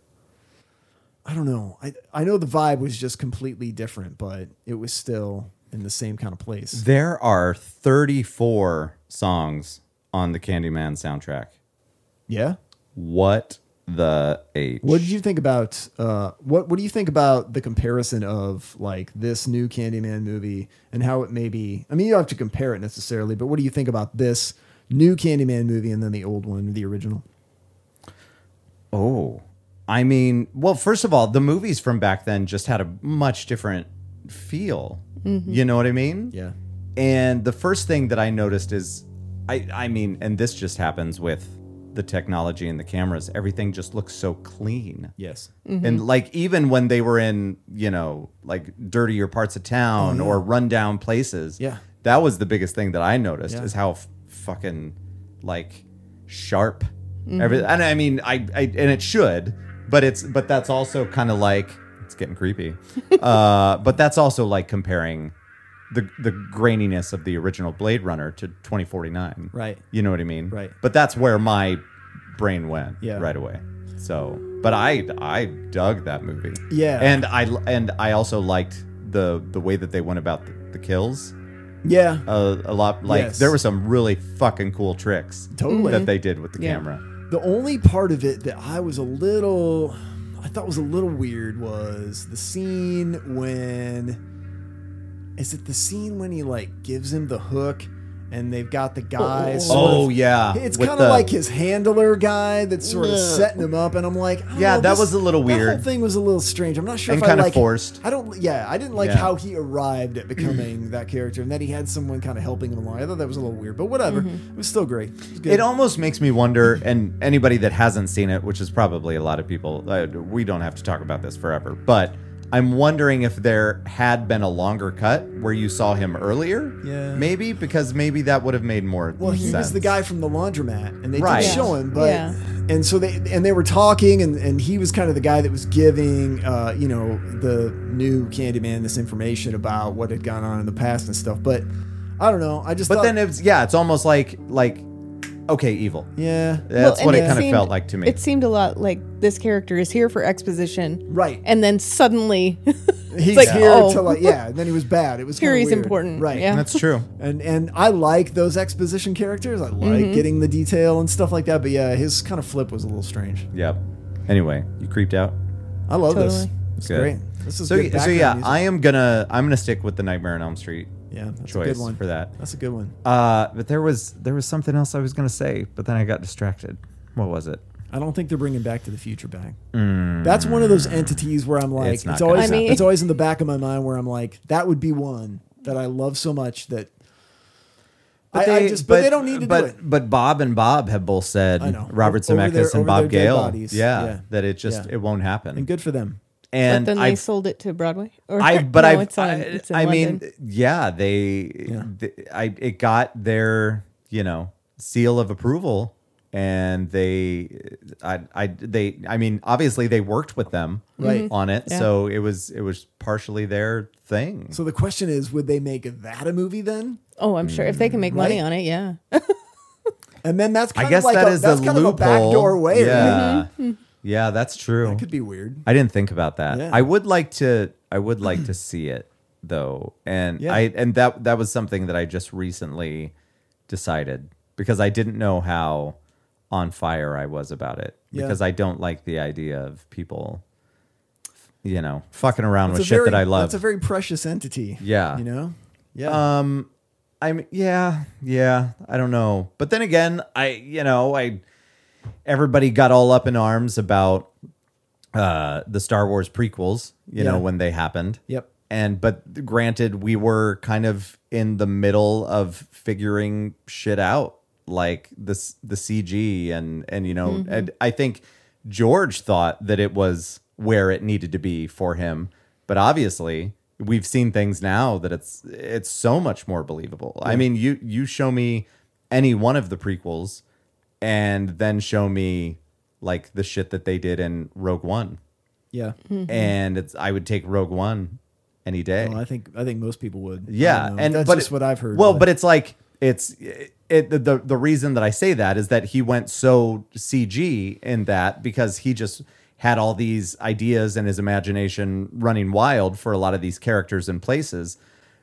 [SPEAKER 3] I don't know. I I know the vibe was just completely different, but it was still in the same kind of place.
[SPEAKER 1] There are 34 songs on the Candyman soundtrack.
[SPEAKER 3] Yeah?
[SPEAKER 1] What the H?
[SPEAKER 3] What did you think about uh, what What do you think about the comparison of like this new Candyman movie and how it maybe? I mean, you don't have to compare it necessarily, but what do you think about this new Candyman movie and then the old one, the original?
[SPEAKER 1] Oh, I mean, well, first of all, the movies from back then just had a much different feel. You know what I mean?
[SPEAKER 3] Yeah,
[SPEAKER 1] And the first thing that I noticed is, I, I mean, and this just happens with the technology and the cameras. Everything just looks so clean.
[SPEAKER 3] yes,
[SPEAKER 1] Mm-hmm. And like even when they were in, you know, like dirtier parts of town or rundown places,
[SPEAKER 3] Oh, Yeah.
[SPEAKER 1] that was the biggest thing that I noticed
[SPEAKER 3] Yeah.
[SPEAKER 1] is how f- fucking like sharp
[SPEAKER 3] Mm-hmm.
[SPEAKER 1] everything. And I mean, I, I and it should, but it's but that's also kind of like it's getting creepy. uh, but that's also like comparing the the graininess of the original Blade Runner to 2049.
[SPEAKER 3] Right.
[SPEAKER 1] You know what I mean?
[SPEAKER 3] Right.
[SPEAKER 1] But that's where my brain went
[SPEAKER 3] Yeah.
[SPEAKER 1] right away. So, but I I dug that movie.
[SPEAKER 3] Yeah.
[SPEAKER 1] And I and I also liked the the way that they went about the, the kills
[SPEAKER 3] Yeah.
[SPEAKER 1] a, a lot. Like
[SPEAKER 3] Yes.
[SPEAKER 1] there were some really fucking cool tricks
[SPEAKER 3] Totally.
[SPEAKER 1] that they did with the
[SPEAKER 2] Yeah.
[SPEAKER 1] camera.
[SPEAKER 3] The only part of it that I was a little, I thought was a little weird was the scene when, is it the scene when he like gives him the hook and they've got the guy. sort
[SPEAKER 1] Oh
[SPEAKER 3] of-
[SPEAKER 1] yeah,
[SPEAKER 3] It's
[SPEAKER 1] with
[SPEAKER 3] kind of
[SPEAKER 1] the-
[SPEAKER 3] like his handler guy that's sort of
[SPEAKER 2] Yeah.
[SPEAKER 3] setting him up, and I'm like, I don't
[SPEAKER 1] Yeah,
[SPEAKER 3] know,
[SPEAKER 1] that
[SPEAKER 3] this-
[SPEAKER 1] was a little
[SPEAKER 3] That
[SPEAKER 1] weird.
[SPEAKER 3] whole thing was a little strange. I'm not sure
[SPEAKER 1] And
[SPEAKER 3] if I
[SPEAKER 1] kinda
[SPEAKER 3] like
[SPEAKER 1] forced.
[SPEAKER 3] I don't. Yeah, I didn't like
[SPEAKER 1] Yeah.
[SPEAKER 3] how he arrived at becoming that character, and that he had someone kind of helping him along. I thought that was a little weird, but whatever.
[SPEAKER 1] Mm-hmm.
[SPEAKER 3] It was still great. It, was good.
[SPEAKER 1] It almost makes me wonder, and anybody that hasn't seen it, which is probably a lot of people, uh, we don't have to talk about this forever, but I'm wondering if there had been a longer cut where you saw him earlier.
[SPEAKER 3] Yeah.
[SPEAKER 1] Maybe, because maybe that would have made more
[SPEAKER 3] Well, he
[SPEAKER 1] sense.
[SPEAKER 3] was the guy from the laundromat, and they
[SPEAKER 1] Right.
[SPEAKER 3] did show
[SPEAKER 2] Yeah.
[SPEAKER 3] him, but
[SPEAKER 2] Yeah.
[SPEAKER 3] and so they and they were talking, and, and he was kind of the guy that was giving, uh, you know, the new Candyman this information about what had gone on in the past and stuff. But I don't know. I just
[SPEAKER 1] But
[SPEAKER 3] thought,
[SPEAKER 1] then it's, yeah, it's almost like, like, okay, evil.
[SPEAKER 3] yeah,
[SPEAKER 1] That's
[SPEAKER 2] Well,
[SPEAKER 1] what it,
[SPEAKER 2] and
[SPEAKER 1] kind of
[SPEAKER 2] seemed-
[SPEAKER 1] felt like to me.
[SPEAKER 2] It seemed a lot like this character is here for exposition,
[SPEAKER 3] right.
[SPEAKER 2] and then suddenly,
[SPEAKER 3] he's
[SPEAKER 2] like,
[SPEAKER 3] here
[SPEAKER 2] oh.
[SPEAKER 3] to like yeah. And then he was bad. It was
[SPEAKER 2] Here
[SPEAKER 3] kinda
[SPEAKER 2] he's
[SPEAKER 3] weird.
[SPEAKER 2] important,
[SPEAKER 3] right?
[SPEAKER 2] yeah.
[SPEAKER 1] That's true.
[SPEAKER 3] And and I like those exposition characters. I like
[SPEAKER 2] Mm-hmm.
[SPEAKER 3] getting the detail and stuff like that. But yeah, his kind of flip was a little strange.
[SPEAKER 1] Yep. Anyway, you creeped out.
[SPEAKER 3] I love this.
[SPEAKER 2] Totally.
[SPEAKER 3] It's
[SPEAKER 1] Good.
[SPEAKER 3] great. This is
[SPEAKER 1] So,
[SPEAKER 3] good
[SPEAKER 1] y- so yeah,
[SPEAKER 3] background music.
[SPEAKER 1] I am gonna I'm gonna stick with the Nightmare on Elm Street
[SPEAKER 3] yeah, that's a
[SPEAKER 1] choice
[SPEAKER 3] good one
[SPEAKER 1] for that.
[SPEAKER 3] That's a good one.
[SPEAKER 1] Uh, but there was there was something else I was gonna say, but then I got distracted. What was it?
[SPEAKER 3] I don't think they're bringing Back to the Future back. That's one of those entities where I'm like,
[SPEAKER 1] Mm. It's
[SPEAKER 3] it's,
[SPEAKER 1] not gonna
[SPEAKER 3] always
[SPEAKER 2] happen. I mean-
[SPEAKER 3] it's always in the back of my mind where I'm like, that would be one that I love so much that I, I just, but, they don't need to
[SPEAKER 1] but,
[SPEAKER 3] do it.
[SPEAKER 1] But Bob and Bob have both said
[SPEAKER 3] I know.
[SPEAKER 1] Robert
[SPEAKER 3] Over their-
[SPEAKER 1] Zemeckis and
[SPEAKER 3] over
[SPEAKER 1] Bob
[SPEAKER 3] their dead
[SPEAKER 1] Gale,
[SPEAKER 3] bodies.
[SPEAKER 1] yeah,
[SPEAKER 3] Yeah.
[SPEAKER 1] that it just
[SPEAKER 3] Yeah.
[SPEAKER 1] it won't happen.
[SPEAKER 3] And good for them.
[SPEAKER 1] and
[SPEAKER 2] but then
[SPEAKER 1] I,
[SPEAKER 2] they sold it to Broadway. Or
[SPEAKER 1] I but
[SPEAKER 2] no,
[SPEAKER 1] I've-
[SPEAKER 2] it's on,
[SPEAKER 1] I,
[SPEAKER 2] it's in
[SPEAKER 1] I mean,
[SPEAKER 2] London.
[SPEAKER 1] yeah, they, th- I it got their you know seal of approval, and they, I, I they, I mean, obviously they worked with them
[SPEAKER 3] Right.
[SPEAKER 1] on it,
[SPEAKER 2] Mm-hmm. Yeah.
[SPEAKER 1] so it was it was partially their thing.
[SPEAKER 3] So the question is, would they make that a movie then?
[SPEAKER 2] oh, I'm sure if they can make money
[SPEAKER 3] Right.
[SPEAKER 2] on it, yeah.
[SPEAKER 3] And then that's kind
[SPEAKER 1] I guess
[SPEAKER 3] of like
[SPEAKER 1] that
[SPEAKER 3] a,
[SPEAKER 1] is
[SPEAKER 3] that's
[SPEAKER 1] the
[SPEAKER 3] kind
[SPEAKER 1] loophole.
[SPEAKER 3] of a backdoor way. right?
[SPEAKER 1] Yeah,
[SPEAKER 2] Mm-hmm.
[SPEAKER 1] yeah, that's true.
[SPEAKER 3] That could be weird.
[SPEAKER 1] I didn't think about that.
[SPEAKER 3] Yeah.
[SPEAKER 1] I would like to. I would like to see it though, and
[SPEAKER 3] Yeah.
[SPEAKER 1] I and that that was something that I just recently decided because I didn't know how on fire I was about it
[SPEAKER 3] Yeah.
[SPEAKER 1] because I don't like the idea of people, you know, fucking around
[SPEAKER 3] It's
[SPEAKER 1] with
[SPEAKER 3] a
[SPEAKER 1] shit
[SPEAKER 3] very-
[SPEAKER 1] that I love.
[SPEAKER 3] That's a very precious entity.
[SPEAKER 1] Yeah.
[SPEAKER 3] You know? Yeah.
[SPEAKER 1] Um, I'm yeah, yeah. I don't know, but then again, I you know I everybody got all up in arms about uh the Star Wars prequels, you know
[SPEAKER 3] Yeah.
[SPEAKER 1] when they happened.
[SPEAKER 3] Yep.
[SPEAKER 1] And but granted, we were kind of in the middle of figuring shit out, like this the CG and and you know and I think George thought that it was where it needed to be for him, but obviously we've seen things now that it's it's so much more believable. I mean, you you show me any one of the prequels, and then show me like the shit that they did in Rogue One
[SPEAKER 3] yeah.
[SPEAKER 1] and it's I would take Rogue One any day.
[SPEAKER 3] Well, Mm-hmm. Oh, I think I think most people would. I
[SPEAKER 1] yeah,
[SPEAKER 3] don't know.
[SPEAKER 1] and
[SPEAKER 3] that's
[SPEAKER 1] but
[SPEAKER 3] just
[SPEAKER 1] it-
[SPEAKER 3] what I've heard.
[SPEAKER 1] Well, but it's like it's it the- the the reason that I say that is that he went so CG in that because he just had all these ideas and his imagination running wild for a lot of these characters and places.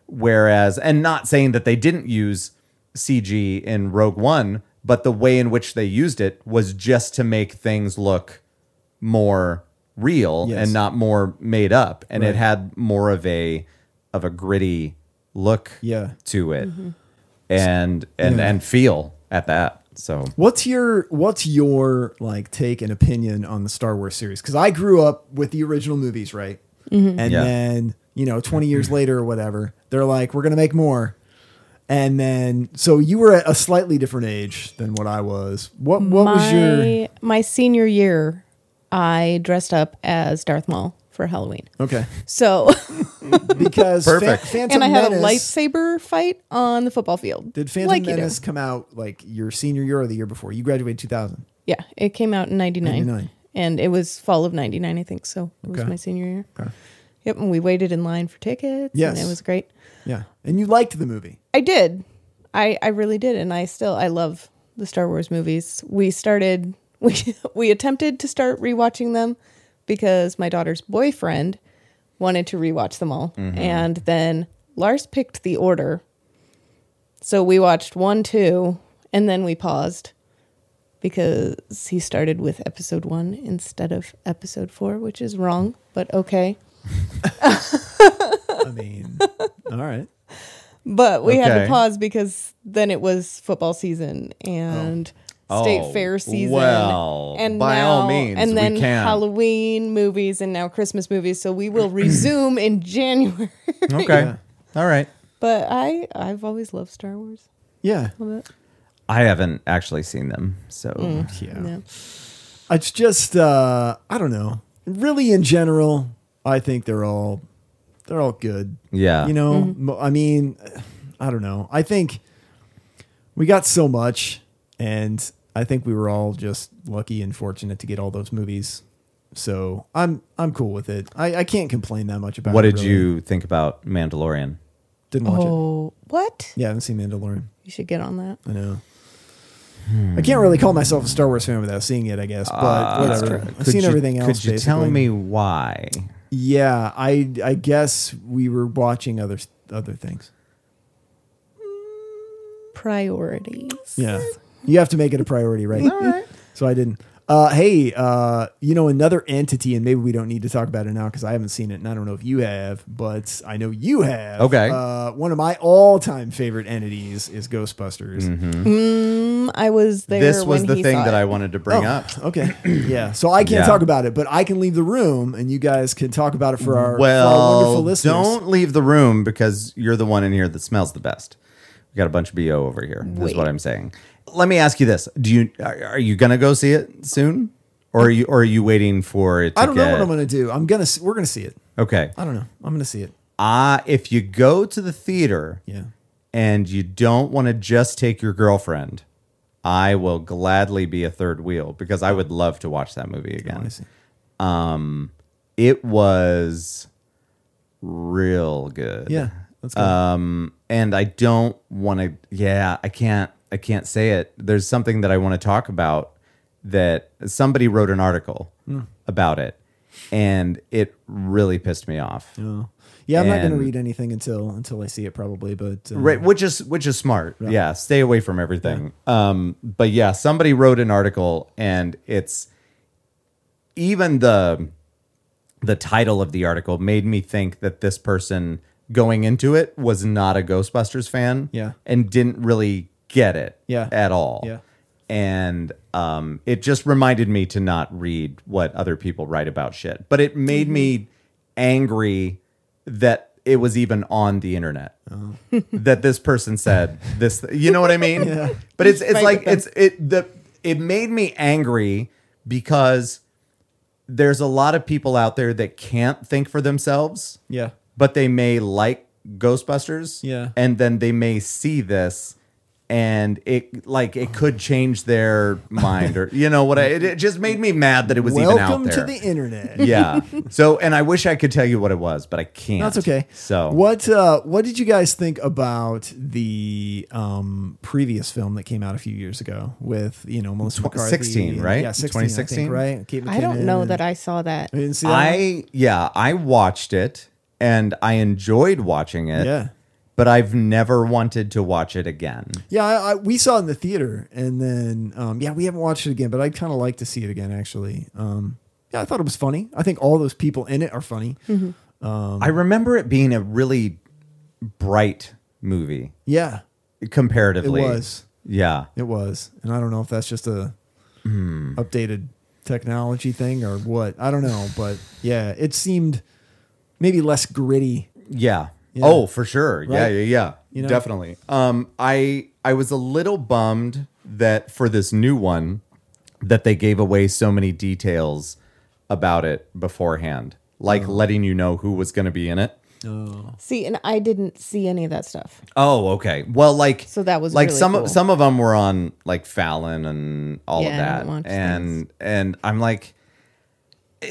[SPEAKER 1] Whereas, and not saying that they didn't use CG in Rogue One, but the way in which they used it was just to make things look more real
[SPEAKER 3] Yes.
[SPEAKER 1] and not more made up and it had more of a of a gritty look
[SPEAKER 3] Yeah.
[SPEAKER 1] to it
[SPEAKER 3] Mm-hmm.
[SPEAKER 1] and and
[SPEAKER 3] Yeah.
[SPEAKER 1] and feel at that so
[SPEAKER 3] What's your what's your like take and opinion on the Star Wars series? Because I grew up with the original movies, right? And
[SPEAKER 1] Mm-hmm. Yeah.
[SPEAKER 3] then you know, twenty years later or whatever, they're like, we're gonna make more. And then, so you were at a slightly different age than what I was. What what
[SPEAKER 2] my,
[SPEAKER 3] was your
[SPEAKER 2] my senior year, I dressed up as Darth Maul for Halloween.
[SPEAKER 3] okay?
[SPEAKER 2] So,
[SPEAKER 3] Because
[SPEAKER 1] Perfect.
[SPEAKER 3] Fa- Phantom
[SPEAKER 2] and I had a
[SPEAKER 3] Menace-
[SPEAKER 2] lightsaber fight on the football field.
[SPEAKER 3] Did Phantom
[SPEAKER 2] like you do.
[SPEAKER 3] Menace come out like your senior year or the year before? You graduated two thousand.
[SPEAKER 2] Yeah, it came out in 99.
[SPEAKER 3] 99.
[SPEAKER 2] And it was fall of 99, I think. So it was
[SPEAKER 3] Okay.
[SPEAKER 2] my senior year.
[SPEAKER 3] Okay.
[SPEAKER 2] Yep, and we waited in line for tickets.
[SPEAKER 3] Yes.
[SPEAKER 2] and it was great.
[SPEAKER 3] Yeah. And you liked the movie.
[SPEAKER 2] I did. I I really did, and I still I love the Star Wars movies. We started we we attempted to start rewatching them because my daughter's boyfriend wanted to rewatch them all, and then Lars picked the order, so we watched one, two, and then we paused because he started with episode one instead of episode four, which is wrong, but okay.
[SPEAKER 3] I mean, all right.
[SPEAKER 2] But we had to
[SPEAKER 1] Okay.
[SPEAKER 2] pause because then it was football season and
[SPEAKER 1] Oh.
[SPEAKER 2] state
[SPEAKER 1] Oh,
[SPEAKER 2] fair season.
[SPEAKER 1] well,
[SPEAKER 2] and
[SPEAKER 1] by all
[SPEAKER 2] now-
[SPEAKER 1] means, we
[SPEAKER 2] and then
[SPEAKER 1] can.
[SPEAKER 2] Halloween movies and now Christmas movies. So we will resume in January.
[SPEAKER 1] Okay. All right.
[SPEAKER 2] but I, I've always loved Star Wars.
[SPEAKER 3] Yeah.
[SPEAKER 1] I haven't actually seen them, so
[SPEAKER 3] Yeah.
[SPEAKER 2] No.
[SPEAKER 3] It's just uh I don't know. Really in general, I think they're all they're all good.
[SPEAKER 1] Yeah.
[SPEAKER 3] You know, mo- I mean, I don't know. I think we got so much and I think we were all just lucky and fortunate to get all those movies. So I'm I'm cool with it. I, I can't complain that much about
[SPEAKER 1] what
[SPEAKER 3] it.
[SPEAKER 1] did
[SPEAKER 3] really.
[SPEAKER 1] you think about Mandalorian?
[SPEAKER 3] didn't watch it?
[SPEAKER 2] Oh, what?
[SPEAKER 3] Yeah, I haven't seen Mandalorian.
[SPEAKER 2] You should get on that.
[SPEAKER 3] I know.
[SPEAKER 1] Hmm.
[SPEAKER 3] I can't really call myself a Star Wars fan without seeing it, I guess. But whatever. I've seen
[SPEAKER 1] you,
[SPEAKER 3] everything else.
[SPEAKER 1] Uh, Ah, Could you tell
[SPEAKER 3] basically.
[SPEAKER 1] me why?
[SPEAKER 3] Yeah, I I guess we were watching other other things.
[SPEAKER 2] Priorities.
[SPEAKER 3] Yeah, you have to make it a priority, right? All right. So I didn't. Uh, hey, uh, you know another entity, and maybe we don't need to talk about it now because I haven't seen it, and I don't know if you have, but I know you have.
[SPEAKER 1] Okay.
[SPEAKER 3] Uh, one of my all-time favorite entities is Ghostbusters.
[SPEAKER 1] Mm-hmm.
[SPEAKER 2] Mm, I was there.
[SPEAKER 1] This was
[SPEAKER 2] when
[SPEAKER 1] the
[SPEAKER 2] he
[SPEAKER 1] thing
[SPEAKER 2] saw
[SPEAKER 1] that
[SPEAKER 2] it.
[SPEAKER 1] I wanted to bring
[SPEAKER 3] Oh,
[SPEAKER 1] up.
[SPEAKER 3] Okay. Yeah. So I can't
[SPEAKER 1] Yeah.
[SPEAKER 3] talk about it, but I can leave the room, and you guys can talk about it for our, for our wonderful
[SPEAKER 1] Well,
[SPEAKER 3] listeners.
[SPEAKER 1] don't leave the room because you're the one in here that smells the best. We got a bunch of bo over here. That's
[SPEAKER 2] Wait.
[SPEAKER 1] what I'm saying. Let me ask you this: Do you are, are you gonna go see it soon, or are you or are you waiting for it? To
[SPEAKER 3] I don't know
[SPEAKER 1] get-
[SPEAKER 3] what I'm gonna do. I'm gonna. s- We're gonna see it.
[SPEAKER 1] Okay.
[SPEAKER 3] I don't know. I'm gonna see it.
[SPEAKER 1] Uh, if you go to the theater
[SPEAKER 3] Yeah.
[SPEAKER 1] and you don't want to just take your girlfriend, I will gladly be a third wheel because I would love to watch that movie
[SPEAKER 3] I
[SPEAKER 1] again.
[SPEAKER 3] see.
[SPEAKER 1] Um, it was real good.
[SPEAKER 3] Yeah. Let's go.
[SPEAKER 1] Um, and I don't want to. Yeah, I can't. I can't say it. There's something that I want to talk about that somebody wrote an article about it, and it really pissed me off.
[SPEAKER 3] yeah, I'm not going to
[SPEAKER 1] and-
[SPEAKER 3] read anything until until I see it probably, but uh,
[SPEAKER 1] Right, which is which is smart. Yeah, stay away from everything. Um, but yeah, somebody wrote an article, and it's even the the title of the article made me think that this person going into it was not a Ghostbusters fan.
[SPEAKER 3] Yeah.
[SPEAKER 1] and didn't really get it.
[SPEAKER 3] Yeah.
[SPEAKER 1] at all.
[SPEAKER 3] Yeah.
[SPEAKER 1] And um, it just reminded me to not read what other people write about shit. But it made
[SPEAKER 3] Mm-hmm.
[SPEAKER 1] me angry that it was even on the internet
[SPEAKER 3] Oh.
[SPEAKER 1] that this person said this you know what i mean but it's it's
[SPEAKER 2] Right,
[SPEAKER 1] like
[SPEAKER 2] but-
[SPEAKER 1] it's it the it made me angry because there's a lot of people out there that can't think for themselves
[SPEAKER 3] Yeah.
[SPEAKER 1] but they may like ghostbusters
[SPEAKER 3] Yeah.
[SPEAKER 1] and then they may see this and it like it could change their mind or you know what I, it, it just made me mad that it was even out
[SPEAKER 3] Welcome
[SPEAKER 1] there
[SPEAKER 3] to the internet.
[SPEAKER 1] yeah so and i wish i could tell you what it was but i can't
[SPEAKER 3] That's okay.
[SPEAKER 1] so
[SPEAKER 3] what uh, what did you guys think about the um, previous film that came out a few years ago with you know Melissa
[SPEAKER 1] Tw-
[SPEAKER 3] McCarthy?
[SPEAKER 1] 16,
[SPEAKER 3] and-
[SPEAKER 1] right?
[SPEAKER 3] Yeah, 16,
[SPEAKER 1] 2016?
[SPEAKER 3] I think, right? Kate
[SPEAKER 2] I don't
[SPEAKER 3] McKinnon
[SPEAKER 2] know
[SPEAKER 3] and-
[SPEAKER 2] that I saw that.
[SPEAKER 3] You didn't see that one?
[SPEAKER 1] I yeah, I watched it and I enjoyed watching it.
[SPEAKER 3] Yeah.
[SPEAKER 1] But I've never wanted to watch it again.
[SPEAKER 3] Yeah, I, I, we saw it in the theater, and then um, yeah, we haven't watched it again, but I'd kind of like to see it again actually. Um, yeah, I thought it was funny. I think all those people in it are funny.
[SPEAKER 2] Mm-hmm.
[SPEAKER 3] Um,
[SPEAKER 1] I remember it being a really bright movie
[SPEAKER 3] Yeah,
[SPEAKER 1] comparatively.
[SPEAKER 3] It was.
[SPEAKER 1] Yeah.
[SPEAKER 3] It was, and I don't know if that's just a updated technology thing or what. I don't know, but yeah, it seemed maybe less gritty.
[SPEAKER 1] Yeah. Oh, for sure. Yeah,
[SPEAKER 3] Right?
[SPEAKER 1] yeah, yeah.
[SPEAKER 3] You know?
[SPEAKER 1] Definitely. Um I I was a little bummed that for this new one that they gave away so many details about it beforehand, like
[SPEAKER 3] Oh.
[SPEAKER 1] letting you know who was going to be in it.
[SPEAKER 2] See, and I didn't see any of that stuff.
[SPEAKER 1] Oh, okay. Well, like
[SPEAKER 2] So that was
[SPEAKER 1] like
[SPEAKER 2] really
[SPEAKER 1] some
[SPEAKER 2] cool.
[SPEAKER 1] some of them were on like Fallon and all
[SPEAKER 2] Yeah, I don't
[SPEAKER 1] of
[SPEAKER 2] watch
[SPEAKER 1] that, and and I'm like, eh,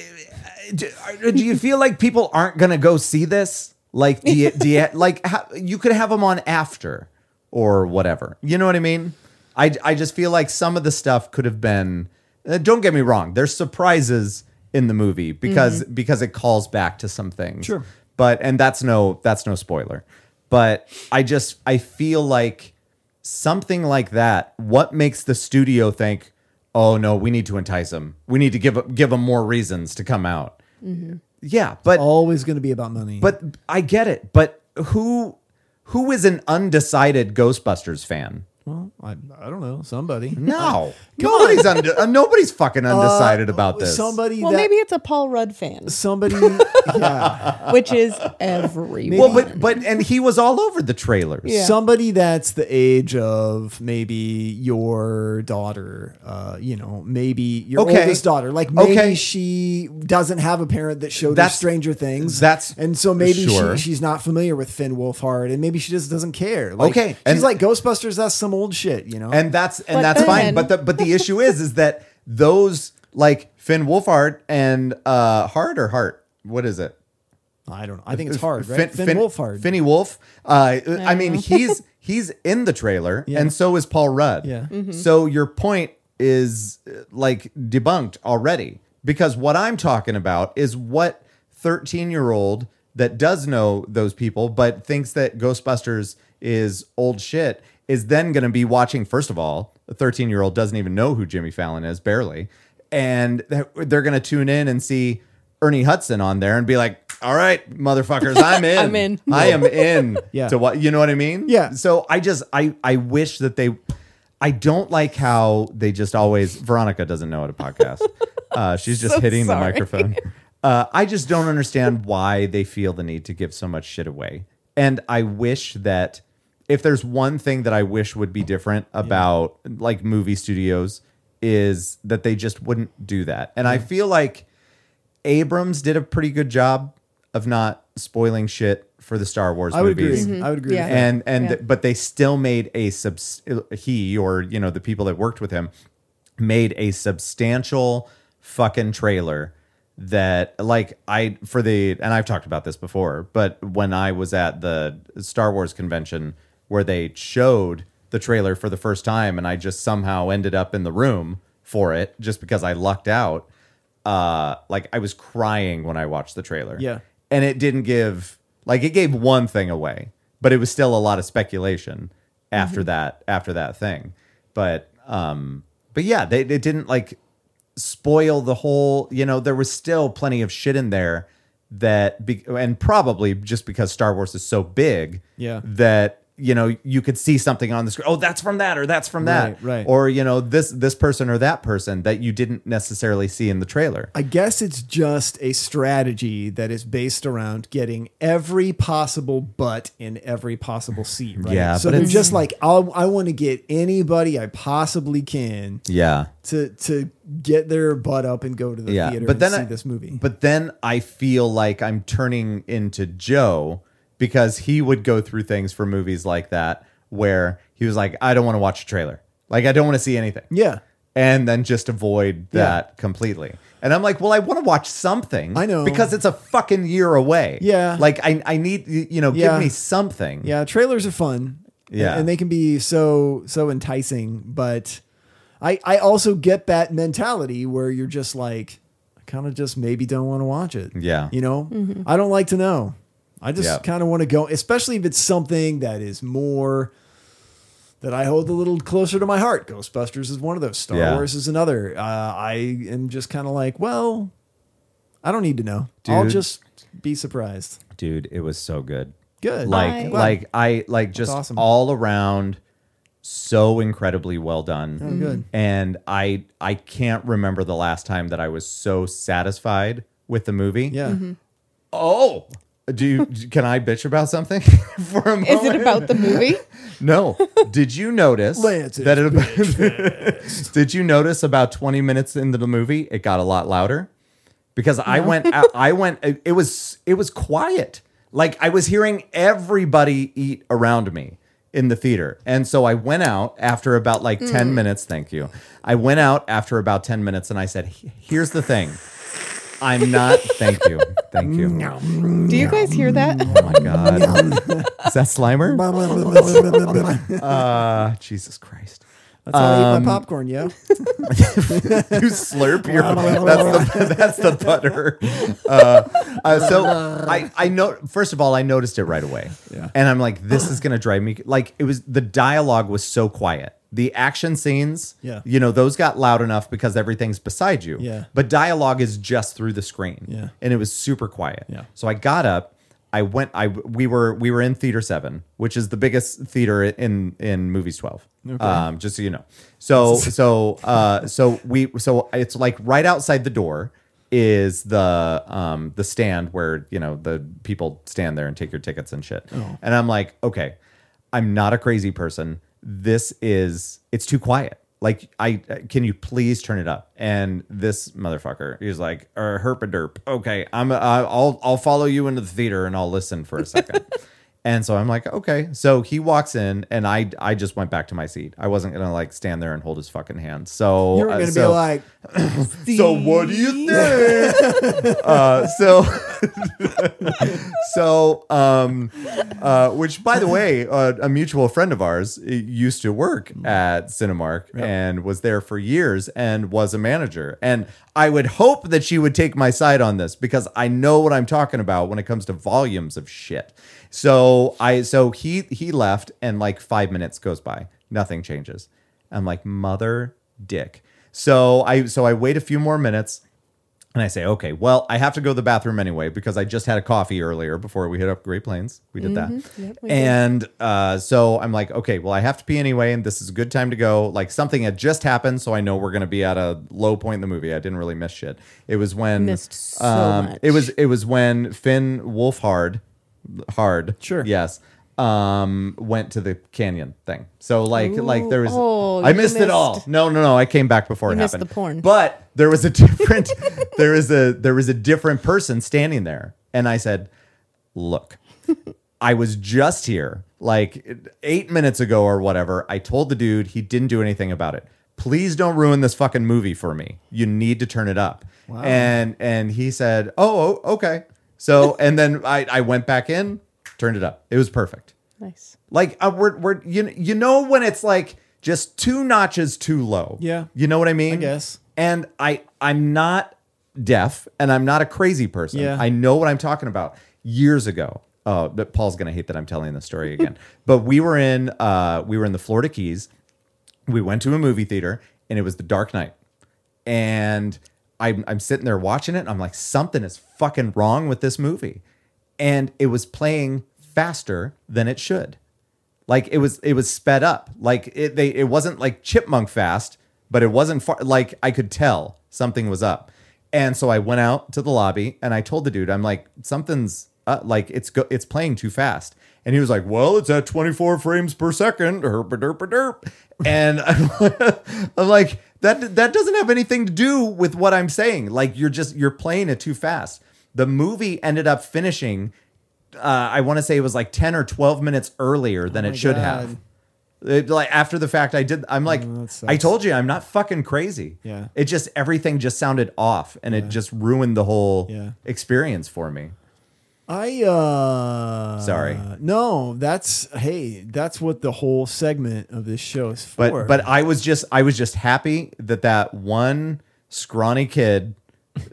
[SPEAKER 1] do, are- do you feel like people aren't gonna go see this? Like, do you, do you like how, you could have them on after or whatever? You know what I mean? I I just feel like some of the stuff could have been. uh, don't get me wrong. There's surprises in the movie because
[SPEAKER 2] Mm-hmm.
[SPEAKER 1] because it calls back to some things.
[SPEAKER 3] Sure.
[SPEAKER 1] But and that's no that's no spoiler. But I just I feel like something like that what makes the studio think oh no we need to entice them we need to give give them more reasons to come out
[SPEAKER 2] Mm-hmm.
[SPEAKER 1] yeah but
[SPEAKER 3] Always going to be about money.
[SPEAKER 1] but i get it but who who is an undecided ghostbusters fan
[SPEAKER 3] well, I, I don't know. Somebody.
[SPEAKER 1] no nobody's unde- uh, nobody's fucking undecided
[SPEAKER 2] oh,
[SPEAKER 1] about this
[SPEAKER 3] Somebody
[SPEAKER 2] Well,
[SPEAKER 3] that
[SPEAKER 2] maybe it's a Paul Rudd fan,
[SPEAKER 3] somebody yeah.
[SPEAKER 2] which is everyone.
[SPEAKER 1] well but but and he was all over the trailers
[SPEAKER 2] Yeah.
[SPEAKER 3] Somebody that's the age of maybe your daughter, uh, you know, maybe your
[SPEAKER 1] Okay.
[SPEAKER 3] oldest daughter. Like maybe
[SPEAKER 1] Okay.
[SPEAKER 3] she doesn't have a parent that showed
[SPEAKER 1] That's-
[SPEAKER 3] her Stranger Things.
[SPEAKER 1] that's-
[SPEAKER 3] and so maybe
[SPEAKER 1] sure.
[SPEAKER 3] she, she's not familiar with Finn Wolfhard, and maybe she just doesn't care. Like,
[SPEAKER 1] Okay,
[SPEAKER 3] she's
[SPEAKER 1] and-
[SPEAKER 3] like Ghostbusters. That's some old shit, you know.
[SPEAKER 1] and that's and
[SPEAKER 2] But
[SPEAKER 1] that's fine
[SPEAKER 2] then-
[SPEAKER 1] but the but the issue is is that those like finn wolfhard and uh hart or hart what is it
[SPEAKER 3] I don't know. I think it's hard, right? Finn, Wolfhard.
[SPEAKER 1] Finny Wolf. Uh, I, mean, he's he's in the trailer,
[SPEAKER 3] Yeah.
[SPEAKER 1] and so is Paul Rudd.
[SPEAKER 3] Yeah. Mhm.
[SPEAKER 1] So your point is uh, like debunked already because what I'm talking about is what 13 year old that does know those people but thinks that Ghostbusters is old shit is then going to be watching. First of all, a 13 year old doesn't even know who Jimmy Fallon is barely, and that- they're going to tune in and see. Ernie Hudson on there and be like, all right, motherfuckers, I'm in.
[SPEAKER 2] I'm in.
[SPEAKER 1] I am in.
[SPEAKER 3] Yeah.
[SPEAKER 1] To what you know what I mean?
[SPEAKER 3] Yeah.
[SPEAKER 1] So I just I I wish that they I don't like how they just always Veronica doesn't know how to podcast. Uh, she's just
[SPEAKER 2] So
[SPEAKER 1] hitting the
[SPEAKER 2] sorry.
[SPEAKER 1] microphone. Uh, I just don't understand why they feel the need to give so much shit away. And I wish that if there's one thing that I wish would be different about like movie studios is that they just wouldn't do that. And I feel like Abrams did a pretty good job of not spoiling shit for the Star Wars
[SPEAKER 3] I would agree.
[SPEAKER 1] movies.
[SPEAKER 3] I would agree.
[SPEAKER 2] Yeah.
[SPEAKER 3] With that.
[SPEAKER 1] And and
[SPEAKER 2] Yeah.
[SPEAKER 1] but they still made a subs he or you know the people that worked with him made a substantial fucking trailer that like I for the and I've talked about this before, but when I was at the Star Wars convention where they showed the trailer for the first time and I just somehow ended up in the room for it just because I lucked out uh like I was crying when I watched the trailer.
[SPEAKER 3] Yeah.
[SPEAKER 1] And it didn't give like it gave one thing away, but it was still a lot of speculation
[SPEAKER 3] Mm-hmm.
[SPEAKER 1] after that after that thing. But um but yeah, they it didn't like spoil the whole, you know, there was still plenty of shit in there that be, and probably just because Star Wars is so big
[SPEAKER 3] Yeah.
[SPEAKER 1] that you know you could see something on the screen oh that's from that or that's from that
[SPEAKER 3] Right, right.
[SPEAKER 1] or you know this this person or that person that you didn't necessarily see in the trailer
[SPEAKER 3] I guess it's just a strategy that is based around getting every possible butt in every possible seat. Right?
[SPEAKER 1] Yeah,
[SPEAKER 3] So
[SPEAKER 1] but
[SPEAKER 3] they're
[SPEAKER 1] it's-
[SPEAKER 3] just like, I'll, I want to get anybody I possibly can
[SPEAKER 1] Yeah.
[SPEAKER 3] to to get their butt up and go to the
[SPEAKER 1] Yeah.
[SPEAKER 3] theater
[SPEAKER 1] But then
[SPEAKER 3] and see
[SPEAKER 1] I,
[SPEAKER 3] this movie.
[SPEAKER 1] But then I feel like I'm turning into Joe because he would go through things for movies like that where he was like, I don't want to watch a trailer. Like I don't want to see anything.
[SPEAKER 3] yeah.
[SPEAKER 1] And then just avoid that completely. And I'm like, well, I want to watch something.
[SPEAKER 3] I know.
[SPEAKER 1] Because it's a fucking year away.
[SPEAKER 3] Yeah.
[SPEAKER 1] Like I I need you know,
[SPEAKER 3] Yeah.
[SPEAKER 1] give me something.
[SPEAKER 3] Yeah, trailers are fun.
[SPEAKER 1] Yeah.
[SPEAKER 3] And, and they can be so so enticing, but I I also get that mentality where you're just like I kind of just maybe don't want to watch it.
[SPEAKER 1] Yeah.
[SPEAKER 3] You know? I don't like to know. I just
[SPEAKER 1] Yeah.
[SPEAKER 3] kind of want to go, especially if it's something that is more that I hold a little closer to my heart. Ghostbusters is one of those. Star
[SPEAKER 1] Yeah.
[SPEAKER 3] Wars is another. Uh, I am just kind of like, well, I don't need to know. I'll
[SPEAKER 1] Dude.
[SPEAKER 3] just be surprised.
[SPEAKER 1] Dude, it was so good.
[SPEAKER 3] Good.
[SPEAKER 1] like
[SPEAKER 2] I-
[SPEAKER 1] like I like just
[SPEAKER 3] awesome.
[SPEAKER 1] all around so incredibly well done.
[SPEAKER 3] Oh, good.
[SPEAKER 1] And I I can't remember the last time that I was so satisfied with the movie.
[SPEAKER 3] yeah.
[SPEAKER 1] Oh, do you can I bitch about something for a moment?
[SPEAKER 2] Is it about the movie?
[SPEAKER 1] No. Did you notice
[SPEAKER 3] Lance
[SPEAKER 1] that it about, Did you notice about 20 minutes into the movie it got a lot louder? Because I went out, I went it it was it was quiet. Like I was hearing everybody eat around me in the theater. And so I went out after about like 10 minutes, thank you. I went out after about 10 minutes and I said, "He- "Here's the thing. I'm not. Thank you. Thank you.
[SPEAKER 2] Do you guys hear that?
[SPEAKER 1] Oh my God. Is that Slimer?
[SPEAKER 3] That's
[SPEAKER 1] Uh, Jesus Christ.
[SPEAKER 3] how I
[SPEAKER 1] Um,
[SPEAKER 3] eat my popcorn, yo.
[SPEAKER 1] you slurp your that's the that's the butter. Uh, uh, so I I know first of all I noticed it right away,
[SPEAKER 3] Yeah.
[SPEAKER 1] and I'm like this is gonna drive me like it was the dialogue was so quiet. The action scenes,
[SPEAKER 3] Yeah.
[SPEAKER 1] you know, those got loud enough because everything's beside you.
[SPEAKER 3] Yeah.
[SPEAKER 1] But dialogue is just through the screen.
[SPEAKER 3] Yeah.
[SPEAKER 1] And it was super quiet.
[SPEAKER 3] Yeah.
[SPEAKER 1] So I got up. I went. I we were we were in theater seven, which is the biggest theater in in movies twelve. Um, just so you know. So so uh so we so it's like right outside the door is the um the stand where you know the people stand there and take your tickets and shit. And I'm like, okay, I'm not a crazy person. This is it's too quiet. Like I can you please turn it up? And this motherfucker is like, er, herp a derp. Okay, I'm uh, I'll I'll follow you into the theater and I'll listen for a second. and so I'm like, okay. So he walks in and I I just went back to my seat. I wasn't gonna like stand there and hold his fucking hand. So
[SPEAKER 3] You're
[SPEAKER 1] uh,
[SPEAKER 3] gonna be
[SPEAKER 1] so-
[SPEAKER 3] like,
[SPEAKER 1] so what do you think? uh, so so um, uh, which by the way, uh, a mutual friend of ours uh, used to work at Cinemark and was there for years and was a manager. And I would hope that she would take my side on this because I know what I'm talking about when it comes to volumes of shit. So I so he he left and like five minutes goes by, nothing changes. I'm like mother dick. So I so I wait a few more minutes and I say, okay, well, I have to go to the bathroom anyway because I just had a coffee earlier before we hit up Great Plains. We did that.
[SPEAKER 2] Mm-hmm. we did.
[SPEAKER 1] and Uh, so I'm like, okay, well, I have to pee anyway, and this is a good time to go. Like something had just happened, so I know we're going to be at a low point in the movie. I didn't really miss shit. It was when um,
[SPEAKER 2] Missed so much.
[SPEAKER 1] it was it was when Finn Wolfhard hard
[SPEAKER 3] Sure.
[SPEAKER 1] yes um went to the canyon thing. So like like there was
[SPEAKER 2] oh,
[SPEAKER 1] I
[SPEAKER 2] you
[SPEAKER 1] missed, it
[SPEAKER 2] missed-
[SPEAKER 1] all. No, no, no. I came back before it
[SPEAKER 2] missed
[SPEAKER 1] happened.
[SPEAKER 2] the porn.
[SPEAKER 1] But there was a different there was a there was a different person standing there. And I said, "Look, I was just here like 8 minutes ago or whatever. I told the dude he didn't do anything about it. Please don't ruin this fucking movie for me. You need to turn it up." And and he said, "Oh, oh, okay." So, and then I I went back in, turned it up. It was perfect.
[SPEAKER 2] Nice.
[SPEAKER 1] Like uh, we're we're you you know when it's like just two notches too low.
[SPEAKER 3] Yeah.
[SPEAKER 1] you know what I mean.
[SPEAKER 3] I guess.
[SPEAKER 1] And I I'm not deaf and I'm not a crazy person.
[SPEAKER 3] Yeah.
[SPEAKER 1] I know what I'm talking about. Years ago, uh, but Paul's gonna hate that I'm telling this story again. but we were in uh we were in the Florida Keys. We went to a movie theater and it was The Dark Knight and I'm, I'm sitting there watching it and i'm like something is fucking wrong with this movie and it was playing faster than it should like it was it was sped up like it they it wasn't like chipmunk fast but it wasn't far like i could tell something was up and so i went out to the lobby and i told the dude i'm like something's uh, like it's go- it's playing too fast and he was like well it's at 24 frames per second herp derp derp and I'm, I'm like that that doesn't have anything to do with what i'm saying like you're just you're playing it too fast the movie ended up finishing uh, I want to say it was like 10 or 12 minutes earlier than
[SPEAKER 3] Oh my
[SPEAKER 1] it should
[SPEAKER 3] God.
[SPEAKER 1] have. It, like after the fact, I did. I'm like,
[SPEAKER 3] Oh, that sucks.
[SPEAKER 1] I told you, I'm not fucking crazy.
[SPEAKER 3] Yeah.
[SPEAKER 1] It just everything just sounded off, and it just ruined the whole
[SPEAKER 3] Yeah.
[SPEAKER 1] experience for me.
[SPEAKER 3] I uh
[SPEAKER 1] Sorry.
[SPEAKER 3] No, that's hey, that's what the whole segment of this show is
[SPEAKER 1] But
[SPEAKER 3] for.
[SPEAKER 1] but I was just I was just happy that that one scrawny kid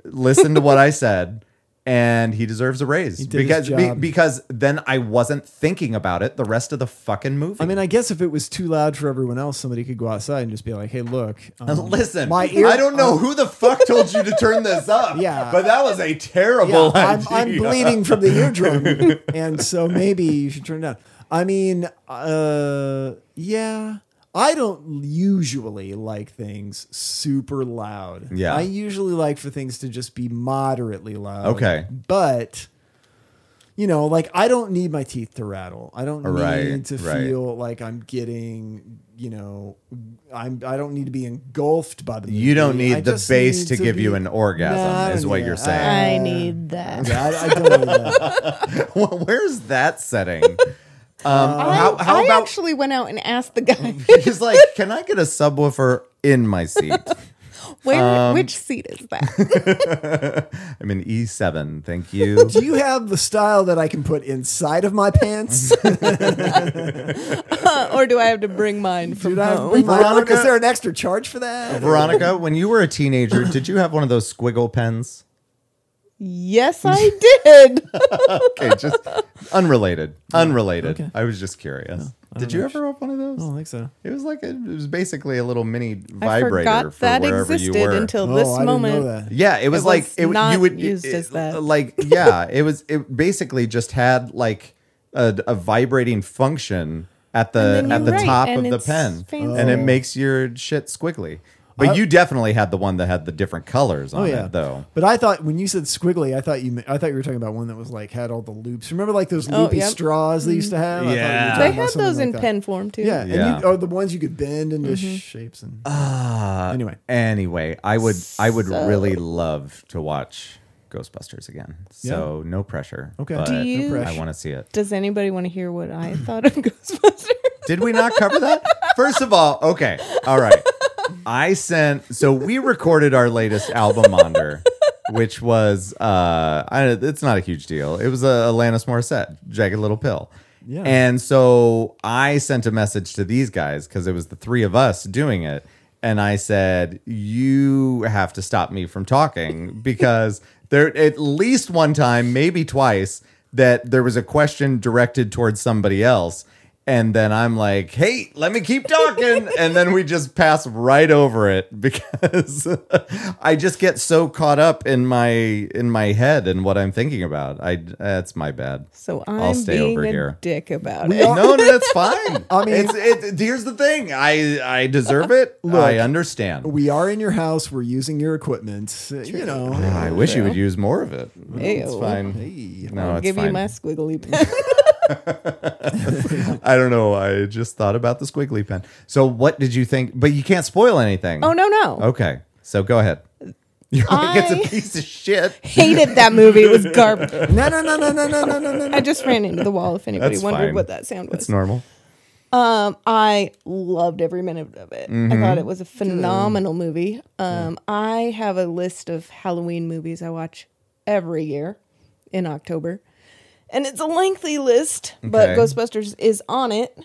[SPEAKER 1] listened to what I said. And he deserves a raise
[SPEAKER 3] did his
[SPEAKER 1] because be-
[SPEAKER 3] job.
[SPEAKER 1] because then I wasn't thinking about it the rest of the fucking movie.
[SPEAKER 3] I mean, I guess if it was too loud for everyone else, somebody could go outside and just be like, "Hey, look, um,
[SPEAKER 1] Listen,
[SPEAKER 3] my ear-
[SPEAKER 1] I don't know who the fuck told you to turn this up.
[SPEAKER 3] Yeah.
[SPEAKER 1] but that was a
[SPEAKER 3] yeah,
[SPEAKER 1] terrible
[SPEAKER 3] I'm, I'm
[SPEAKER 1] idea.
[SPEAKER 3] bleeding from the eardrum, and so maybe you should turn it down." I mean, uh, yeah, I don't usually like things super loud.
[SPEAKER 1] Yeah.
[SPEAKER 3] I usually like for things to just be moderately loud.
[SPEAKER 1] Okay.
[SPEAKER 3] but. You know, like I don't need my teeth to rattle. I don't
[SPEAKER 1] Right,
[SPEAKER 3] need to
[SPEAKER 1] right.
[SPEAKER 3] feel like I'm getting, you know, I'm I don't need to be engulfed by the.
[SPEAKER 1] You don't
[SPEAKER 3] movie. I
[SPEAKER 1] need the
[SPEAKER 3] just
[SPEAKER 1] bass
[SPEAKER 3] need
[SPEAKER 1] to, give
[SPEAKER 3] be-
[SPEAKER 1] you an orgasm,
[SPEAKER 3] No, I
[SPEAKER 1] is
[SPEAKER 3] don't
[SPEAKER 1] what
[SPEAKER 3] need
[SPEAKER 1] you're
[SPEAKER 3] that.
[SPEAKER 1] saying.
[SPEAKER 2] I need that.
[SPEAKER 3] Yeah, I, I don't need that.
[SPEAKER 1] Well, Where's that setting? Um, how, how
[SPEAKER 2] I
[SPEAKER 1] about
[SPEAKER 2] actually went out and asked the guy.
[SPEAKER 1] he's like, can I get a subwoofer in my seat?
[SPEAKER 2] Where?
[SPEAKER 1] Um,
[SPEAKER 2] which seat is that?
[SPEAKER 1] I'm an E7. Thank you.
[SPEAKER 3] Do you have the style that I can put inside of my pants?
[SPEAKER 2] Uh, or do I have to bring mine from
[SPEAKER 3] Dude, I have to
[SPEAKER 2] home?
[SPEAKER 3] bring mine up.
[SPEAKER 1] Veronica-
[SPEAKER 3] Is there an extra charge for that?
[SPEAKER 1] Veronica, when you were a teenager, did you have one of those squiggle pens?
[SPEAKER 2] yes, I did.
[SPEAKER 1] Okay, just unrelated. Unrelated. I was just curious.
[SPEAKER 4] I
[SPEAKER 1] did
[SPEAKER 4] don't
[SPEAKER 1] you
[SPEAKER 4] know. Oh,
[SPEAKER 1] ever have one of those?
[SPEAKER 4] I don't think so.
[SPEAKER 1] It was like a, it was basically a little mini
[SPEAKER 2] I
[SPEAKER 1] vibrator
[SPEAKER 2] forgot
[SPEAKER 1] for
[SPEAKER 2] that
[SPEAKER 1] wherever you were.
[SPEAKER 2] existed until
[SPEAKER 3] Oh,
[SPEAKER 2] this
[SPEAKER 3] I didn't know
[SPEAKER 2] moment.
[SPEAKER 3] that.
[SPEAKER 1] yeah, it was
[SPEAKER 2] It
[SPEAKER 1] like
[SPEAKER 2] was
[SPEAKER 1] it, w-
[SPEAKER 2] not
[SPEAKER 1] you would
[SPEAKER 2] used
[SPEAKER 1] it-
[SPEAKER 2] as that.
[SPEAKER 1] like yeah, it was it basically just had like a, a vibrating function at the
[SPEAKER 2] And then
[SPEAKER 1] at
[SPEAKER 2] you
[SPEAKER 1] the
[SPEAKER 2] write,
[SPEAKER 1] top
[SPEAKER 2] and
[SPEAKER 1] of the
[SPEAKER 2] it's
[SPEAKER 1] pen,
[SPEAKER 2] fancy.
[SPEAKER 1] and it makes your shit squiggly. But you definitely had the one that had the different colors on
[SPEAKER 3] Oh, yeah.
[SPEAKER 1] it, though.
[SPEAKER 3] But I thought when you said squiggly, I thought you I thought you were talking about one that was like had all the loops. Remember like those
[SPEAKER 2] Oh,
[SPEAKER 3] loopy
[SPEAKER 2] yep.
[SPEAKER 3] straws they used to have? I thought you were
[SPEAKER 1] Yeah.
[SPEAKER 3] talking
[SPEAKER 2] They
[SPEAKER 3] about
[SPEAKER 2] had
[SPEAKER 3] something
[SPEAKER 2] those
[SPEAKER 3] like
[SPEAKER 2] in
[SPEAKER 3] that.
[SPEAKER 2] pen form too. Mm-hmm.
[SPEAKER 3] Yeah,
[SPEAKER 1] Yeah.
[SPEAKER 3] and you, or the ones you could bend into shapes and
[SPEAKER 1] Uh,
[SPEAKER 3] anyway.
[SPEAKER 1] Anyway, I would I would
[SPEAKER 2] So-
[SPEAKER 1] really love to watch Ghostbusters again. So no pressure.
[SPEAKER 3] Okay.
[SPEAKER 1] but
[SPEAKER 3] Do
[SPEAKER 2] you-
[SPEAKER 1] I want to see it.
[SPEAKER 2] Does anybody want to hear what I thought of Ghostbusters?
[SPEAKER 1] Did we not cover that? First of all, okay. All right. I sent so we recorded our latest album under, which was uh I, it's not a huge deal. It was a Alanis Morissette, Jagged Little Pill.
[SPEAKER 3] Yeah.
[SPEAKER 1] And so I sent a message to these guys because it was the three of us doing it. And I said, You have to stop me from talking because there at least one time, maybe twice, that there was a question directed towards somebody else. And then I'm like, hey, let me keep talking. and then we just pass right over it because I just get so caught up in my in my head and what I'm thinking about. I that's my bad.
[SPEAKER 2] So I'm
[SPEAKER 1] I'll stay
[SPEAKER 2] being
[SPEAKER 1] over
[SPEAKER 2] a
[SPEAKER 1] here.
[SPEAKER 2] dick about it.
[SPEAKER 1] No, no, that's fine. I
[SPEAKER 3] I
[SPEAKER 1] mean,
[SPEAKER 3] mean-
[SPEAKER 1] it's, it, here's the thing. I I deserve it. I understand.
[SPEAKER 3] We are in your house. We're using your equipment. Uh, You know,
[SPEAKER 1] I wish you would use more of it. It's
[SPEAKER 2] Ew.
[SPEAKER 1] fine. No,
[SPEAKER 2] I'll
[SPEAKER 1] it's
[SPEAKER 2] give you
[SPEAKER 1] fine.
[SPEAKER 2] my squiggly pen.
[SPEAKER 1] I don't know. I just thought about the squiggly pen. So, what did you think? But you can't spoil anything.
[SPEAKER 2] oh no, no!
[SPEAKER 1] Okay, so go ahead. You're like, it's
[SPEAKER 2] I-
[SPEAKER 1] a piece of shit.
[SPEAKER 2] Hated that movie. It was garbage.
[SPEAKER 3] no, no, no, no, no, no, no, no, no.
[SPEAKER 2] I just ran into the wall. If anybody
[SPEAKER 1] That's
[SPEAKER 2] wondered
[SPEAKER 1] fine.
[SPEAKER 2] what that sound was,
[SPEAKER 1] It's normal.
[SPEAKER 2] Um, I loved every minute of it.
[SPEAKER 1] Mm-hmm.
[SPEAKER 2] I thought it was a phenomenal movie. Um, I have a list of Halloween movies I watch every year in October, and it's a lengthy list, but
[SPEAKER 1] Okay.
[SPEAKER 2] Ghostbusters is on it.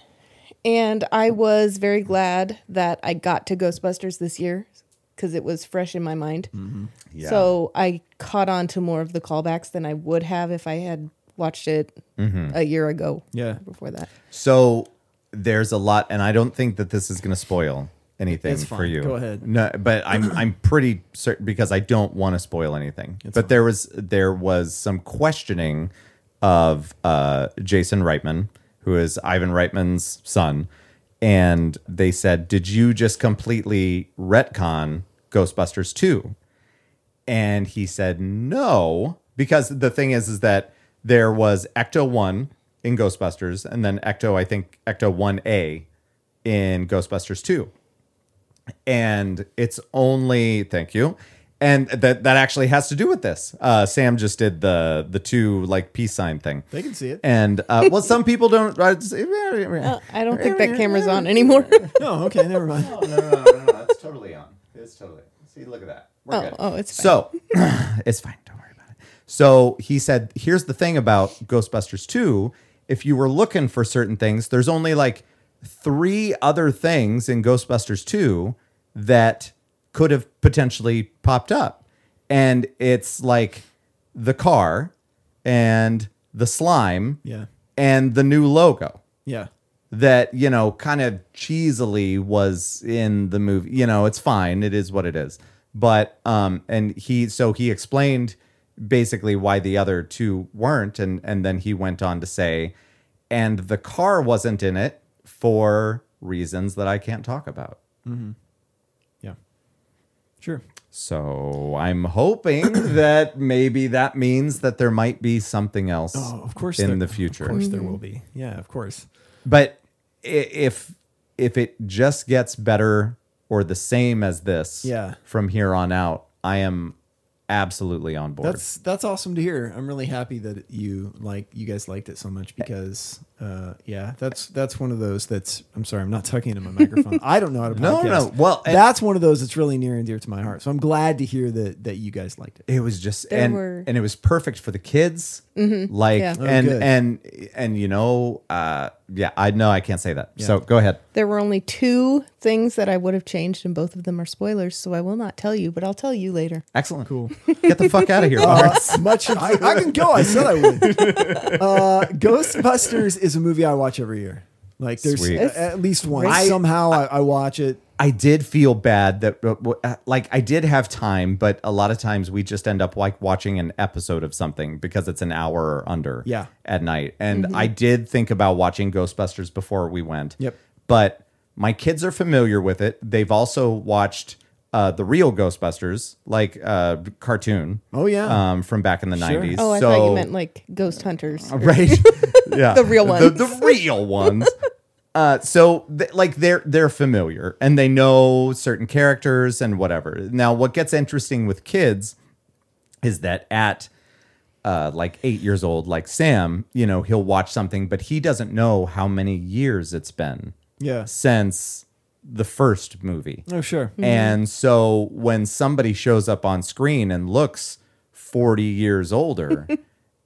[SPEAKER 2] And I was very glad that I got to Ghostbusters this year because it was fresh in my mind.
[SPEAKER 1] Mm-hmm. Yeah.
[SPEAKER 2] So I caught on to more of the callbacks than I would have if I had watched it
[SPEAKER 1] Mm-hmm.
[SPEAKER 2] a year ago.
[SPEAKER 3] Yeah.
[SPEAKER 2] Before that.
[SPEAKER 1] So there's a lot, and I don't think that this is going to spoil anything
[SPEAKER 3] It's
[SPEAKER 1] for
[SPEAKER 3] fine.
[SPEAKER 1] you.
[SPEAKER 3] Go ahead.
[SPEAKER 1] No, but I'm I'm pretty certain because I don't want to spoil anything. but there was there was some questioning of uh, Jason Reitman, who is Ivan Reitman's son, and they said, "Did you just completely retcon Ghostbusters 2? And he said no, because the thing is, is that there was Ecto 1 in Ghostbusters, and then Ecto, I think Ecto 1A in Ghostbusters 2. And it's only thank you. And that that actually has to do with this. Uh, Sam just did the the two like peace sign thing.
[SPEAKER 3] They can see it.
[SPEAKER 1] And uh, well, some people don't. uh, I
[SPEAKER 2] I don't think that camera's on anymore.
[SPEAKER 3] No, okay, never mind.
[SPEAKER 1] no, no, no, no, it's totally on. It's totally. See, look at that. We're
[SPEAKER 2] Oh, oh, it's fine.
[SPEAKER 1] so it's fine. Don't worry about it. So he said, "Here's the thing about Ghostbusters 2. If you were looking for certain things, there's only like three other things in Ghostbusters 2 that could have potentially popped up, and it's like the car and the slime,
[SPEAKER 3] Yeah.
[SPEAKER 1] and the new logo."
[SPEAKER 3] Yeah.
[SPEAKER 1] that you know kind of cheesily was in the movie you know it's fine it is what it is but um and he so he explained basically why the other two weren't and and then he went on to say and the car wasn't in it for reasons that i can't talk about
[SPEAKER 3] Yeah. Sure.
[SPEAKER 1] so i'm hoping that maybe that means that there might be something else
[SPEAKER 3] Oh, of course.
[SPEAKER 1] in
[SPEAKER 3] there-
[SPEAKER 1] the future
[SPEAKER 3] Of course there will be. Yeah, of course.
[SPEAKER 1] But i- if if it just gets better or the same as this
[SPEAKER 3] Yeah.
[SPEAKER 1] from here on out, I am absolutely on board.
[SPEAKER 3] That's that's awesome to hear. I'm really happy that you like you guys liked it so much because uh, yeah, that's that's one of those that's I'm sorry, I'm not tucking into my microphone. I don't know how to podcast.
[SPEAKER 1] No, no, well, and-
[SPEAKER 3] that's one of those that's really near and dear to my heart. So I'm glad to hear that that you guys liked it.
[SPEAKER 1] it was just
[SPEAKER 2] There
[SPEAKER 1] and
[SPEAKER 2] were-
[SPEAKER 1] and it was perfect for the kids like
[SPEAKER 2] Yeah. Oh,
[SPEAKER 1] and
[SPEAKER 3] good.
[SPEAKER 1] and and you know uh yeah i know i can't say that so go ahead
[SPEAKER 2] There were only two things that I would have changed, and both of them are spoilers, so I will not tell you, but I'll tell you later.
[SPEAKER 1] excellent cool get the fuck out of here
[SPEAKER 3] Uh,
[SPEAKER 1] Lawrence.
[SPEAKER 3] much I, I can go. I said I would. Uh, Ghostbusters is a movie I watch every year. Like there's
[SPEAKER 1] Sweet.
[SPEAKER 3] a- at least one.
[SPEAKER 1] I-
[SPEAKER 3] Somehow I, I watch it.
[SPEAKER 1] i did feel bad that uh, w- uh, like i did have time but a lot of times we just end up like watching an episode of something because it's an hour or under
[SPEAKER 3] Yeah. Mm-hmm.
[SPEAKER 1] at night and i did think about watching ghostbusters before we went
[SPEAKER 3] Yep.
[SPEAKER 1] but my kids are familiar with it they've also watched uh, the real Ghostbusters, like uh, cartoon.
[SPEAKER 3] Oh, yeah.
[SPEAKER 1] um, from back in the nineties.
[SPEAKER 2] Oh, I
[SPEAKER 1] so,
[SPEAKER 2] thought you meant like ghost hunters.
[SPEAKER 1] right? yeah,
[SPEAKER 2] The real
[SPEAKER 1] the,
[SPEAKER 2] ones.
[SPEAKER 1] the real ones. Uh, so th- like they're they're familiar and they know certain characters and whatever. Now, what gets interesting with kids is that at uh, like eight years old, like Sam, you know, he'll watch something, but he doesn't know how many years it's been
[SPEAKER 3] Yeah.
[SPEAKER 1] since the first movie.
[SPEAKER 3] Oh sure.
[SPEAKER 1] And so when somebody shows up on screen and looks 40 years older,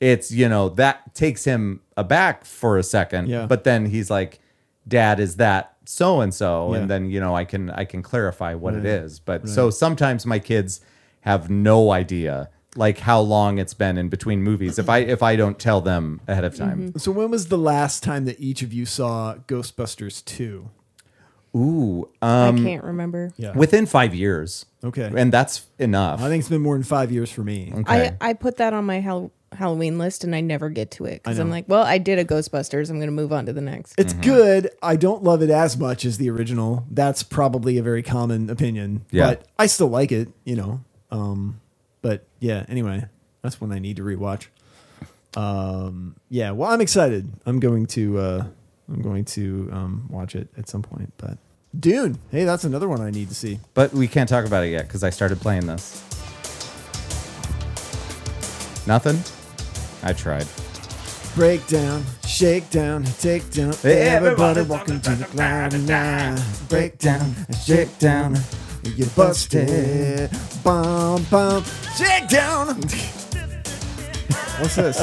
[SPEAKER 1] it's, you know, that takes him aback for a second.
[SPEAKER 3] Yeah.
[SPEAKER 1] But then he's like, Dad, is that so and so?
[SPEAKER 3] Yeah.
[SPEAKER 1] And then, you know, I can I can clarify what it is. But so sometimes my kids have no idea like how long it's been in between movies if I if I don't tell them ahead of time.
[SPEAKER 3] So when was the last time that each of you saw Ghostbusters 2? Mm-hmm.
[SPEAKER 1] Ooh.
[SPEAKER 2] I
[SPEAKER 1] Um
[SPEAKER 2] can't remember.
[SPEAKER 3] Yeah.
[SPEAKER 1] within five years.
[SPEAKER 3] Okay.
[SPEAKER 1] And that's enough.
[SPEAKER 3] I think it's been more than five years for me.
[SPEAKER 1] Okay.
[SPEAKER 2] I, I put that on my Hal- Halloween list and I never get to it because
[SPEAKER 3] I
[SPEAKER 2] I'm
[SPEAKER 3] know.
[SPEAKER 2] like, well, I did a Ghostbusters. I'm going to move on to the next.
[SPEAKER 3] It's good. I don't love it as much as the original. That's probably a very common opinion.
[SPEAKER 1] Yeah.
[SPEAKER 3] But I still like it, you know. Um, but yeah, anyway, that's one I need to rewatch. Um, yeah, well, I'm excited. I'm going to uh, I'm going to um, watch it at some point. But Dune, hey, that's another one I need to see.
[SPEAKER 1] But we can't talk about it yet because I started playing this. Nothing? I tried.
[SPEAKER 3] Breakdown, shakedown, take down. Everybody walking to the cloud nine. Breakdown, shakedown. You busted. Bomb, bomb, shakedown. What's this?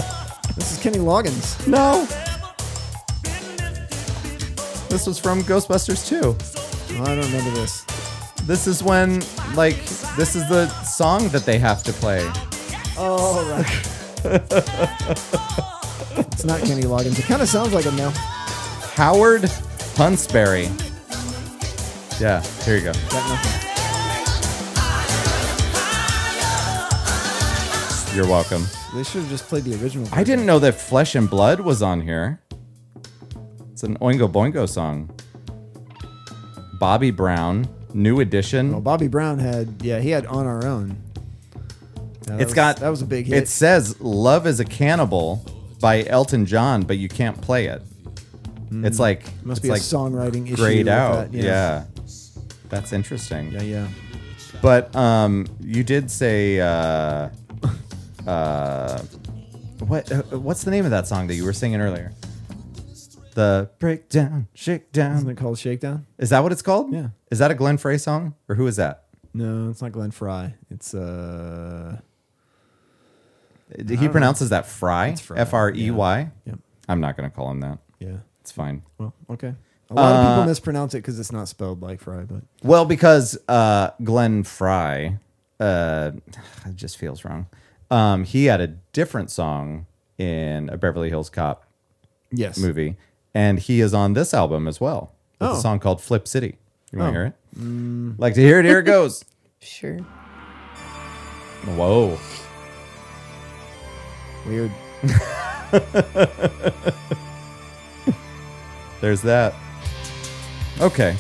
[SPEAKER 3] This is Kenny Loggins. Oh,
[SPEAKER 1] No! This was from Ghostbusters 2.
[SPEAKER 3] I don't remember this.
[SPEAKER 1] This is when, like, this is the song that they have to play.
[SPEAKER 3] Oh, right. it's not Kenny Loggins. It kind of sounds like him now.
[SPEAKER 1] Howard Hunsberry. Yeah, here you go.
[SPEAKER 3] Got nothing.
[SPEAKER 1] You're welcome.
[SPEAKER 3] They should have just played the original.
[SPEAKER 1] I didn't know that Flesh and Blood was on here. It's an Oingo Boingo song. Bobby Brown, New Edition.
[SPEAKER 3] Well, Bobby Brown had, yeah, he had On Our Own. Yeah, that
[SPEAKER 1] It's
[SPEAKER 3] was-
[SPEAKER 1] got
[SPEAKER 3] that was a big hit.
[SPEAKER 1] It says "Love is a Cannibal" by Elton John, but you can't play it. It's like
[SPEAKER 3] Hmm. Must
[SPEAKER 1] it's
[SPEAKER 3] be
[SPEAKER 1] like
[SPEAKER 3] a songwriting issue.
[SPEAKER 1] grayed
[SPEAKER 3] with that,
[SPEAKER 1] out. yeah. that's interesting.
[SPEAKER 3] yeah, yeah.
[SPEAKER 1] But um, you did say uh, uh, what? Uh, what's the name of that song that you were singing earlier? The breakdown,
[SPEAKER 3] Isn't
[SPEAKER 1] shakedown.
[SPEAKER 3] it called Shakedown?
[SPEAKER 1] Is that what it's called?
[SPEAKER 3] Yeah.
[SPEAKER 1] Is that a Glenn Frey song or who is that?
[SPEAKER 3] No, it's not Glenn Fry. It's uh,
[SPEAKER 1] He pronounces that Fry.
[SPEAKER 3] Fry,
[SPEAKER 1] F R E Y.
[SPEAKER 3] yep,
[SPEAKER 1] I'm not going to call him that.
[SPEAKER 3] yeah.
[SPEAKER 1] It's fine.
[SPEAKER 3] Well, okay. A lot
[SPEAKER 1] Uh,
[SPEAKER 3] of people mispronounce it because it's not spelled like Fry, but
[SPEAKER 1] Well, because uh, Glenn Fry, uh, it just feels wrong. Um, he had a different song in a Beverly Hills Cop
[SPEAKER 3] yes,
[SPEAKER 1] movie, and he is on this album as well. With
[SPEAKER 3] Oh.
[SPEAKER 1] a song called Flip City. You want
[SPEAKER 3] Oh.
[SPEAKER 1] to hear it? Like to hear it? Here it goes.
[SPEAKER 2] Sure.
[SPEAKER 1] Whoa.
[SPEAKER 3] Weird.
[SPEAKER 1] There's that. Okay.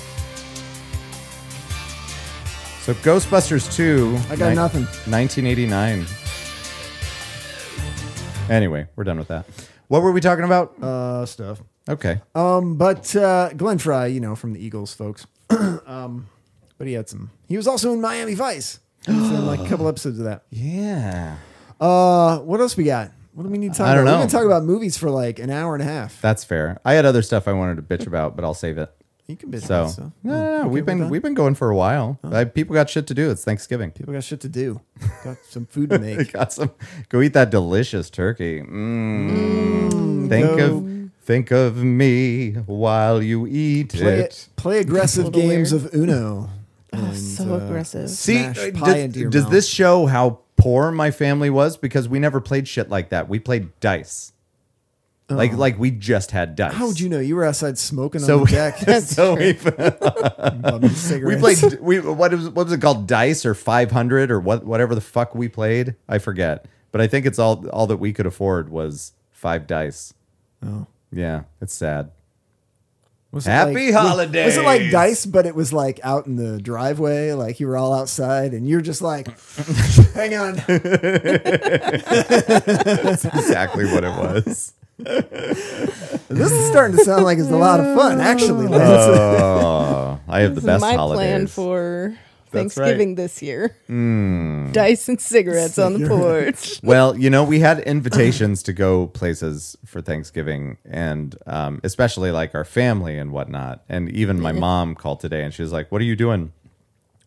[SPEAKER 1] So Ghostbusters 2.
[SPEAKER 3] I got nothing.
[SPEAKER 1] 1989. Anyway, we're done with that. What were we talking about?
[SPEAKER 3] Uh, stuff.
[SPEAKER 1] okay.
[SPEAKER 3] Um, but uh, Glenn Fry, you know, from the Eagles, folks. um, but he had some. He was also in Miami Vice. We've seen, like a couple episodes of that.
[SPEAKER 1] Yeah.
[SPEAKER 3] Uh, what else we got? What do we need to talk
[SPEAKER 1] I don't
[SPEAKER 3] about?
[SPEAKER 1] know.
[SPEAKER 3] We've been talking about movies for like an hour and a half.
[SPEAKER 1] That's fair. I had other stuff I wanted to bitch about, but I'll save it.
[SPEAKER 3] You can bitch
[SPEAKER 1] So,
[SPEAKER 3] about stuff.
[SPEAKER 1] no, no, no,
[SPEAKER 3] Oh, Okay, Oh.
[SPEAKER 1] we've
[SPEAKER 3] we're
[SPEAKER 1] been
[SPEAKER 3] done.
[SPEAKER 1] we've been going for a while. I, people got shit to do. It's Thanksgiving.
[SPEAKER 3] People got shit to do. Got some food to make.
[SPEAKER 1] got some. Go eat that delicious turkey. Mm. think
[SPEAKER 3] go.
[SPEAKER 1] of think of me while you eat
[SPEAKER 3] play,
[SPEAKER 1] it.
[SPEAKER 3] play aggressive
[SPEAKER 2] Little
[SPEAKER 3] games
[SPEAKER 2] weird.
[SPEAKER 3] of Uno.
[SPEAKER 2] Oh,
[SPEAKER 3] And,
[SPEAKER 2] so
[SPEAKER 3] uh,
[SPEAKER 2] aggressive.
[SPEAKER 1] See,
[SPEAKER 3] smash
[SPEAKER 1] uh,
[SPEAKER 3] pie
[SPEAKER 1] does,
[SPEAKER 3] into your
[SPEAKER 1] does
[SPEAKER 3] mouth.
[SPEAKER 1] this show how poor my family was? Because we never played shit like that. We played dice. Like like we just had dice.
[SPEAKER 3] Oh. How would you know? You were outside smoking
[SPEAKER 1] So
[SPEAKER 3] on the deck.
[SPEAKER 1] we- So we
[SPEAKER 3] bumming
[SPEAKER 1] we
[SPEAKER 3] cigarettes.
[SPEAKER 1] played we what was what was it called dice or 500 or what whatever the fuck we played i forget but i think it's all all that we could afford was five dice
[SPEAKER 3] Oh.
[SPEAKER 1] yeah it's sad
[SPEAKER 3] Was
[SPEAKER 1] Happy
[SPEAKER 3] was-
[SPEAKER 1] holidays.
[SPEAKER 3] Was it like dice, but it was like out in the driveway? Like you were all outside, and you're just like, "Hang on,
[SPEAKER 1] that's exactly what it was
[SPEAKER 3] this is starting to sound like it's a lot of fun." Actually, Lance.
[SPEAKER 1] oh i have the
[SPEAKER 2] This is
[SPEAKER 1] best
[SPEAKER 2] my
[SPEAKER 1] holidays
[SPEAKER 2] plan for
[SPEAKER 1] That's right. Hmm.
[SPEAKER 2] Thanksgiving this year. Dice and cigarettes on the porch.
[SPEAKER 1] well you know we had invitations to go places for thanksgiving and um, especially like our family and whatnot and even my mom called today and she was like what are you doing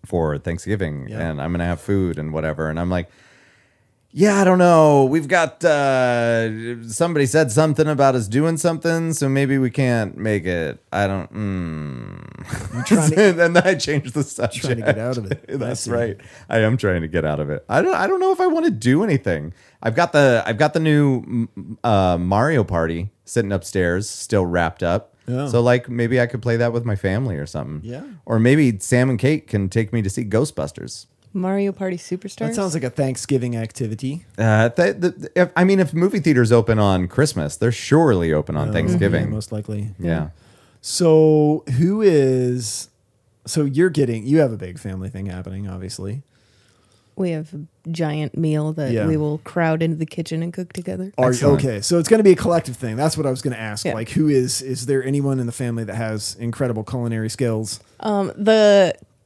[SPEAKER 1] for thanksgiving and i'm gonna have food and whatever and i'm like yeah, I don't know. We've got uh somebody said something about us doing something, so maybe we can't make it. I don't. Mm.
[SPEAKER 3] trying to-
[SPEAKER 1] and then I changed the subject.
[SPEAKER 3] trying to get out of it. I
[SPEAKER 1] That's
[SPEAKER 3] see.
[SPEAKER 1] right. I am trying to get out of it. I don't. I don't know if I want to do anything. I've got the. I've got the new mm, uh, Mario Party sitting upstairs, still wrapped up.
[SPEAKER 3] Oh.
[SPEAKER 1] So like maybe I could play that with my family or something.
[SPEAKER 3] Yeah.
[SPEAKER 1] Or maybe Sam and Kate can take me to see Ghostbusters.
[SPEAKER 2] Mario Party Superstars.
[SPEAKER 3] That sounds like a Thanksgiving activity.
[SPEAKER 1] Uh, th- th- if, I mean, if movie theaters open on Christmas, they're surely open on
[SPEAKER 3] Yeah,
[SPEAKER 1] Thanksgiving.
[SPEAKER 3] most likely.
[SPEAKER 1] yeah.
[SPEAKER 3] So who is? So you're getting you have a big family thing happening, obviously.
[SPEAKER 2] we have a giant meal that
[SPEAKER 3] Yeah.
[SPEAKER 2] we will crowd into the kitchen and cook together.
[SPEAKER 3] Are you,
[SPEAKER 1] Excellent.
[SPEAKER 3] okay, so it's going to be a collective thing. That's what I was going to ask.
[SPEAKER 2] Yeah.
[SPEAKER 3] Like, who is is there anyone in the family that has incredible culinary skills?
[SPEAKER 2] Um, the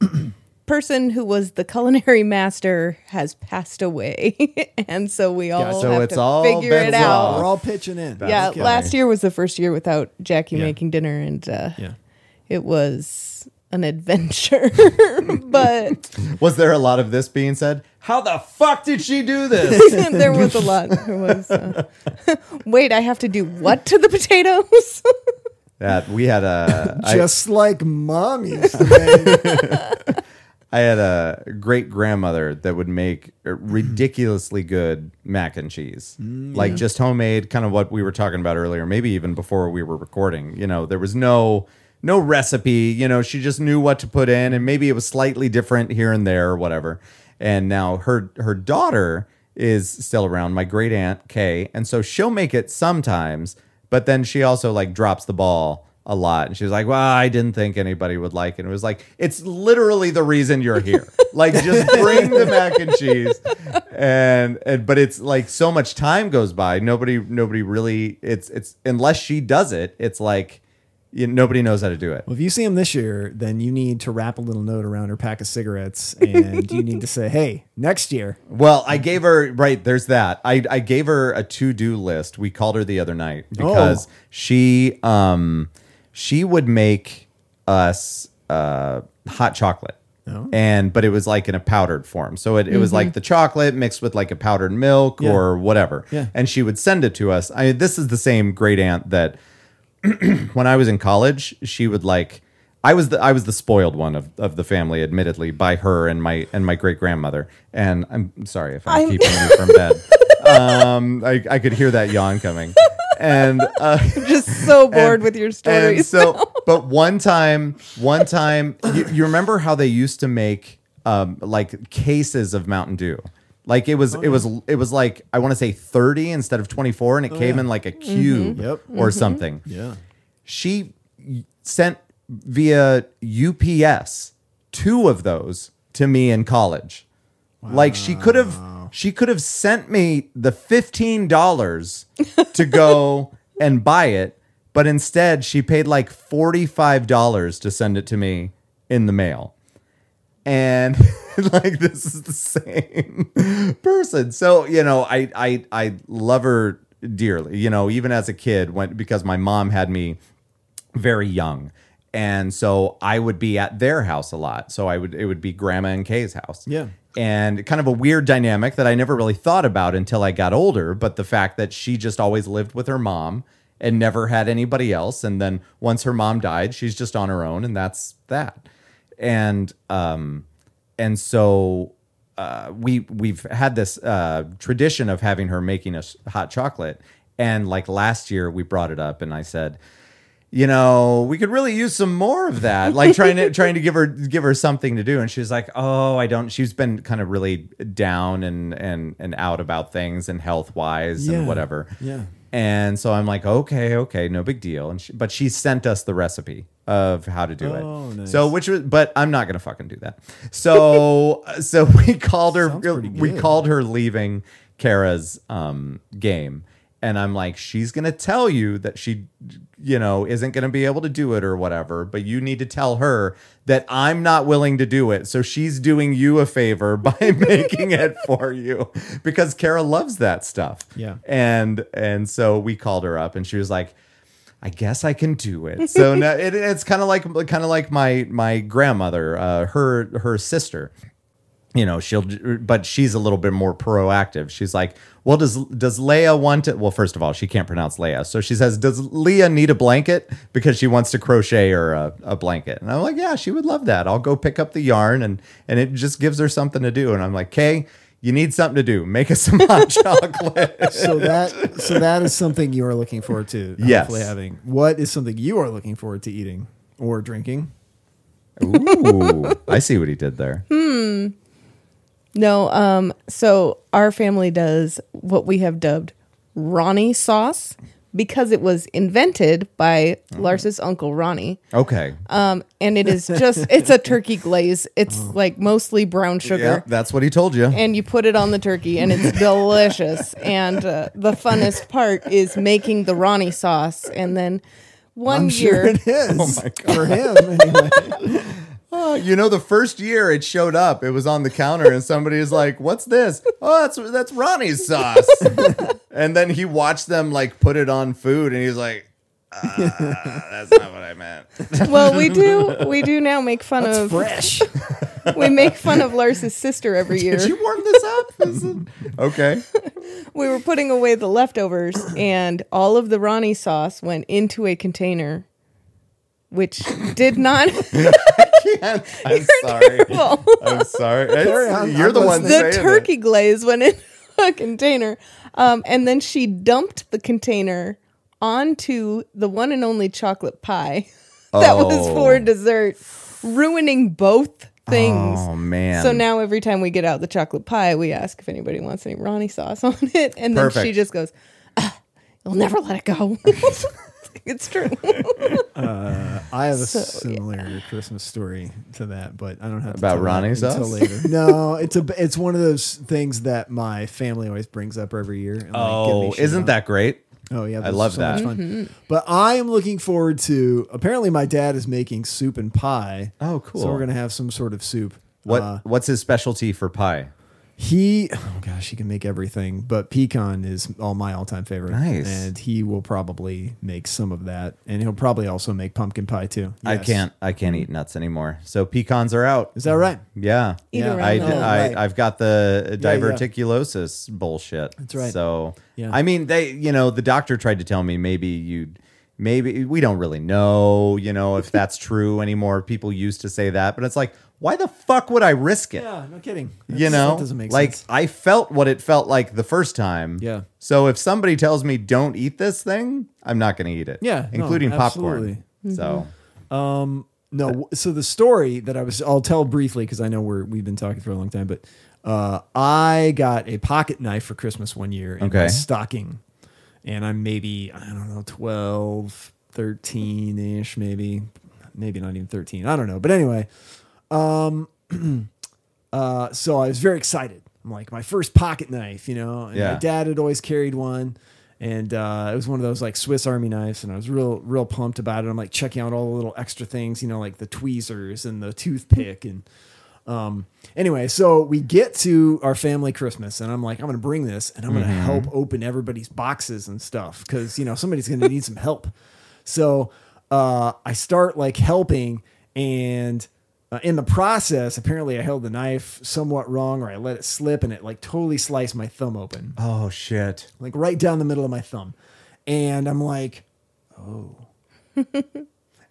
[SPEAKER 2] person who was the culinary master has passed away, and so we all
[SPEAKER 1] so
[SPEAKER 2] have
[SPEAKER 1] it's
[SPEAKER 2] to
[SPEAKER 1] all
[SPEAKER 2] figure it
[SPEAKER 1] bets
[SPEAKER 2] out.
[SPEAKER 1] off.
[SPEAKER 3] We're all pitching in.
[SPEAKER 2] yeah,
[SPEAKER 1] Okay.
[SPEAKER 2] last year was the first year without Jackie
[SPEAKER 3] Yeah.
[SPEAKER 2] making dinner, and uh,
[SPEAKER 3] Yeah.
[SPEAKER 2] it was an adventure. but
[SPEAKER 1] Was there a lot of this being said? How the fuck did she do this?
[SPEAKER 2] there was a lot. There was. Uh, wait, I have to do what to the potatoes?
[SPEAKER 1] that we had a I-
[SPEAKER 3] Just like mom used to make.
[SPEAKER 1] I had a great grandmother that would make ridiculously good mac and cheese, like just homemade, kind of what we were talking about earlier, maybe even before we were recording. You know, there was no no recipe. You know, she just knew what to put in, and maybe it was slightly different here and there or whatever. And now her her daughter is still around, my great aunt Kay, and so she'll make it sometimes, but then she also like drops the ball a lot. And she was like, Well, I didn't think anybody would like it. And it was like, It's literally the reason you're here. like, just bring the mac and cheese. And, and, but it's like so much time goes by. Nobody, nobody really, it's, it's, unless she does it, it's like, you, nobody knows how to do it.
[SPEAKER 3] well, if you see him this year, then you need to wrap a little note around her pack of cigarettes, and you need to say, "Hey, next year."
[SPEAKER 1] Well, I gave her right. There's that. I I gave her a to do list. We called her the other night because
[SPEAKER 3] Oh.
[SPEAKER 1] she um she would make us uh hot chocolate.
[SPEAKER 3] Oh. Mm-hmm.
[SPEAKER 1] And but it was like in a powdered form, so it, it was like the chocolate mixed with like a powdered milk
[SPEAKER 3] Yeah.
[SPEAKER 1] or whatever.
[SPEAKER 3] Yeah.
[SPEAKER 1] And she would send it to us. I this is the same great aunt that when I was in college, she would like I was the I was the spoiled one of, of the family, admittedly, by her and my and my great grandmother. And I'm sorry if I'm,
[SPEAKER 2] I'm-
[SPEAKER 1] keeping you from bed. um, I, I could hear that yawn coming. And uh,
[SPEAKER 2] Just so bored
[SPEAKER 1] and-
[SPEAKER 2] with your
[SPEAKER 1] And
[SPEAKER 2] stories.
[SPEAKER 1] so, but one time, one time, you, you remember how they used to make um, like cases of Mountain Dew. Like it was, it was, it was like I want to say thirty instead of twenty four, and it came in like a
[SPEAKER 2] Mm-hmm.
[SPEAKER 1] cube
[SPEAKER 3] Yep.
[SPEAKER 1] or something
[SPEAKER 3] Yeah.
[SPEAKER 1] she sent via UPS two of those to me in college. Like she could have she could have sent me the $15 to go and buy it, but instead she paid like $45 to send it to me in the mail. and like this is the same person. So you know, I I I love her dearly. You know, even as a kid, when because my mom had me very young. And so I would be at their house a lot. So I would it would be grandma and Kay's house.
[SPEAKER 3] Yeah.
[SPEAKER 1] And kind of a weird dynamic that I never really thought about until I got older, but the fact that she just always lived with her mom and never had anybody else and then once her mom died, she's just on her own and that's that. And um and so uh, we we've had this uh, tradition of having her making us hot chocolate, and like last year we brought it up, and I said, you know, we could really use some more of that. Like trying to trying to give her give her something to do. And she was like, Oh, I don't she's been kind of really down and and and out about things and health wise
[SPEAKER 3] Yeah.
[SPEAKER 1] and whatever.
[SPEAKER 3] Yeah.
[SPEAKER 1] And so I'm like, okay, okay, no big deal. And she, but she sent us the recipe of how to do
[SPEAKER 3] Oh,
[SPEAKER 1] it.
[SPEAKER 3] nice.
[SPEAKER 1] So which was, but I'm not gonna fucking do that. So uh, so we called her.
[SPEAKER 3] Sounds pretty
[SPEAKER 1] We
[SPEAKER 3] good.
[SPEAKER 1] called her leaving Kara's um, game, and I'm like, she's gonna tell you that she, you know, isn't gonna be able to do it or whatever. But you need to tell her that I'm not willing to do it. So she's doing you a favor by making it for you because Kara loves that stuff.
[SPEAKER 3] Yeah.
[SPEAKER 1] and and so we called her up, and she was like. I guess I can do it. So now it, it's kind of like kind of like my my grandmother, uh, her her sister. You know, she'll but she's a little bit more proactive. She's like, "Well, does does Leia want it?" Well, first of all, she can't pronounce Leia, so she says, "Does Leah need a blanket?" Because she wants to crochet her a, a blanket. And I'm like, "Yeah, she would love that. I'll go pick up the yarn and and it just gives her something to do." And I'm like, "Kay, you need something to do. Make us some hot chocolate."
[SPEAKER 3] So that so that is something you are looking forward to.
[SPEAKER 1] Yes.
[SPEAKER 3] Hopefully having. What is something you are looking forward to eating or drinking?
[SPEAKER 1] Ooh, I see what he did there.
[SPEAKER 2] No, um, so our family does what we have dubbed Ronnie sauce because it was invented by Lars's uncle Ronnie.
[SPEAKER 1] Okay.
[SPEAKER 2] Um, and it is just it's a turkey glaze. It's like mostly brown
[SPEAKER 1] Yeah,
[SPEAKER 2] sugar.
[SPEAKER 1] that's what he told you.
[SPEAKER 2] And you put it on the turkey, and it's delicious. and uh, the funnest part is making the Ronnie sauce. And then one
[SPEAKER 3] I'm sure
[SPEAKER 2] year,
[SPEAKER 3] it is.
[SPEAKER 1] Oh my
[SPEAKER 3] For him, anyway.
[SPEAKER 1] Oh, you know, the first year it showed up, it was on the counter, and somebody is like, "What's this? Oh, that's that's Ronnie's sauce." and then he watched them like put it on food, and he's like, "Ah, "That's not what I meant."
[SPEAKER 2] well, we do we do now make fun of
[SPEAKER 3] fresh.
[SPEAKER 2] we make fun of Lars's sister every year.
[SPEAKER 1] Did you warm this up? This is- okay.
[SPEAKER 2] we were putting away the leftovers and all of the Ronnie sauce went into a container which did not
[SPEAKER 1] I'm, sorry.
[SPEAKER 2] well,
[SPEAKER 1] I'm sorry. It's-
[SPEAKER 3] Carry on.
[SPEAKER 1] You're
[SPEAKER 3] I'm
[SPEAKER 1] the
[SPEAKER 3] listening.
[SPEAKER 1] one.
[SPEAKER 2] the
[SPEAKER 1] saying it.
[SPEAKER 2] turkey glaze went in a container um, and then she dumped the container onto the one and only chocolate pie that was
[SPEAKER 1] Oh.
[SPEAKER 2] for dessert ruining both things
[SPEAKER 1] Oh man.
[SPEAKER 2] So now every time we get out the chocolate pie, we ask if anybody wants any Ronnie sauce on it, and then she
[SPEAKER 1] Perfect.
[SPEAKER 2] just goes, "Ah, "You'll never let it go." it's true.
[SPEAKER 3] I have a
[SPEAKER 2] So, yeah.
[SPEAKER 3] similar Christmas story to that, but I don't have to
[SPEAKER 1] About
[SPEAKER 3] tell that
[SPEAKER 1] Ronnie's
[SPEAKER 3] until
[SPEAKER 1] sauce?
[SPEAKER 3] later. no, it's a it's one of those things that my family always brings up every year. and, like, give me
[SPEAKER 1] oh,
[SPEAKER 3] shit
[SPEAKER 1] isn't
[SPEAKER 3] on.
[SPEAKER 1] that great?
[SPEAKER 3] Oh yeah,
[SPEAKER 1] I
[SPEAKER 3] those are
[SPEAKER 1] love
[SPEAKER 3] so much
[SPEAKER 1] that.
[SPEAKER 3] fun. But I am looking forward to. Apparently, my dad is making soup and pie.
[SPEAKER 1] Oh, cool.
[SPEAKER 3] So we're gonna have some sort of soup.
[SPEAKER 1] What
[SPEAKER 3] Uh,
[SPEAKER 1] What's his specialty for pie?
[SPEAKER 3] he? Oh gosh, he can make everything, but pecan is all my all-time favorite.
[SPEAKER 1] Nice.
[SPEAKER 3] and he will probably make some of that, and he'll probably also make pumpkin pie too.
[SPEAKER 1] I
[SPEAKER 3] Yes.
[SPEAKER 1] can't. I can't eat nuats anymore. So pecans are out.
[SPEAKER 3] Is that right?
[SPEAKER 1] Yeah.
[SPEAKER 2] Eat
[SPEAKER 3] Yeah.
[SPEAKER 2] around
[SPEAKER 1] I,
[SPEAKER 2] the-
[SPEAKER 3] Oh,
[SPEAKER 1] I,
[SPEAKER 3] right.
[SPEAKER 1] I've got the
[SPEAKER 3] Yeah, yeah.
[SPEAKER 1] diverticulosis bullshit. That's
[SPEAKER 3] right.
[SPEAKER 1] So,
[SPEAKER 3] Yeah.
[SPEAKER 1] I mean, they, you know, the doctor tried to tell me maybe you'd, maybe we don't really know, you know, if that's true anymore. People used to say that, but it's like, why the fuck would I risk it?
[SPEAKER 3] Yeah, no kidding.
[SPEAKER 1] You
[SPEAKER 3] That's-
[SPEAKER 1] know,
[SPEAKER 3] that doesn't make
[SPEAKER 1] like
[SPEAKER 3] sense.
[SPEAKER 1] I felt what it felt like the first time.
[SPEAKER 3] Yeah.
[SPEAKER 1] So if somebody tells me don't eat this thing, I'm not going to eat it.
[SPEAKER 3] Yeah, no,
[SPEAKER 1] Including popcorn.
[SPEAKER 3] absolutely.
[SPEAKER 1] So
[SPEAKER 3] No, w- so the story that I was I'll tell briefly because I know we're we've been talking for a long time, but uh, I got a pocket knife for Christmas one year in
[SPEAKER 1] Okay.
[SPEAKER 3] my stocking, and I'm maybe I don't know 12, 13 ish, maybe, maybe not even thirteen. I don't know, but anyway, uh, so I was very excited. I'm like my first pocket knife, you know. And
[SPEAKER 1] Yeah.
[SPEAKER 3] my dad had always carried one, and uh, it was one of those like Swiss Army knives, and I was real, real pumped about it. I'm like checking out all the little extra things, you know, like the tweezers and the toothpick, and
[SPEAKER 6] Um, anyway, so we get to our family Christmas, and I'm like, I'm going to bring this, and I'm going to help open everybody's boxes and stuff because you know somebody's going to need some help. So uh, I start like helping, and uh, in the process, apparently I held the knife somewhat wrong, or I let it slip, and it like totally sliced my thumb open
[SPEAKER 3] Mm-hmm.
[SPEAKER 1] Oh shit.
[SPEAKER 6] like right down the middle of my thumb. And I'm like, oh.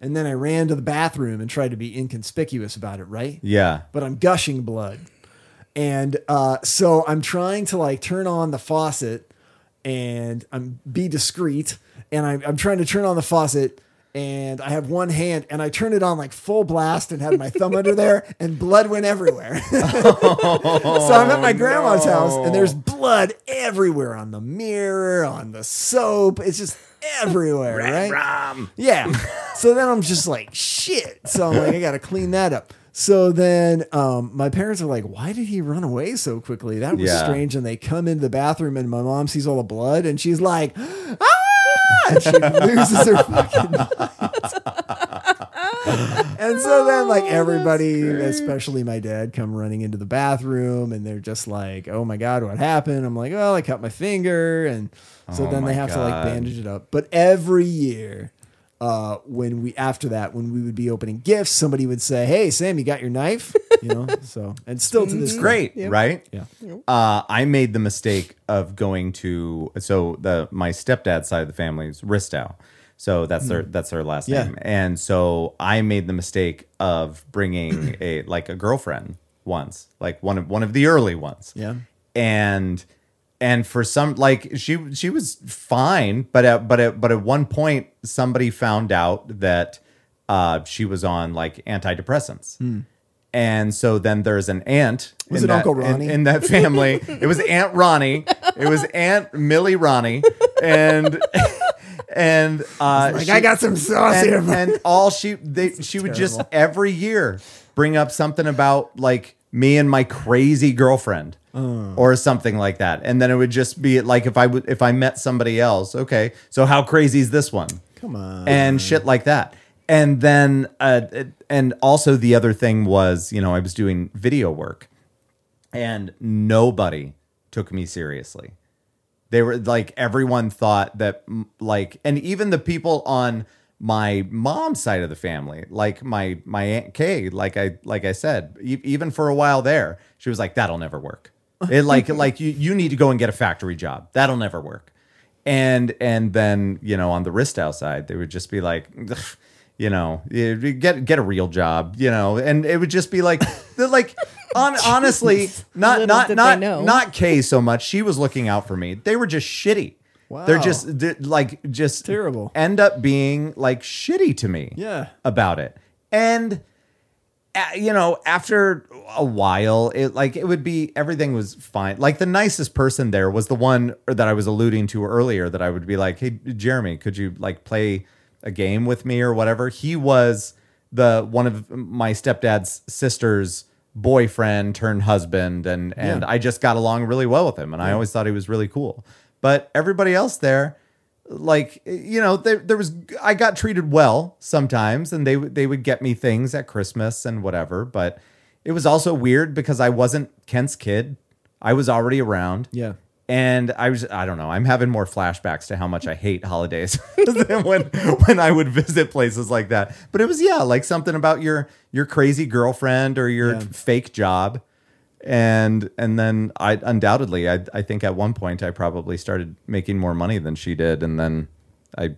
[SPEAKER 6] and then I ran to the bathroom and tried to be inconspicuous about it, right?
[SPEAKER 1] Yeah.
[SPEAKER 6] But I'm gushing blood. And uh, so I'm trying to like turn on the faucet and I'm be discreet. And I'm, I'm trying to turn on the faucet and I have one hand and I turned it on like full blast and had my thumb under there and blood went everywhere. So I'm at my grandma's house and there's blood everywhere on the mirror, on the soap. It's just everywhere, right?
[SPEAKER 1] Um,
[SPEAKER 6] Yeah. so then I'm just like, shit. So I'm like, I gotta clean that up. So then um, my parents are like, why did he run away so quickly? That was
[SPEAKER 1] Yeah.
[SPEAKER 6] strange. And they come into the bathroom and my mom sees all the blood and she's like, ah! And she loses her fucking mind. And so then, like
[SPEAKER 1] Oh,
[SPEAKER 6] everybody, especially my dad, come running into the bathroom, and they're just like, "Oh my god, what happened?" I'm like, "Well, I cut my finger," and so
[SPEAKER 1] Oh
[SPEAKER 6] then
[SPEAKER 1] my
[SPEAKER 6] they have to like
[SPEAKER 1] God.
[SPEAKER 6] bandage it up. But every year, uh, when we after that, when we would be opening gifts, somebody would say, "Hey, Sam, you got your knife?" You know, so and still to this day.
[SPEAKER 1] Mm-hmm. Great,
[SPEAKER 2] Yep.
[SPEAKER 1] right?
[SPEAKER 6] yeah.
[SPEAKER 1] Uh, I made the mistake of going to so the my stepdad's side of the family is Ristow, so that's their that's their last
[SPEAKER 6] Hmm. Yeah.
[SPEAKER 1] name, and so I made the mistake of bringing a like a girlfriend once, like one of one of the early ones,
[SPEAKER 6] Yeah.
[SPEAKER 1] and and for some like she she was fine, but at, but at, but at one point somebody found out that uh, she was on like antidepressants. And so then there's an aunt.
[SPEAKER 6] Hmm. Was
[SPEAKER 1] in
[SPEAKER 6] it
[SPEAKER 1] that-
[SPEAKER 6] Uncle
[SPEAKER 1] in-
[SPEAKER 6] Ronnie?
[SPEAKER 1] in that family. It was Aunt Ronnie. It was Aunt Millie Ronnie, and and uh,
[SPEAKER 6] Like
[SPEAKER 1] she-
[SPEAKER 6] I got some sauce
[SPEAKER 1] and,
[SPEAKER 6] here.
[SPEAKER 1] and all she they, she would just every year bring up something about like me and my crazy girlfriend
[SPEAKER 6] Oh.
[SPEAKER 1] or something like that, and then it would just be like if I would if I met somebody else. Okay, so how crazy is this one?
[SPEAKER 6] Come on.
[SPEAKER 1] and shit like that. And then, uh, it- and also the other thing was, you know, I was doing video work, and nobody took me seriously. They were like everyone thought that, mm, like, and even the people on my mom's side of the family, like my my aunt Kay, like I like I said, e- even for a while there, she was like, "That'll never work." It like like you you need to go and get a factory job. That'll never work and and then you know on the wrist outside they would just be like "Ugh," you know "Yeah, get get a real job you know and it would just be like they're like on, honestly not
[SPEAKER 2] Little
[SPEAKER 1] not
[SPEAKER 2] did they
[SPEAKER 1] not
[SPEAKER 2] know.
[SPEAKER 1] not Kay so much she was looking out for me they were just shitty they're
[SPEAKER 6] Wow.
[SPEAKER 1] just they're, like just
[SPEAKER 6] Terrible.
[SPEAKER 1] end up being like shitty to me
[SPEAKER 6] Yeah.
[SPEAKER 1] about it and a- you know after a while it like it would be everything was fine like the nicest person there was the one that i was alluding to earlier that i would be like hey jeremy could you like play a game with me or whatever he was the one of my stepdad's sister's boyfriend turned husband and and
[SPEAKER 6] Yeah.
[SPEAKER 1] i just got along really well with him and i always thought he was really cool but everybody else there like eh, you know there, there was i got treated well sometimes and they would- they would get me things at christmas and whatever but it was also weird because i wasn't kent's kid i was already around
[SPEAKER 6] Yeah.
[SPEAKER 1] and i was i don't know i'm having more flashbacks to how much i hate holidays than when when i would visit places like that but it was yeah like something about your your crazy girlfriend or your
[SPEAKER 6] Yeah.
[SPEAKER 1] fake job and and then I undoubtedly I I think at one point I probably started making more money than she did, and then I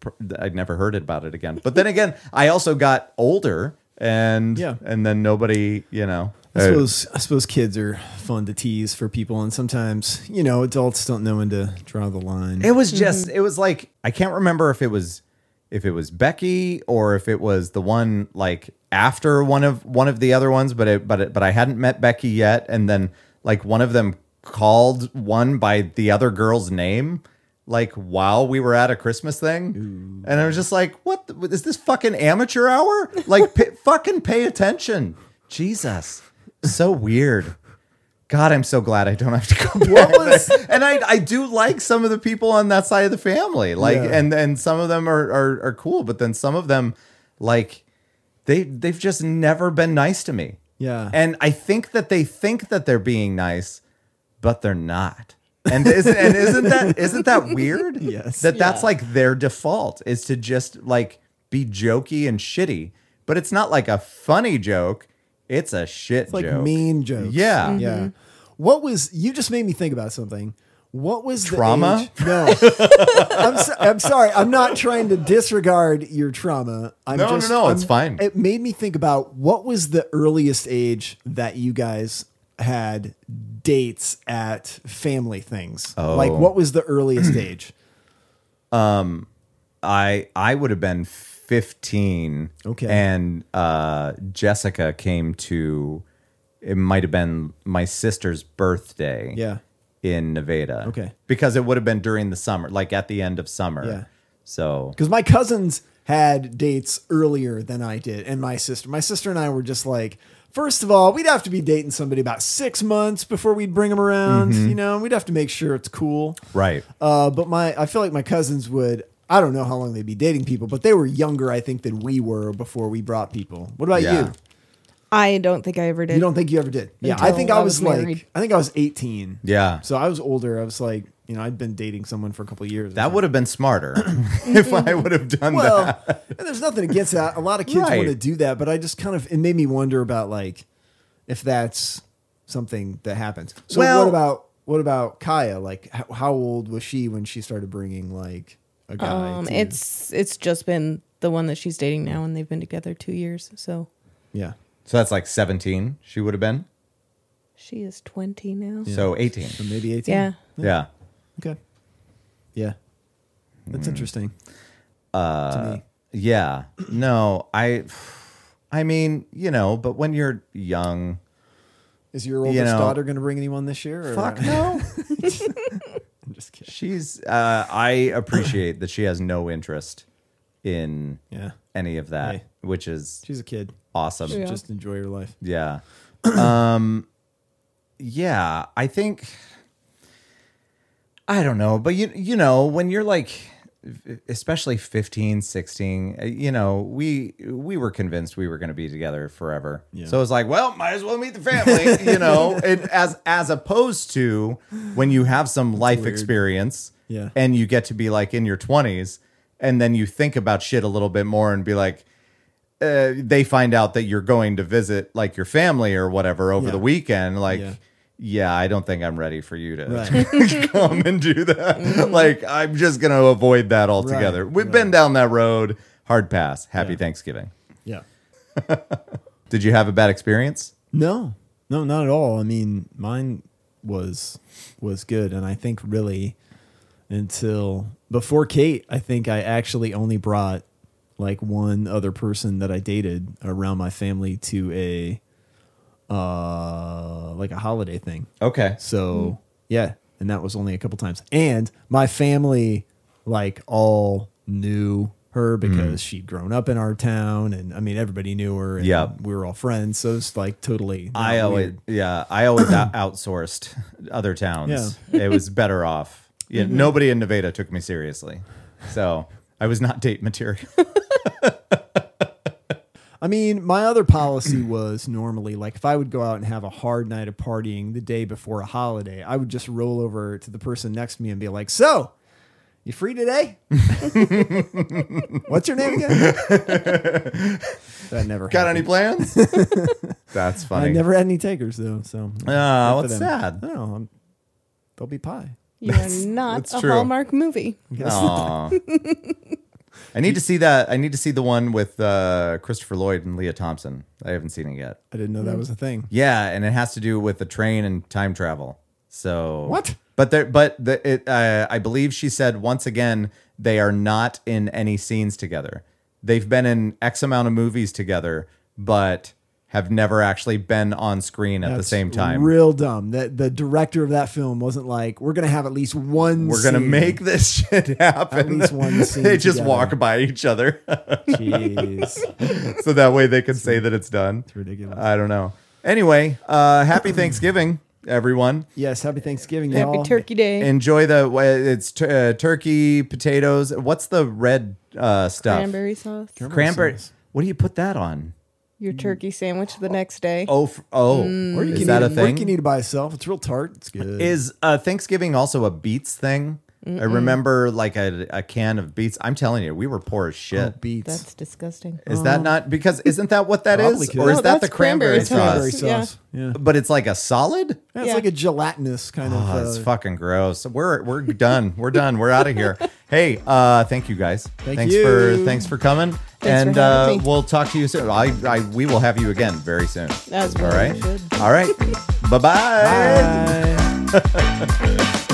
[SPEAKER 1] pr- I never heard about it again. But then again, I also got older, and
[SPEAKER 6] Yeah.
[SPEAKER 1] and then nobody, you know,
[SPEAKER 6] I
[SPEAKER 1] uh,
[SPEAKER 6] suppose I suppose kids are fun to tease for people, and sometimes you know adults don't know when to draw the line.
[SPEAKER 1] it was just it was like I can't remember if it was if it was Becky or if it was the one like after one of one of the other ones, but it but it, but I hadn't met Becky yet, and then like one of them called one by the other girl's name like while we were at a Christmas thing, and I was just like, what the, is this fucking amateur hour? Like p- fucking pay attention, Jesus, so weird. God, I'm so glad I don't have to go back. and I, I do like some of the people on that side of the family. Like
[SPEAKER 6] Yeah.
[SPEAKER 1] and and some of them are, are are cool, but then some of them like they they've just never been nice to me.
[SPEAKER 6] Yeah.
[SPEAKER 1] And I think that they think that they're being nice, but they're not. And isn't, and isn't that isn't that weird?
[SPEAKER 6] Yes.
[SPEAKER 1] That that's
[SPEAKER 7] Yeah.
[SPEAKER 1] like their default is to just like be jokey and shitty, but it's not like a funny joke. It's a shit
[SPEAKER 6] It's like
[SPEAKER 1] joke.
[SPEAKER 6] mean jokes.
[SPEAKER 1] Yeah.
[SPEAKER 6] Yeah. What was you just made me think about something? What was the
[SPEAKER 1] Trauma?
[SPEAKER 6] age- No, I'm, so, I'm sorry. I'm not trying to disregard your trauma. I'm
[SPEAKER 1] No, no,
[SPEAKER 6] just,
[SPEAKER 1] no, it's
[SPEAKER 6] I'm-
[SPEAKER 1] fine.
[SPEAKER 6] It made me think about what was the earliest age that you guys had dates at family things.
[SPEAKER 1] Oh.
[SPEAKER 6] Like, what was the earliest age?
[SPEAKER 1] I I would have been 15.
[SPEAKER 6] Okay.
[SPEAKER 1] And uh, Jessica came to it might have been my sister's birthday.
[SPEAKER 6] Yeah.
[SPEAKER 1] In Nevada.
[SPEAKER 6] Okay.
[SPEAKER 1] Because it would have been during the summer, like at the end of summer.
[SPEAKER 6] Yeah.
[SPEAKER 1] So
[SPEAKER 6] because my cousins had dates earlier than I did, and my sister. My sister and I were just like, first of all, we'd have to be dating somebody about six months before we'd bring them around.
[SPEAKER 1] Mm-hmm.
[SPEAKER 6] You know, we'd have to make sure it's cool.
[SPEAKER 1] right.
[SPEAKER 6] Uh, but my, I feel like my cousins would. I don't know how long they'd be dating people, but they were younger, I think, than we were before we brought people. What about
[SPEAKER 1] Yeah.
[SPEAKER 6] you?
[SPEAKER 2] I don't think I ever did.
[SPEAKER 6] You don't think you ever did? Yeah, I
[SPEAKER 2] Until
[SPEAKER 6] think I
[SPEAKER 2] I
[SPEAKER 6] was,
[SPEAKER 2] was
[SPEAKER 6] like,
[SPEAKER 2] married.
[SPEAKER 6] I think I was eighteen.
[SPEAKER 1] Yeah.
[SPEAKER 6] So I was older. I was like, you know, I'd been dating someone for a couple years.
[SPEAKER 1] that would have been smarter if I would have done that.
[SPEAKER 6] Well, and there's nothing against that. A lot of kids
[SPEAKER 1] Right.
[SPEAKER 6] want to do that, but I just kind of it made me wonder about like if that's something that happens. So
[SPEAKER 1] Well-
[SPEAKER 6] what about what about Kaya? Like how, how old was she when she started bringing like a guy?
[SPEAKER 2] Um,
[SPEAKER 6] to-
[SPEAKER 2] it's it's just been the one that she's dating now, and they've been together two years. So
[SPEAKER 6] yeah.
[SPEAKER 1] So that's like 17 she would have been.
[SPEAKER 2] she is twenty now. Yeah,
[SPEAKER 1] So 18.
[SPEAKER 6] So maybe 18.
[SPEAKER 2] yeah.
[SPEAKER 1] Yeah.
[SPEAKER 6] Okay. Yeah. That's interesting. to me.
[SPEAKER 1] Uh, Yeah. No, I I mean, you know, but when you're young,
[SPEAKER 6] Is your oldest
[SPEAKER 1] know-
[SPEAKER 6] daughter going to bring anyone this year? Or?
[SPEAKER 1] fuck no.
[SPEAKER 6] I'm just kidding.
[SPEAKER 1] She's. Uh, I appreciate that she has no interest in
[SPEAKER 6] Yeah.
[SPEAKER 1] any of that,
[SPEAKER 6] Hey.
[SPEAKER 1] which is
[SPEAKER 6] She's a kid.
[SPEAKER 1] awesome.
[SPEAKER 2] Yeah.
[SPEAKER 6] Just enjoy your life.
[SPEAKER 1] Yeah. Um. Yeah, I think. I don't know, but you you know when you're like especially 15 16 uh, you know we we were convinced we were going to be together forever
[SPEAKER 6] Yeah.
[SPEAKER 1] so it's like well might as well meet the family you know and as as opposed to when you have some life experience
[SPEAKER 6] Yeah.
[SPEAKER 1] and you get to be like in your 20s and then you think about shit a little bit more and be like uh, they find out that you're going to visit like your family or whatever over
[SPEAKER 6] Yeah.
[SPEAKER 1] the weekend like
[SPEAKER 6] Yeah.
[SPEAKER 1] yeah. I don't think I'm ready for you to
[SPEAKER 6] Right. Mm.
[SPEAKER 1] come and do that. Like, I'm just going to avoid that altogether.
[SPEAKER 6] Right,
[SPEAKER 1] We've been down that road. Hard pass. Happy
[SPEAKER 6] Yeah.
[SPEAKER 1] Thanksgiving.
[SPEAKER 6] yeah.
[SPEAKER 1] Did you have a bad experience?
[SPEAKER 6] No, no, not at all. I mean, mine was was good, and I think really until before Kate, I think I actually only brought like one other person that I dated around my family to a uh like a holiday thing.
[SPEAKER 1] Okay.
[SPEAKER 6] So yeah, and that was only a couple times. And my family like all knew her because she'd grown up in our town, and I mean everybody knew her. And
[SPEAKER 1] Yep.
[SPEAKER 6] we were all friends, so it's like totally. not
[SPEAKER 1] I always,
[SPEAKER 6] weird.
[SPEAKER 1] yeah, I always out- outsourced other towns. It was better off. Yeah,
[SPEAKER 6] Mm-hmm.
[SPEAKER 1] Nobody in Nevada took me seriously. So I was not date material.
[SPEAKER 6] I mean, my other policy was normally like if I would go out and have a hard night of partying the day before a holiday, I would just roll over to the person next to me and be like, "So, you free today? What's your name again?" that never
[SPEAKER 1] Got
[SPEAKER 6] happened.
[SPEAKER 1] any plans? That's funny.
[SPEAKER 6] I never had any takers though, so
[SPEAKER 1] Oh,
[SPEAKER 6] good for
[SPEAKER 1] it's
[SPEAKER 6] them.
[SPEAKER 1] sad.
[SPEAKER 6] No, I'm, they'll be pie.
[SPEAKER 2] You are not
[SPEAKER 1] that's
[SPEAKER 2] a
[SPEAKER 1] true.
[SPEAKER 2] Hallmark movie.
[SPEAKER 1] Aw. I need to see that. I need to see the one with uh, Christopher Lloyd and Leah Thompson. I haven't seen it yet.
[SPEAKER 6] I didn't know that was a thing.
[SPEAKER 1] Yeah, and it has to do with the train and time travel. So
[SPEAKER 6] What?
[SPEAKER 1] But there, but the, it, uh, I believe she said once again they are not in any scenes together. They've been in X amount of movies together, but have never actually been on screen at the
[SPEAKER 6] That's
[SPEAKER 1] same time.
[SPEAKER 6] real dumb. That the director of that film wasn't like, "We're gonna have at least one.
[SPEAKER 1] We're gonna
[SPEAKER 6] scene."
[SPEAKER 1] make this shit happen.
[SPEAKER 6] least one scene
[SPEAKER 1] they just
[SPEAKER 6] together.
[SPEAKER 1] walk by each other.
[SPEAKER 6] Jeez.
[SPEAKER 1] so that way they can say that it's done. It's
[SPEAKER 6] ridiculous.
[SPEAKER 1] I don't know. Anyway, uh, happy Thanksgiving, everyone.
[SPEAKER 6] Yes, happy Thanksgiving, y'all.
[SPEAKER 2] Happy Turkey Day.
[SPEAKER 1] Enjoy the well, it's tu- uh, turkey, potatoes. What's the red uh, stuff?
[SPEAKER 2] Cranberry sauce.
[SPEAKER 1] Cranberry.
[SPEAKER 6] sauce.
[SPEAKER 1] What do you put that on?
[SPEAKER 2] your turkey sandwich the next day.
[SPEAKER 1] Oh, f- oh,
[SPEAKER 6] Or you
[SPEAKER 1] is
[SPEAKER 6] can
[SPEAKER 1] that
[SPEAKER 6] eat
[SPEAKER 1] a
[SPEAKER 6] it- or You
[SPEAKER 1] thing?
[SPEAKER 6] can eat it by itself. It's real tart. It's good.
[SPEAKER 1] Is uh, Thanksgiving also a beets thing? I remember like a, a can of beets. I'm telling you, we were poor as shit.
[SPEAKER 6] Oh, beets.
[SPEAKER 2] That's disgusting.
[SPEAKER 1] is that not because isn't that what that
[SPEAKER 6] Probably
[SPEAKER 1] is,
[SPEAKER 6] could.
[SPEAKER 1] or is
[SPEAKER 6] No,
[SPEAKER 1] that the
[SPEAKER 2] that's
[SPEAKER 1] cranberry,
[SPEAKER 2] cranberry
[SPEAKER 6] It's cranberry
[SPEAKER 1] sauce?
[SPEAKER 2] sauce, yeah.
[SPEAKER 6] sauce. Yeah.
[SPEAKER 1] But it's like a solid.
[SPEAKER 6] Yeah, it's
[SPEAKER 2] Yeah.
[SPEAKER 6] like a gelatinous kind of.
[SPEAKER 1] Oh, it's
[SPEAKER 6] uh,
[SPEAKER 1] fucking gross. We're we're done. We're done. We're out of here. Hey, uh, thank you guys.
[SPEAKER 6] Thank
[SPEAKER 1] thanks
[SPEAKER 6] you.
[SPEAKER 1] for thanks for coming. and
[SPEAKER 2] for having
[SPEAKER 1] uh,
[SPEAKER 2] me.
[SPEAKER 1] we'll talk to you soon. I, I we will have you again very soon.
[SPEAKER 2] As we
[SPEAKER 1] All right.
[SPEAKER 2] should.
[SPEAKER 1] All right. Bye-bye.
[SPEAKER 6] Bye.